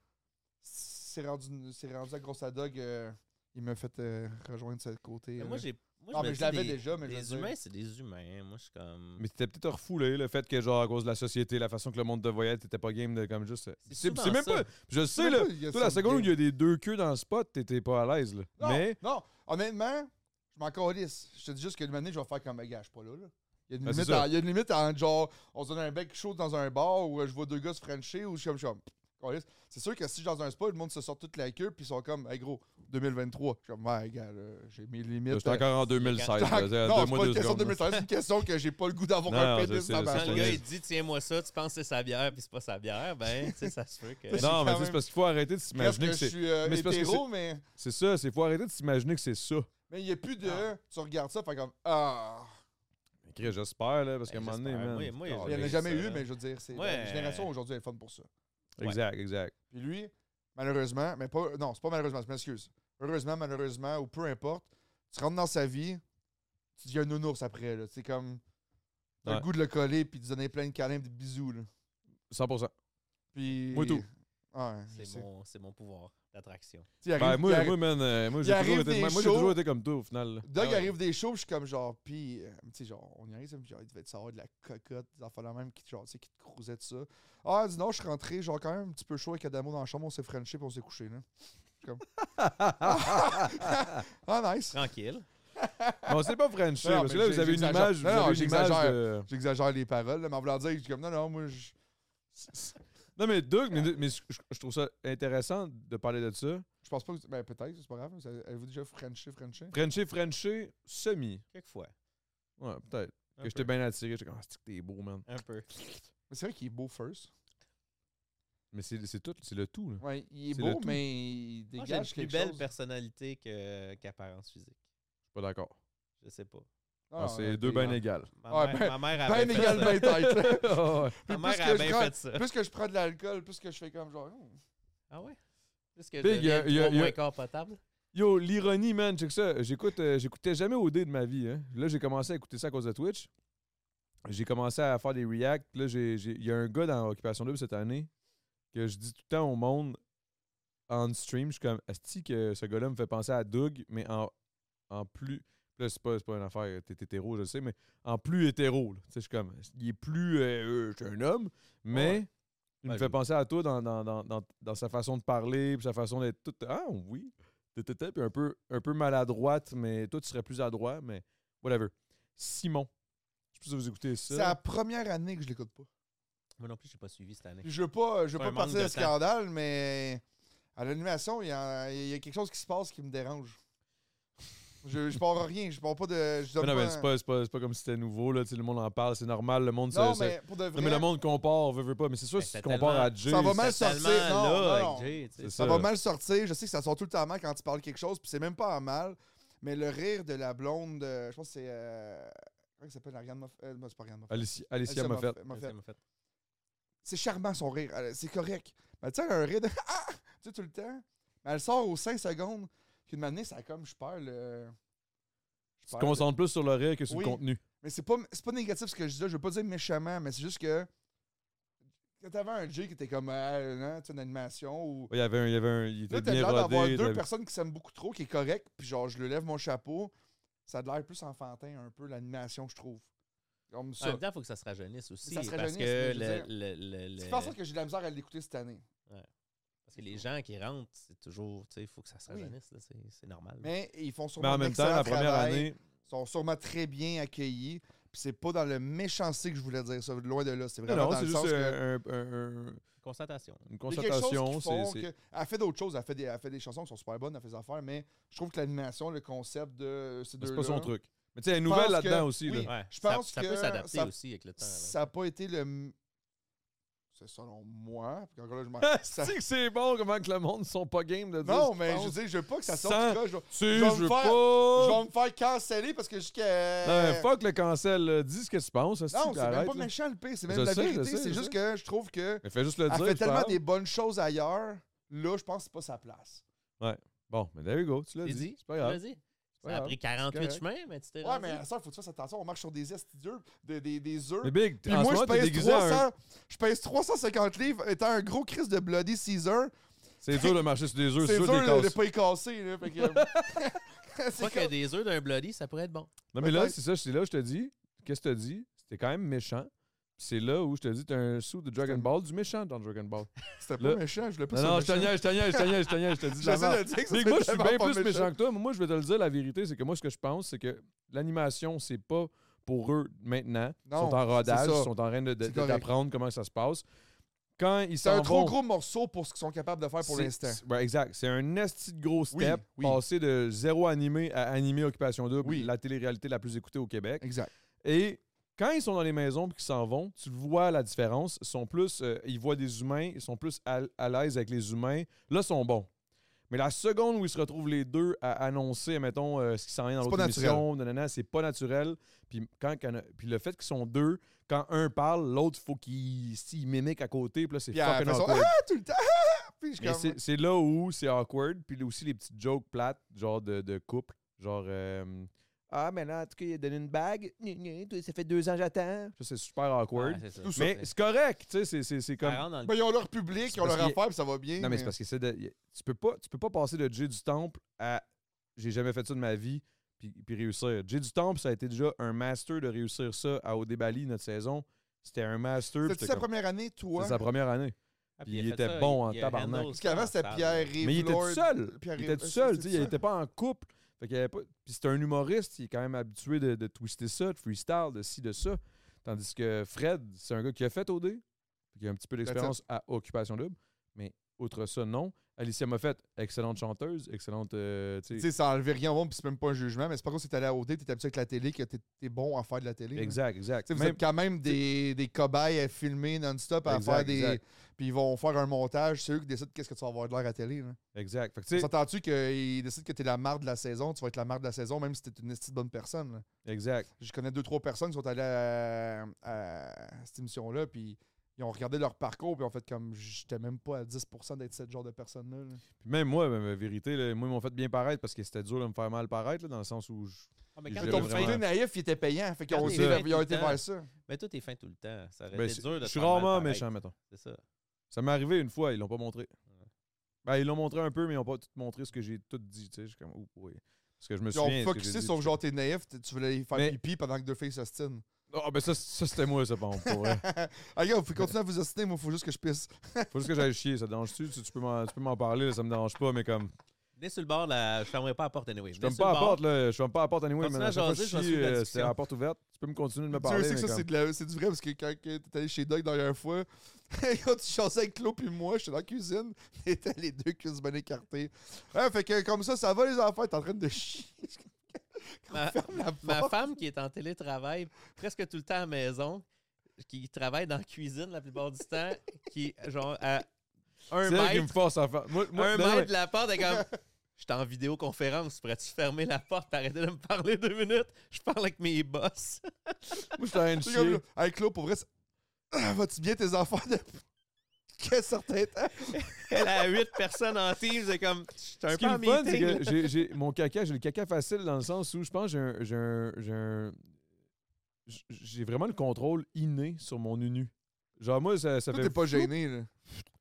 c'est rendu, c'est rendu à grosse à dog. euh, il m'a fait euh, rejoindre ce côté. euh.
Mais
là.
Moi, j'ai. Moi,
Non,
me
mais je
dis
l'avais
des-
déjà, mais je
Les
veux dire-
humains, c'est des humains. Moi, je suis comme.
Mais t'étais peut-être refoulé le fait que genre à cause de la société, la façon que le monde te voyait, t'étais pas game de comme juste. euh,
C'est
C'est
souvent
c'est même
ça.
pas. Je sais là.
Il y a
Toi, la
ça,
seconde où
gay.
il y a des deux queues dans le spot, t'étais pas à l'aise, là.
Non,
Mais
non, honnêtement, je m'en calisse. Je te dis juste que une année, je vais faire comme gars, je suis pas là. là. Il y a une
Ben, c'est
limite,
ça.
à- il y a une limite à genre, on se donne un bec chaud dans un bar où euh, je vois deux gars se frencher ou je suis comme, je suis comme, calisse. C'est sûr que si je suis dans un spa, le monde se sort toute la queue puis ils sont comme, hey gros, 2023. Je suis comme, ouais, gars, là, j'ai mes limites.
j'étais encore en 2016.
euh,
là,
tac.
t'as- t'as
non,
deux
c'est
mois,
pas
deux
une question
secondes,
de
là.
2016, c'est une question que j'ai pas le goût d'avoir
Non,
un
non,
pénis
c'est-
dans
c'est-
ma
c'est-
Quand le
Ouais.
gars
Ouais.
chaise.
il dit tiens-moi ça, tu penses que c'est sa bière puis c'est pas sa bière, ben tu sais ça se peut que.
C'est
Non, mais tu sais,
quand
c'est
même-
parce qu'il faut arrêter de
Parce
s'imaginer
que
que
je
c'est.
suis euh,
mais c'est parce que
hétéro, mais
C'est ça, c'est faut arrêter de s'imaginer que c'est ça.
mais il n'y a plus de.
Ah.
Tu regardes ça, fait comme, ah.
Écrit, J'espère, là, parce qu'à un
Ben,
moment donné,
j'espère.
man.
Moi, moi,
Il n'y
j'avais
en a jamais
ça,
eu,
hein.
là.
mais je veux dire, c'est
Ouais.
la génération aujourd'hui elle est fun pour ça.
Ouais.
Exact, exact.
Puis lui, malheureusement, mais pas. Non, c'est pas malheureusement, je m'excuse. Heureusement, malheureusement, ou peu importe, tu rentres dans sa vie, tu deviens un nounours après, là. C'est comme. T'as
Ouais.
le goût de le coller puis de donner plein de câlins, de bisous, là.
100%.
Puis.
Moi, tout.
Ouais, je
C'est
sais.
mon, c'est mon pouvoir d'attraction.
Tu sais, il
Ben,
arrive- il
moi,
arrive-
moi, man, euh, moi,
il
j'ai toujours
arrive
été de
des
même. Moi, j'ai
shows.
toujours été comme toi, au final. là.
Doug
Ah ouais.
arrive des shows, puis je suis comme genre, pis, euh, tu sais, genre, on y arrive, genre, il devait te savoir de la cocotte, des enfants là même qui, genre, tu sais, qui te crousaient de ça. Ah, dis non, je suis rentré, genre, quand même un petit peu chaud avec Adamo dans la chambre, on s'est frenché, puis on s'est couché, là. Comme. ah, nice.
Tranquille.
On s'est pas Frenché,
Non,
parce que
mais
là, vous
j'ai-
avez une
j'exagère.
image. Vous
Non, non,
avez une image
j'exagère.
de.
J'exagère les paroles, là, mais en voulant dire, je suis comme, non, non, moi, je.
Non, mais Doug, mais, mais je, je trouve ça intéressant de parler de ça.
Je pense pas que. Ben, peut-être, c'est pas grave. mais ça- Avez-vous déjà frenché, frenché?
Frenché, Frenché, semi.
Quelquefois.
Ouais, peut-être.
Un
Que
peu.
j'étais bien attiré. J'étais comme, ah, c'est que t'es beau, man.
Un peu.
Mais c'est vrai qu'il est beau, first.
Mais c'est c'est tout, c'est le tout, là.
Ouais, il est
C'est le
beau,
tout.
mais il
Moi, j'ai une
dégage
plus
quelque
belle
chose.
personnalité que- qu'apparence physique.
Je suis pas d'accord.
Je sais pas.
Ah,
non,
c'est
ok,
deux bains
non.
égales.
Ma,
Ouais,
mère,
ben-
ma mère avait
Ben
fait
égal,
ça.
ben tête. là.
Ah ouais.
Puis
Ma
plus
mère
que
a
je
bien
prends-
fait ça.
Plus que je prends de l'alcool, plus que je fais comme genre. oh.
Ah ouais? Plus que je
Big,
deviens
euh, y a-
trois
y a-
moins corps potable.
Yo, l'ironie, man, check ça. J'écoute, euh, j'écoutais jamais OD de ma vie. hein. Là, j'ai commencé à écouter ça à cause de Twitch. J'ai commencé à faire des reacts. Là, j'ai- j'ai- il y a un gars dans Occupation Double cette année que je dis tout le temps au monde en stream. Je suis comme, asti que ce gars-là me fait penser à Doug, mais en, en plus. Là, c'est pas, c'est pas une affaire, t'es hétéro, je le sais, mais en plus hétéro. là. Tu sais, je suis comme, il est plus. euh, euh, c'est un homme, mais. Il
Ben,
me fait
je-
penser à toi dans, dans, dans, dans, dans sa façon de parler, puis sa façon d'être toute. Ah oui! T'étais puis un peu, un peu maladroite, mais toi, tu serais plus adroit, mais whatever. Simon. Je sais pas si vous écoutez ça.
C'est la première année que je l'écoute pas.
Moi non plus, j'ai pas suivi cette année.
Puis Je veux pas, je veux pas
C'est un
partir
manque
de
de temps.
scandale, mais à l'animation, il y, a il y a quelque chose qui se passe qui me dérange. Je, je pars rien, je pars pas de. Je
Mais non,
donne
mais
pas
c'est
un-
pas, c'est pas, c'est pas comme si c'était nouveau, là. tu sais, Le monde en parle, c'est normal. Le monde. se-
Non,
se-
mais pour de vrai.
Non, mais le monde compare, veut, veut pas. Mais c'est sûr,
Ben,
si tu
c'est
compares
tellement-
à Jay.
Ça va mal
C'est
sortir.
tellement
Non,
là
non,
avec Jay, tu sais.
C'est
Ça va mal sortir. Je sais que ça sort tout le temps mal quand tu parles quelque chose, puis c'est même pas en mal. Mais le rire de la blonde, euh, je pense que c'est. Euh, comment elle s'appelle Ariane Moffat euh, non, C'est pas Ariane Moffat.
Alicia, Alicia Moffat.
Moffat.
m'a fait.
C'est charmant son rire, Elle- c'est correct. Mais tu sais, elle a un rire de. Ah! Tu sais, tout le temps. Mais elle sort aux 5 secondes. Puis une année, ça a comme, je perds le. je
Tu te
perds le-
concentres plus sur le rire que sur
Oui.
le contenu.
Mais c'est pas, c'est pas négatif ce que je disais, je veux pas dire méchamment, mais c'est juste que. Quand t'avais un J qui était comme. Ah, non, tu sais, une animation ou.
Il y avait un. Il, y avait un, il était
Là, t'as
bien
l'air d'avoir
rodé.
deux
t'avais-
personnes qui s'aiment beaucoup trop, qui est correct, puis genre, je lui lève mon chapeau. Ça a de l'air plus enfantin, un peu, l'animation, je trouve. Comme
En
ça.
même temps, il faut que ça se rajeunisse aussi.
Ça se
parce
rajeunisse,
que,
mais je veux
le- le- le- le-
C'est pour ça que j'ai de la misère à l'écouter cette année.
parce que les gens qui rentrent, c'est toujours. Tu sais, il faut que ça se
Oui.
rajeunisse. là, c'est- C'est normal.
Mais ils font sûrement.
Mais en même temps, la première année,
Ils sont sûrement très bien accueillis. Puis c'est pas dans le méchanceté que je voulais dire ça, loin de là. C'est
non,
vraiment
non,
dans
c'est
le
juste
sens que.
un- un- un-
Constatation.
une
Il y a quelque chose qui
constatation.
font
c'est- c'est-
que- Elle fait d'autres choses. Elle fait, des, elle fait des chansons qui sont super bonnes, elle fait des affaires, mais je trouve que l'animation, le concept de ces deux
C'est pas son truc. Mais tu sais, une nouvelle
pense
là-dedans
que-
aussi.
oui.
là.
Ouais,
Je
ça-
pense
ça,
que
peut s'adapter
ça-
aussi avec le temps. là.
Ça n'a pas été le. m- C'est selon moi. puis encore là, je m'en-
Ah,
ça-
C'est que c'est bon comment que le monde sont pas game de dire. ce
Non,
qu'ils
mais je
pensent.
veux dire, je veux pas que ça sorte.
Sans-
du cas, je, vais-
Tu sais,
je vais
je
me
veux
faire- je
pas.
vais me faire canceller parce que jusqu'à.
Non, mais fuck le cancel. là. Dis ce que tu penses. hostie,
Non, c'est même
arrête,
pas
là.
méchant le pire.
Je
C'est même la
sais, je
vérité.
sais, je
C'est juste
sais.
que je trouve que.
Mais fais juste le
Elle
dire.
fait
tu
tellement
parles.
des bonnes choses ailleurs. Là, je pense que c'est pas sa place.
Bon, mais there you go. Tu l'as
J'ai
dit.
dit,
C'est pas grave.
Vas-y.
pas
Ça a
grave,
pris 48
correct.
chemins, mais tu t'es
Ouais,
rendu.
mais ça, faut que tu fasses attention. On marche sur des estidieux, des, des, des œufs.
Mais Big,
Puis
en
moi,
ce
je
moment, t'es
pèse,
déguisé à
300,
un.
je pèse 350 livres étant un gros Chris de Bloody Caesar.
C'est dur de marcher sur des œufs. C'est
C'est dur
sûr
de
des
ne
casses.
pas y casser. Là, fait que...
Pas
c'est
que
comme...
des œufs d'un bloody, ça pourrait être bon.
Non, mais là,
Peut-être.
c'est ça. C'est là, où je te dis. Qu'est-ce que tu dis? C'était quand même méchant. Puis C'est là où je te dis, t'es un sou de Dragon Ball, du méchant dans Dragon Ball.
C'était pas
Là-
méchant, je voulais pas
Non,
ça
non, je te
méchant.
niaise, je te niaise, je te niaise, je te niaise, je te dis de la
J'essaie
merde.
de dire que
Mais
c'était
moi, je suis
vraiment
bien
pas
plus méchant que toi. mais Moi, je vais te le dire, la vérité, c'est que moi, ce que je pense, c'est que l'animation, c'est pas pour eux maintenant.
Non,
ils sont en rodage,
c'est ça.
ils sont en train de- de-
C'est correct.
d'apprendre comment ça se passe. Quand ils
C'est
s'en
un trop
vont-
gros morceau pour ce qu'ils sont capables de faire pour
c'est-
l'instant.
c'est- ouais, exact. C'est un esti de gros
Oui,
step.
oui.
Passer de zéro animé à animé Occupation Double,
Oui.
la télé-réalité la plus écoutée au Québec.
Exact.
Et quand ils sont dans les maisons et qu'ils s'en vont, tu vois la différence. Ils sont plus, euh, ils voient des humains, ils sont plus à, à l'aise avec les humains. Là, ils sont bons. Mais la seconde où ils se retrouvent les deux à annoncer, mettons, euh, ce qui s'en vient dans
C'est
l'autre
pas
émission, nanana, c'est pas naturel. Puis, quand, quand- puis le fait qu'ils sont deux, quand un parle, l'autre, faut qu'il s'il mimique à côté. Puis là, c'est
Puis elle
fucking
fait son-
awkward.
Ah, tout le temps! ah! Puis je
Mais
comme...
c'est- c'est là où c'est awkward. Puis là aussi les petites jokes plates, genre de, de couple. Genre, euh, ah, mais là, en tout cas, il a donné une bague. Gna, gna, toi, Ça fait deux ans, j'attends. Ça, c'est super awkward.
Ouais, c'est ça.
Tout ça.
mais c'est correct, tu sais, c'est- c'est- c'est
Ça
comme.
rentre dans le
Ben, ils ont leur public,
C'est
ils ont leur
parce qu'il-
affaire, puis ça va bien.
Non, mais c'est parce que c'est de- y- tu, peux pas, tu peux pas passer de Jay du Temple à j'ai jamais fait ça de ma vie, puis, puis réussir. Jay du Temple, ça a été déjà un master de réussir ça à Odebali, notre saison. C'était un master. puis
C'était
c'était
sa
comme-
première année, toi?
C'est sa première année.
Ah,
Il
a fait
était bon en
il a
tabarnak.
handle
Parce qu'avant,
ça,
c'était
ça,
Pierre Rive.
Ah, Mais il était tout seul.
Pierre
il
Riv-
était tout
euh,
seul,
c'est
tu sais, il
ça.
était pas en couple. Fait qu'il y avait pas... Puis c'était un humoriste, il est quand même habitué de, de twister ça, de freestyle, de ci, de ça. Tandis que Fred, c'est un gars qui a fait OD, qui a un petit peu d'expérience à Occupation Double, mais outre ça, non. Alicia Moffett, excellente chanteuse, excellente... euh, tu
Tu
sais,
sais, ça enlevait rien au monde, puis c'est même pas un jugement, mais c'est pas comme si t'allais à OD, t'es habitué avec la télé, que t'es t'es bon à faire de la télé. là.
exact, exact.
Tu sais, hein. vous
Même-
êtes quand même des, des cobayes à filmer non-stop, à
Exact,
faire des.
exact.
Puis ils vont faire un montage, c'est eux qui décident qu'est-ce que tu vas avoir de l'air à la télé. Là.
Exact. Fait que tu sais,
S'entends-tu qu'ils décident que t'es la marde de la saison, tu vas être la marde de la saison, même si t'es une petite bonne personne. là.
exact.
Je connais deux, trois personnes qui sont allées à, à cette émission-là, puis ils ont regardé leur parcours, puis ont fait comme j'étais même pas à 10% d'être ce genre de personne-là. là.
Puis même moi, ben, la vérité, là, moi, ils m'ont fait bien paraître parce que c'était dur de me faire mal paraître, là, dans le sens où... je-
Ah, mais
Je
quand
l'ai
Mais
t'es
ton
vraiment-
petit côté naïf, il était payant. Fait qu'ils ont
Quand t'es
été-
naïf
ils ont été
tout le temps.
vers ça.
Mais toi, t'es fin tout le temps. Ça aurait
Ben,
été
c'est-
dur de
je
te
suis
faire mal
rarement
paraître.
méchant, mettons.
C'est ça.
Ça m'est arrivé une fois, ils l'ont pas montré. Ben, ils l'ont montré un peu, mais ils n'ont pas tout montré ce que j'ai tout dit. Tu sais, je suis comme, Ouh, oui. Parce que je me
Ils
souviens.
ont
ce que j'ai
focusé
dit,
sur
puis-
genre t'es naïf, t- tu voulais y faire
Mais-
pipi pendant que deux filles s'ostinent.
Ah, ben ça, ça c'était moi, ça, bon, pour vrai.
Ah, gars, vous pouvez continuer à vous ostiner, moi, faut juste que je pisse.
Faut juste que j'aille chier, ça te dérange-tu? Tu, tu peux m'en tu peux m'en parler, là, ça me dérange pas, mais comme.
Venez sur le bord, là, je fermerai pas la porte, anyway.
Je ferme
Venez sur
pas
le
la
bord.
porte, là. Je ferme pas la porte, anyway,
Continue
mais
à
la fois
jaser,
que je
je vais
chie,
suivre la
euh,
discussion.
c'était à la porte ouverte. Tu peux me continuer de me
Dieu
parler.
sait que
mais
ça,
comme-
c'est de la- c'est du vrai, parce que quand que t'es allé chez Doug la dernière fois, quand tu chassais avec Claude puis moi, j'étais dans la cuisine, t'étais les deux cuisses bien écartées. Ouais, fait que comme ça, ça va, les enfants, t'es en train de chier.
Ma-
Ferme la porte.
Ma femme qui est en télétravail presque tout le temps à la maison, qui travaille dans la cuisine la plupart du temps, qui, genre, à un
C'est elle qui me
mètre,
force à faire. Moi, moi,
un
non, non,
ben mètre de la porte, elle est comme. J'étais en vidéoconférence. Pourrais-tu fermer la porte, arrêter de me parler deux minutes? Je parle avec mes boss.
Moi, j'étais un
C'est comme
chien.
là, Hey, Claude, pour vrai, c'est- vas-tu bien tes enfants depuis quel certain temps?
Elle a huit personnes en team. C'est comme. J'étais
Ce
un
qui
peu
est
en
le fun, c'est
meeting. là.
que j'ai- j'ai mon caca, j'ai le caca facile dans le sens où je pense que j'ai un- j'ai un- j'ai un- j'- j'ai vraiment le contrôle inné sur mon unu. Genre, moi, ça, ça
Toi,
fait.
t'es pas gêné, là.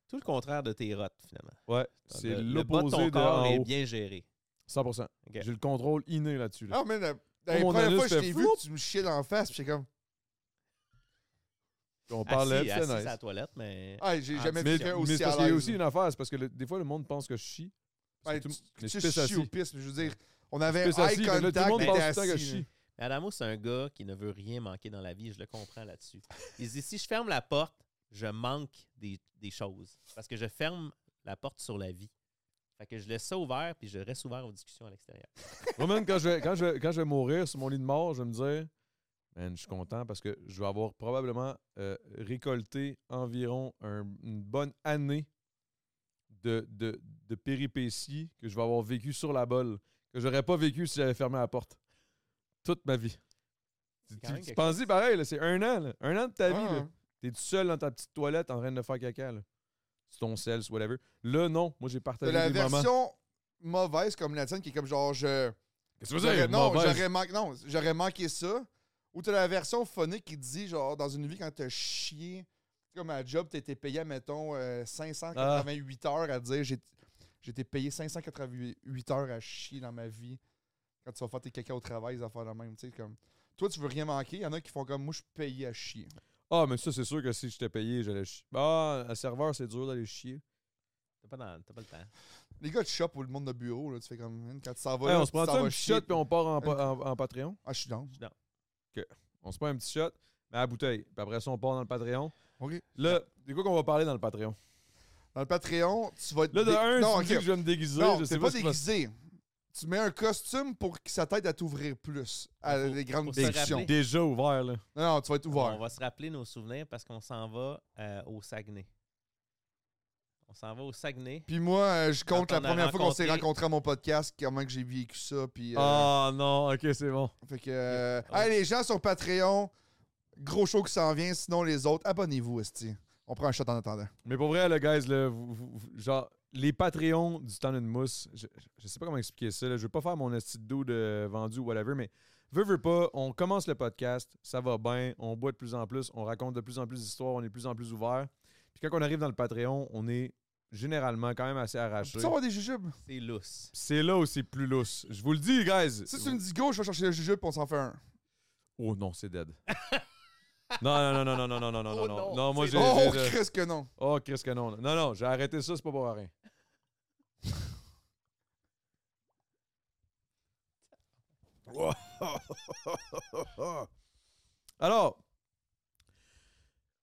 Tout le contraire de tes rottes, finalement.
Ouais,
Le-
c'est
Ah, le bas de ton
l'opposé de.
corps
en
est
haut.
bien géré.
100%.
Ok.
J'ai le contrôle inné là-dessus. là.
Ah, mais la, la
Mon
première
anus
fois que je
fait
t'ai vu,
floup.
tu me chiais dans la face, puis j'étais comme,
On
Assis,
parlait,
assis
c'est
à la
nice.
toilette, mais.
ah, j'ai
Ah,
jamais
mais-
vu
Mais,
quelqu'un
mais
aussi
c'est
à
parce qu'il y a
l'aise,
aussi
là.
une affaire, c'est parce que le- des fois, le monde pense que je chie.
Ouais,
Surtout- mais je
tu tu
pisse
chies au
assis.
pisse, mais je veux dire, on
Je
avait
fais ça
eye
assis, fait que là,
contact,
tout le monde
mais
pense tout
t'es
le temps que je
assis, là.
chie.
Adamo, c'est un gars qui ne veut rien manquer dans la vie. Je le comprends là-dessus. Il dit si je ferme la porte, je manque des, des choses. Parce que je ferme la porte sur la vie. Fait que je laisse ça ouvert, puis je reste ouvert aux discussions à l'extérieur.
Moi, même quand je, vais, quand, je vais, quand je vais mourir sur mon lit de mort, je vais me dire Man, je suis content parce que je vais avoir probablement euh, récolté environ un- une bonne année de, de, de péripéties que je vais avoir vécu sur la bolle, que j'aurais pas vécu si j'avais fermé la porte. Toute ma vie. Tu,
C'est quand
tu-
même
tu
quelque
penses-y pareil, là, c'est un an, là. un an de ta
Ah,
vie. là. T'es tout seul dans ta petite toilette en train de faire caca. Là. C'est ton sel, c'est whatever. Là, non, moi j'ai
De
partagé
la
des moments.
version mauvaise comme la tienne, qui est comme genre, je...
Qu'est-ce que tu veux
J'aurais-
dire?
Non,
mauvaise?
j'aurais manqué, non, j'aurais manqué ça. Ou t'as la version phonique qui dit, genre, dans une vie, quand t'as chié, tu sais, comme à job, t'étais payé, mettons, euh,
Ah.
588 heures à dire, j'ai j'étais payé 588 heures à chier dans ma vie. Quand tu vas faire tes caca au travail, ils vont faire la même, tu sais, comme... Toi, tu veux rien manquer, il y en a qui font comme, moi, je suis payé à chier.
Ah, mais ça, c'est sûr que si j'étais payé, j'allais chier. Ah, un serveur, c'est dur d'aller chier.
T'as pas, dans- t'as pas le temps.
Les gars de shop ou le monde de bureau, là, tu fais comme, man, quand tu s'en vas,
Hey,
là,
on
tu
se prend
t'en
ça
vas
un petit
chier,
shot, puis on part en,
Hein?
pa- en- en Patreon.
Ah, je suis down.
On se prend un petit shot, mais à la bouteille. Puis après ça, on part dans le Patreon.
OK.
Là, c'est quoi qu'on va parler dans le Patreon?
Dans le Patreon, tu vas...
Là, de
dé-
un,
Non,
tu me
ok.
dis que je vais me déguiser.
Non,
je sais
t'es
pas,
pas
si tu vas-
déguisé. Tu mets un costume pour que ça t'aide à t'ouvrir plus à
Faut-
les
faut
grandes
se
discussions.
rappeler.
Déjà ouvert, là.
Non, non, tu vas être
On
ouvert.
va se rappeler nos souvenirs parce qu'on s'en va euh, au Saguenay. On s'en va au Saguenay.
Puis moi, euh, je compte
Quand
la
on a
première fois qu'on s'est
rencontré-
rencontrés à mon podcast, comment que j'ai vécu ça. Puis, euh,
Ah non, ok, c'est bon.
fait que, euh, hey,
Ouais.
les gens sur Patreon, gros show qui s'en vient. Sinon, les autres, abonnez-vous, Esti. On prend un shot en attendant.
Mais pour vrai, le guys, là, vous- vous- vous- genre, les Patreons du temps d'une mousse, je, je sais pas comment expliquer ça. là. Je veux pas faire mon esti de dos de vendu ou whatever, mais veux, veux pas, on commence le podcast, ça va bien, on boit de plus en plus, on raconte de plus en plus d'histoires, on est de plus en plus ouvert. Puis quand on arrive dans le Patreon, on est généralement quand même assez arraché.
Tu vas avoir des jujubes.
C'est lousse.
C'est là où c'est plus lousse. Je vous le dis, guys.
Si tu me dis go, je vais chercher le jujube et on s'en fait un.
Oh non, c'est dead. non, non, non, non, non, non, non, non,
Oh
non, non.
non,
Non, moi, j'ai.
c'est
oh,
j'ai-
Chris, que non.
Oh, Chris que non. Non, non, j'ai arrêté ça, c'est pas pour rien. Alors,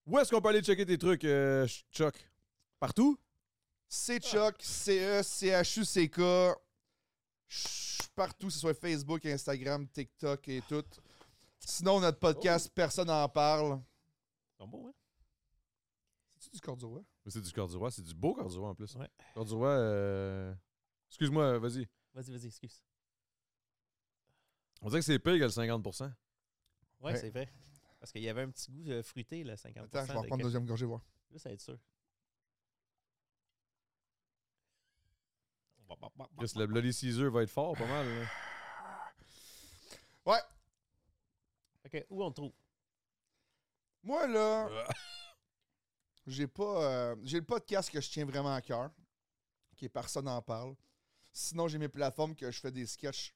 où est-ce qu'on peut aller checker tes trucs, euh, Ch- Chuck? Partout?
C'est Chuck, E CE, CHUCK. Chut, Partout, que ce soit Facebook, Instagram, TikTok et tout. Sinon, notre podcast, personne n'en parle.
Ils sont beaux, hein?
C'est-tu du Cordura?
C'est du Corduroy, c'est du beau Corduroy en plus.
Ouais.
Corduroy, euh, excuse-moi, vas-y.
Vas-y, vas-y, excuse.
On dirait que c'est pire que le 50%.
Ouais,
Ouais.
c'est vrai. Parce qu'il y avait un petit goût euh, fruité, là, 50
Attends, je vais reprendre deuxième gorgée voir.
Juste à être sûr.
Chris, le Bloody Caesar va être fort, pas mal. là.
Ok, où on te trouve?
Moi, là, j'ai pas. euh, j'ai le podcast que je tiens vraiment à cœur, qui est Personne n'en parle. Sinon, j'ai mes plateformes que je fais des sketchs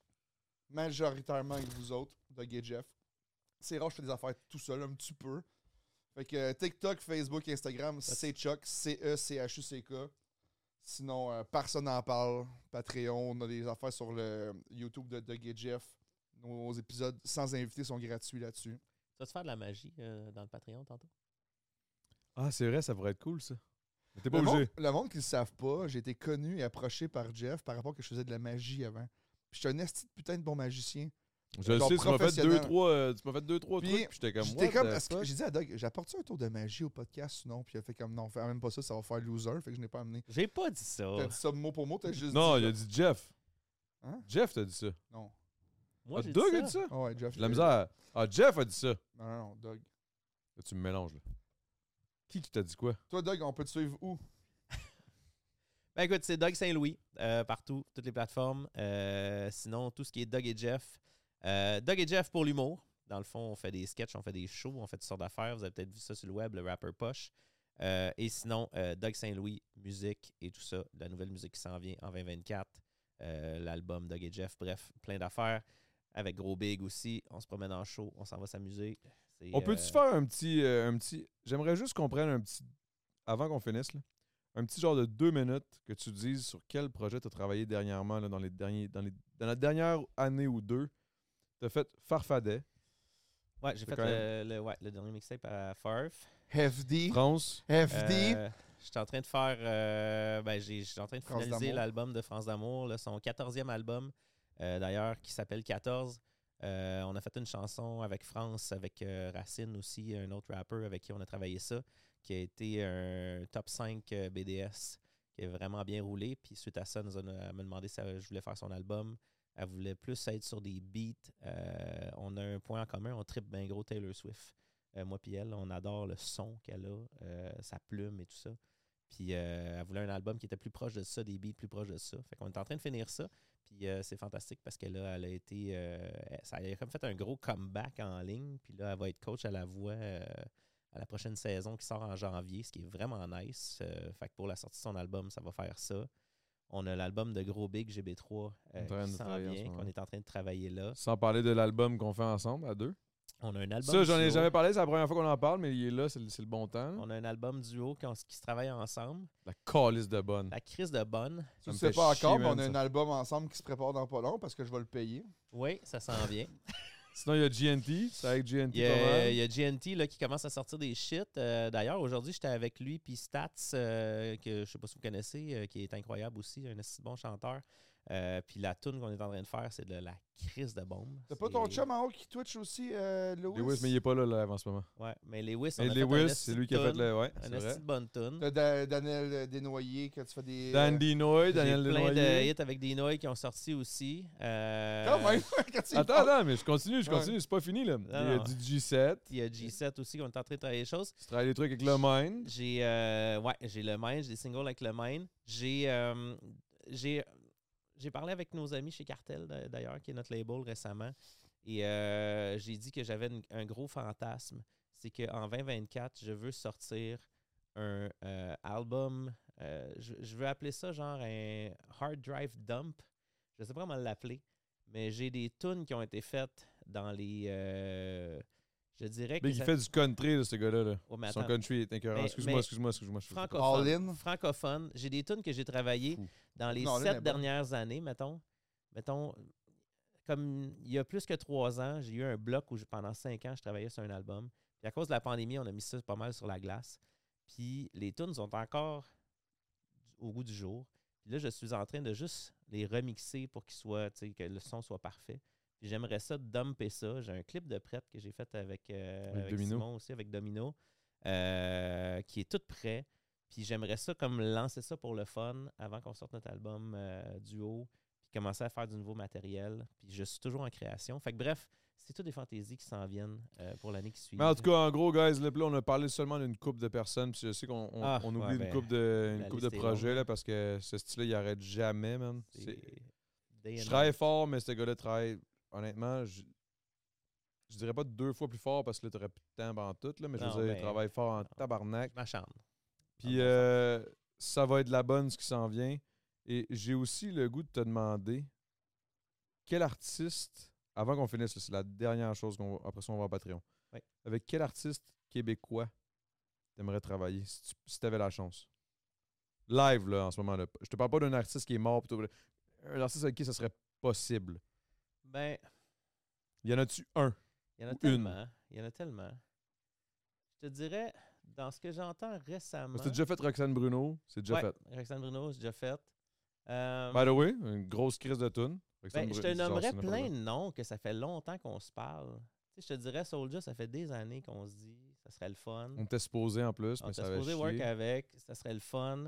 majoritairement avec vous autres, Doug et Jeff. C'est rare, je fais des affaires tout seul, un petit peu. Fait que euh, TikTok, Facebook, Instagram, c'est Chuck, E C-E-C-H-U-C-K. Sinon, euh, Personne n'en parle, Patreon, on a des affaires sur le YouTube de Doug et Jeff. Nos épisodes sans invités sont gratuits là-dessus.
Tu vas-tu faire de la magie euh, dans le Patreon tantôt?
Ah, c'est vrai, ça pourrait être cool, ça. Mais t'es pas
le, monde,
obligé.
le monde qui le savent pas, j'ai été connu et approché par Jeff par rapport à que je faisais de la magie avant. Puis j'étais un esti de putain de bon magicien.
Je le
genre
sais, tu m'as fait deux,
professionnel.
trois, euh, tu m'as fait deux, trois
Puis,
trucs, puis j'étais comme,
J'étais
what
comme,
the
est-ce que-
fuck?
j'ai dit à Doug, j'apporte un tour de magie au podcast ou non? Puis il a fait comme, non, fais même pas ça, ça va faire loser. Fait que je n'ai pas amené.
J'ai pas dit ça.
T'as dit ça mot pour mot, t'as juste
Oh. Non,
dit.
il a dit Jeff.
Hein?
Jeff t'a dit ça.
Non.
Moi,
ah,
j'ai
Doug
dit
a
ça.
dit ça?
Ah ouais, Jeff.
J'ai de la misère. Ah, Jeff a dit ça.
Non, non, non, Doug.
Là, tu me mélanges, là. Qui qui t'a dit quoi?
Toi, Doug, on peut te suivre où?
Ben écoute, c'est Doug Saint-Louis, euh, partout, toutes les plateformes. Euh, sinon, tout ce qui est Doug et Jeff. Euh, Doug et Jeff pour l'humour. Dans le fond, on fait des sketchs, on fait des shows, on fait toutes sortes d'affaires. Vous avez peut-être vu ça sur le web, le rapper Poche. Euh, et sinon, euh, Doug Saint-Louis, musique et tout ça, la nouvelle musique qui s'en vient en 2024, euh, l'album Doug et Jeff, bref, plein d'affaires. Avec Gros Big aussi, on se promène en show, on s'en va s'amuser. C'est,
On peut-tu
euh,
faire un petit. euh, un petit... J'aimerais juste qu'on prenne un petit. Avant qu'on finisse, là, un petit genre de deux minutes que tu dises sur quel projet tu as travaillé dernièrement, là, dans, les derniers, dans, les, dans la dernière année ou deux. Tu as fait Farfadet,
Ouais,
C'est
j'ai fait
quand
le, le- ouais, le dernier mixtape à Farf.
FD.
France.
FD.
Euh, J'étais en train de faire. euh, ben, j'ai- j'étais en train de
France
finaliser
d'amour.
l'album de France d'amour, là, son 14e album, euh, d'ailleurs, qui s'appelle 14. Euh, on a fait une chanson avec France, avec euh, Racine aussi, un autre rappeur avec qui on a travaillé ça, qui a été un top 5 euh, BDS, qui est vraiment bien roulé. Puis suite à ça, nous on a, elle m'a demandé si euh, je voulais faire son album. Elle voulait plus être sur des beats. Euh, on a un point en commun, on tripe bien gros Taylor Swift. Euh, moi puis elle, on adore le son qu'elle a, euh, sa plume et tout ça. Puis euh, elle voulait un album qui était plus proche de ça, des beats plus proches de ça. Fait qu'on est en train de finir ça. Puis euh, c'est fantastique parce que là, elle a été. euh, elle- ça elle a comme fait un gros comeback en ligne. Puis là, elle va être coach à la voix euh, à la prochaine saison qui sort en janvier, ce qui est vraiment nice. Euh, fait que pour la sortie de son album, ça va faire ça. On a l'album de Gros Big GB3 euh,
On est en train
qui
de
s'en
travailler en ce
vient, qu'on
moment.
est en train de travailler là.
Sans parler de l'album qu'on fait ensemble à deux.
On a un album.
Ça, j'en ai
duo.
jamais parlé, c'est la première fois qu'on en parle, mais il est là, c'est le, c'est le bon temps. là.
On a un album duo qu'on- qui se travaille ensemble.
La calice de bonne.
La crise de Bonne.
Tu
ça me
sais
fait
pas
chier,
encore, mais
man,
on a
ça.
un album ensemble qui se prépare dans pas long parce que je vais le payer.
Oui, ça s'en vient.
Sinon, il y a GNT, c'est avec GNT
Il y
pas
a,
mal.
il y a GNT là, qui commence à sortir des shit. Euh, D'ailleurs, aujourd'hui, j'étais avec lui, puis Stats, euh, que je sais pas si vous connaissez, euh, qui est incroyable aussi, un assez bon chanteur. Euh, puis la tune qu'on est en train de faire, c'est de la crise de bombe.
T'as pas
C'est-
ton chum en haut qui twitch aussi, euh, Lewis?
Lewis, mais il est pas là, là en ce moment.
Ouais, mais Lewis, on
Et
a fait un
Lewis,
esti
c'est lui
de
qui a fait
tune,
le. Ouais,
Un
c'est
esti
vrai.
de bonne tune.
T'as Da- Daniel euh, Desnoyers que tu fais des... euh,
Dan Dinoy,
euh, J'ai
Daniel
plein de
Lenoyer.
hits avec des noix qui ont sorti aussi. Euh,
Quand même, quand tu y
Attends,
penses.
attends, mais je continue, je
Ouais.
continue, c'est pas fini là. Il y a
oh! non.
du G7,
Il y a G7 aussi, qu'on est en train de travailler des choses.
tu travailles des trucs avec le Mine.
J'ai euh, ouais, j'ai le Maine, j'ai des singles avec le Maine. J'ai euh, j'ai j'ai parlé avec nos amis chez Cartel d'a- d'ailleurs, qui est notre label récemment. Et euh, j'ai dit que j'avais une- un gros fantasme. C'est qu'en 2024, je veux sortir un euh, album. euh, je, je veux appeler ça genre un hard drive dump. Je sais pas comment l'appeler. Mais j'ai des tunes qui ont été faites dans les. euh, je dirais que.
Mais il
ça-
fait du country, là, ce gars-là. là.
Ouais, mais
Son
attends.
country est incurrant.
Mais-
Excuse-moi,
mais-
excuse-moi, excuse-moi. je-
francophone.
All in.
Francophone. J'ai des tunes que j'ai travaillées
Fou.
dans les
Non, là,
sept
n'importe.
dernières années, mettons. Mettons, comme il y a plus que trois ans, j'ai eu un bloc où je- pendant cinq ans, je travaillais sur un album. Puis à cause de la pandémie, on a mis ça pas mal sur la glace. Puis les tunes sont encore au goût du jour. Puis là, je suis en train de juste les remixer pour qu'ils soient, tu sais, que le son soit parfait. Puis j'aimerais ça dumper ça. J'ai un clip de prête que j'ai fait avec, euh,
Avec
avec
Domino.
Simon aussi, avec Domino, euh, qui est tout prêt. Puis j'aimerais ça comme lancer ça pour le fun avant qu'on sorte notre album euh, duo, puis commencer à faire du nouveau matériel. Puis je suis toujours en création. Fait que bref, c'est toutes des fantaisies qui s'en viennent euh, pour l'année qui suit.
Mais en tout cas, en gros, guys, là, puis là, on a parlé seulement d'une coupe de personnes. Puis je sais qu'on on,
Ah,
on oublie
ouais,
une
ben,
coupe de, une
la
couple de
liste est
projets
longue.
là, parce que ce style-là, il arrête jamais, man. C'est-
day
Je
and
travaille
night.
fort, mais ce gars-là travaille, honnêtement, je, je dirais pas deux fois plus fort parce que là, t'aurais plus de temps en tout, là, mais je veux
Non,
dire, il
mais-
travaille fort en tabarnak.
Je m'acharne.
Puis
Ah,
euh, ça va être de la bonne ce qui s'en vient. Et j'ai aussi le goût de te demander quel artiste, avant qu'on finisse, là, c'est la dernière chose qu'on va- après ça on va à Patreon.
Ouais.
Avec quel artiste québécois t'aimerais travailler si tu avais la chance? Live là en ce moment là. Je te parle pas d'un artiste qui est mort plutôt. Un artiste avec qui ça serait possible.
Ben,
Y en a-tu un?
il y en a
Ou une.
tellement. hein. Il y en a tellement. Je te dirais, dans ce que j'entends récemment.
Parce que t'as déjà fait Roxane Bruno, c'est déjà
Ouais,
fait.
Roxane Bruno, c'est déjà fait. Euh,
By the way, une grosse crise de tune.
ben, je te nommerais plein de noms que ça fait longtemps qu'on se parle. Tu sais, je te dirais, Soldier, ça fait des années qu'on se dit, ça serait le fun.
On était supposé en plus,
Mhm. On
mais
était
ça avait
Ah, supposé work
chié.
avec, ça serait le fun.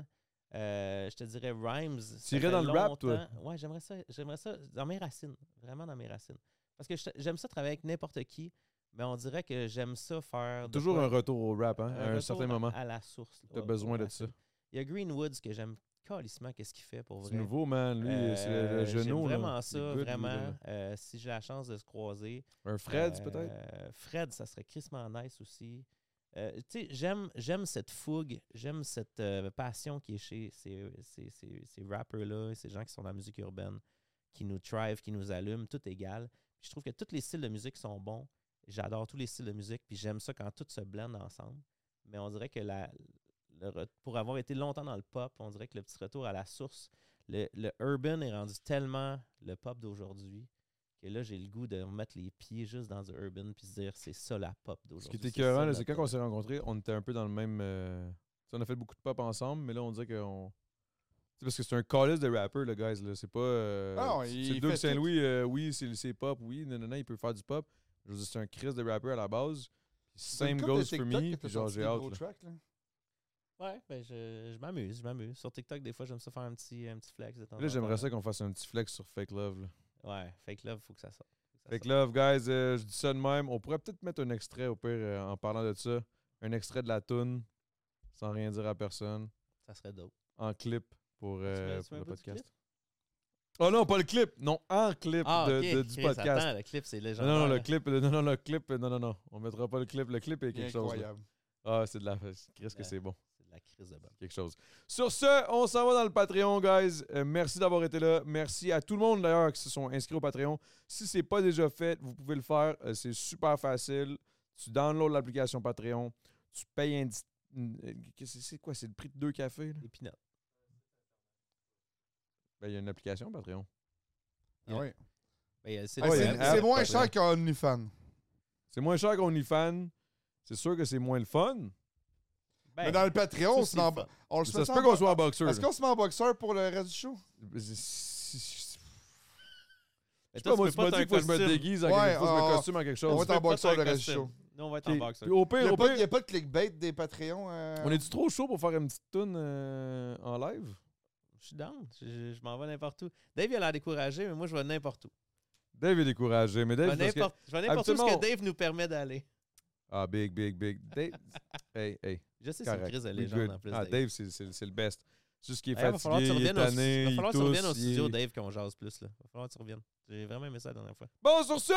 Euh, je te dirais Rhymes. ça
Tu irais
fait
dans le rap,
longtemps-
toi?
Ouais, j'aimerais ça, j'aimerais ça dans mes racines. Vraiment dans mes racines. Parce que je- j'aime ça travailler avec n'importe qui, mais on dirait que j'aime ça faire. de
Toujours
quoi-
un retour au rap, hein, à un
retour
certain
à-
moment.
À la source.
T'as
ouais,
besoin
aux
de ça.
racines. Il y a Greenwoods que j'aime calissement qu'est-ce qu'il fait pour
C'est
vrai.
nouveau, man. Lui,
Euh,
c'est le- le
j'aime
genou. là.
vraiment
Il
ça,
est good, lui,
vraiment.
là.
Euh, si j'ai la chance de se croiser.
Un Fred,
Euh,
peut-être?
Fred, ça serait crissement nice aussi. Euh, tu sais, j'aime, j'aime cette fougue, j'aime cette euh, passion qui est chez ces, ces, ces, ces rappers-là, ces gens qui sont dans la musique urbaine, qui nous drive, qui nous allument, tout égal. Puis je trouve que tous les styles de musique sont bons. J'adore tous les styles de musique, puis j'aime ça quand tout se blend ensemble. Mais on dirait que la, le re- pour avoir été longtemps dans le pop, on dirait que le petit retour à la source, le, le urban est rendu tellement le pop d'aujourd'hui que là, j'ai le goût de mettre les pieds juste dans du urban puis se dire c'est ça la pop
Ce
d'aujourd'hui.
qui était
ça
écœurant, là,
notre
c'est quand
pop.
on s'est rencontrés, on était un peu dans le même. euh, tu sais, on a fait beaucoup de pop ensemble, mais là, on dirait qu'on. C'est parce que c'est un callus de rapper, le guys. Là. C'est pas. euh,
Ah non,
c'est-
il
c'est le Doug
fait
Saint-Louis, euh, oui, c'est, c'est pop, oui, non, non, non, il peut faire du pop. Je veux dire, c'est un Chris de rapper à la base. Same goes for me, puis genre, j'ai hâte. là.
Ouais, ben je, je m'amuse, je m'amuse. Sur TikTok, des fois, j'aime ça faire un petit, un petit flex de temps
Là,
en
j'aimerais
temps.
ça qu'on fasse un petit flex sur Fake Love. là.
Ouais, fake love, faut que ça sorte. Faut que ça
Fake
sorte.
Love, guys, euh, je dis ça de même. On pourrait peut-être mettre un extrait, au pire, euh, en parlant de ça. Un extrait de la toune, sans rien dire à personne,
Ça serait dope.
en clip pour, euh,
mets- Ah, tu
pour
mets
le
pas du clip?
podcast. Oh non, pas le clip. Non, en clip de,
Ah, ok,
de- du
Chris,
podcast.
attends, le clip, c'est
Non,
légendaire.
non, non, le clip. Non, non, non, le clip. Non, non, non. On mettra pas le clip. Le clip est quelque chose. là.
Incroyable.
Ah, c'est de la. Chris, que
Ouais.
c'est bon.
C'est de la crise de bonne.
Quelque chose. Sur ce, on s'en va dans le Patreon, guys. Euh, merci d'avoir été là. Merci à tout le monde d'ailleurs qui se sont inscrits au Patreon. Si c'est pas déjà fait, vous pouvez le faire. Euh, c'est super facile. Tu downloads l'application Patreon. Tu payes un. petit- une- euh, qu'est-ce que C'est quoi C'est le prix de deux cafés là?
Les peanuts.
Ben, il y a une application Patreon.
Ah ouais.
Ben, euh, c'est
Ah,
Hey,
le
ouais,
c'est-
une
web.
app,
c'est moins
par
cher
exemple.
qu'un OnlyFans.
C'est moins cher qu'OnlyFans. C'est sûr que c'est moins le fun.
Ben,
Mais dans le Patreon, on
ça,
se
c'est
met en-
le fun.
on le
Mais
se
ça
met
se
en-
peut qu'on soit en boxeur.
Est-ce
là. Ben,
qu'on se met en boxeur pour le reste du show?
Je
Mais
sais
toi,
pas,
tu
moi,
peux
tu m'as
pas
dit qu'il
t'en
faut que je me
costume.
déguise, en
Ouais,
quelque- faut que je
ah,
me
ah.
costume en quelque
On
chose.
va
Ok.
être en boxeur
de
le reste du show.
Nous, on va être en boxeur.
Puis au
Il
pire, au pire,
n'y a pas de clickbait des Patreons. euh,
On est-tu trop chaud pour faire une petite toune euh, en live?
Je suis down. Je, je- je m'en vais n'importe où. Dave, il a l'air découragé, mais moi, je vais n'importe où.
Dave est découragé, mais
Je
Dave,
vais
c'est parce que-
n'importe je vais n'importe où ce que
habituellement,
Dave nous permet d'aller.
Ah, big, big, big. Dave... hey, hey,
Je sais, c'est une
correct.
crise de
We
légende
good.
en plus.
Ah,
Dave.
Dave, c'est- c'est c'est le best. C'est juste qu'il est
D'ailleurs, va falloir que
fatigué, il
tu
est
reviennes au stu-
tanné,
va
il
falloir que tu reviennes au
tousse, il est-
studio, Dave, qu'on jase plus. Là. Va falloir que tu reviennes. J'ai vraiment aimé ça la dernière fois.
Bon, sur ce,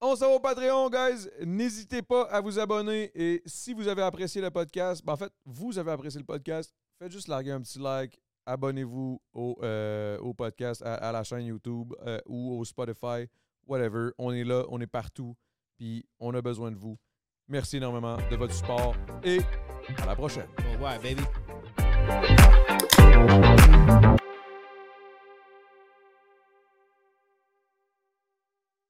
on s'en va au Patreon, guys. N'hésitez pas à vous abonner. Et si vous avez apprécié le podcast, ben en fait, vous avez apprécié le podcast, faites juste larguer un petit like. Abonnez-vous au, euh, au podcast, à, à la chaîne YouTube euh, ou au Spotify, whatever. On est là, on est partout. Puis on a besoin de vous. Merci énormément de votre support et à la prochaine.
Au revoir, baby.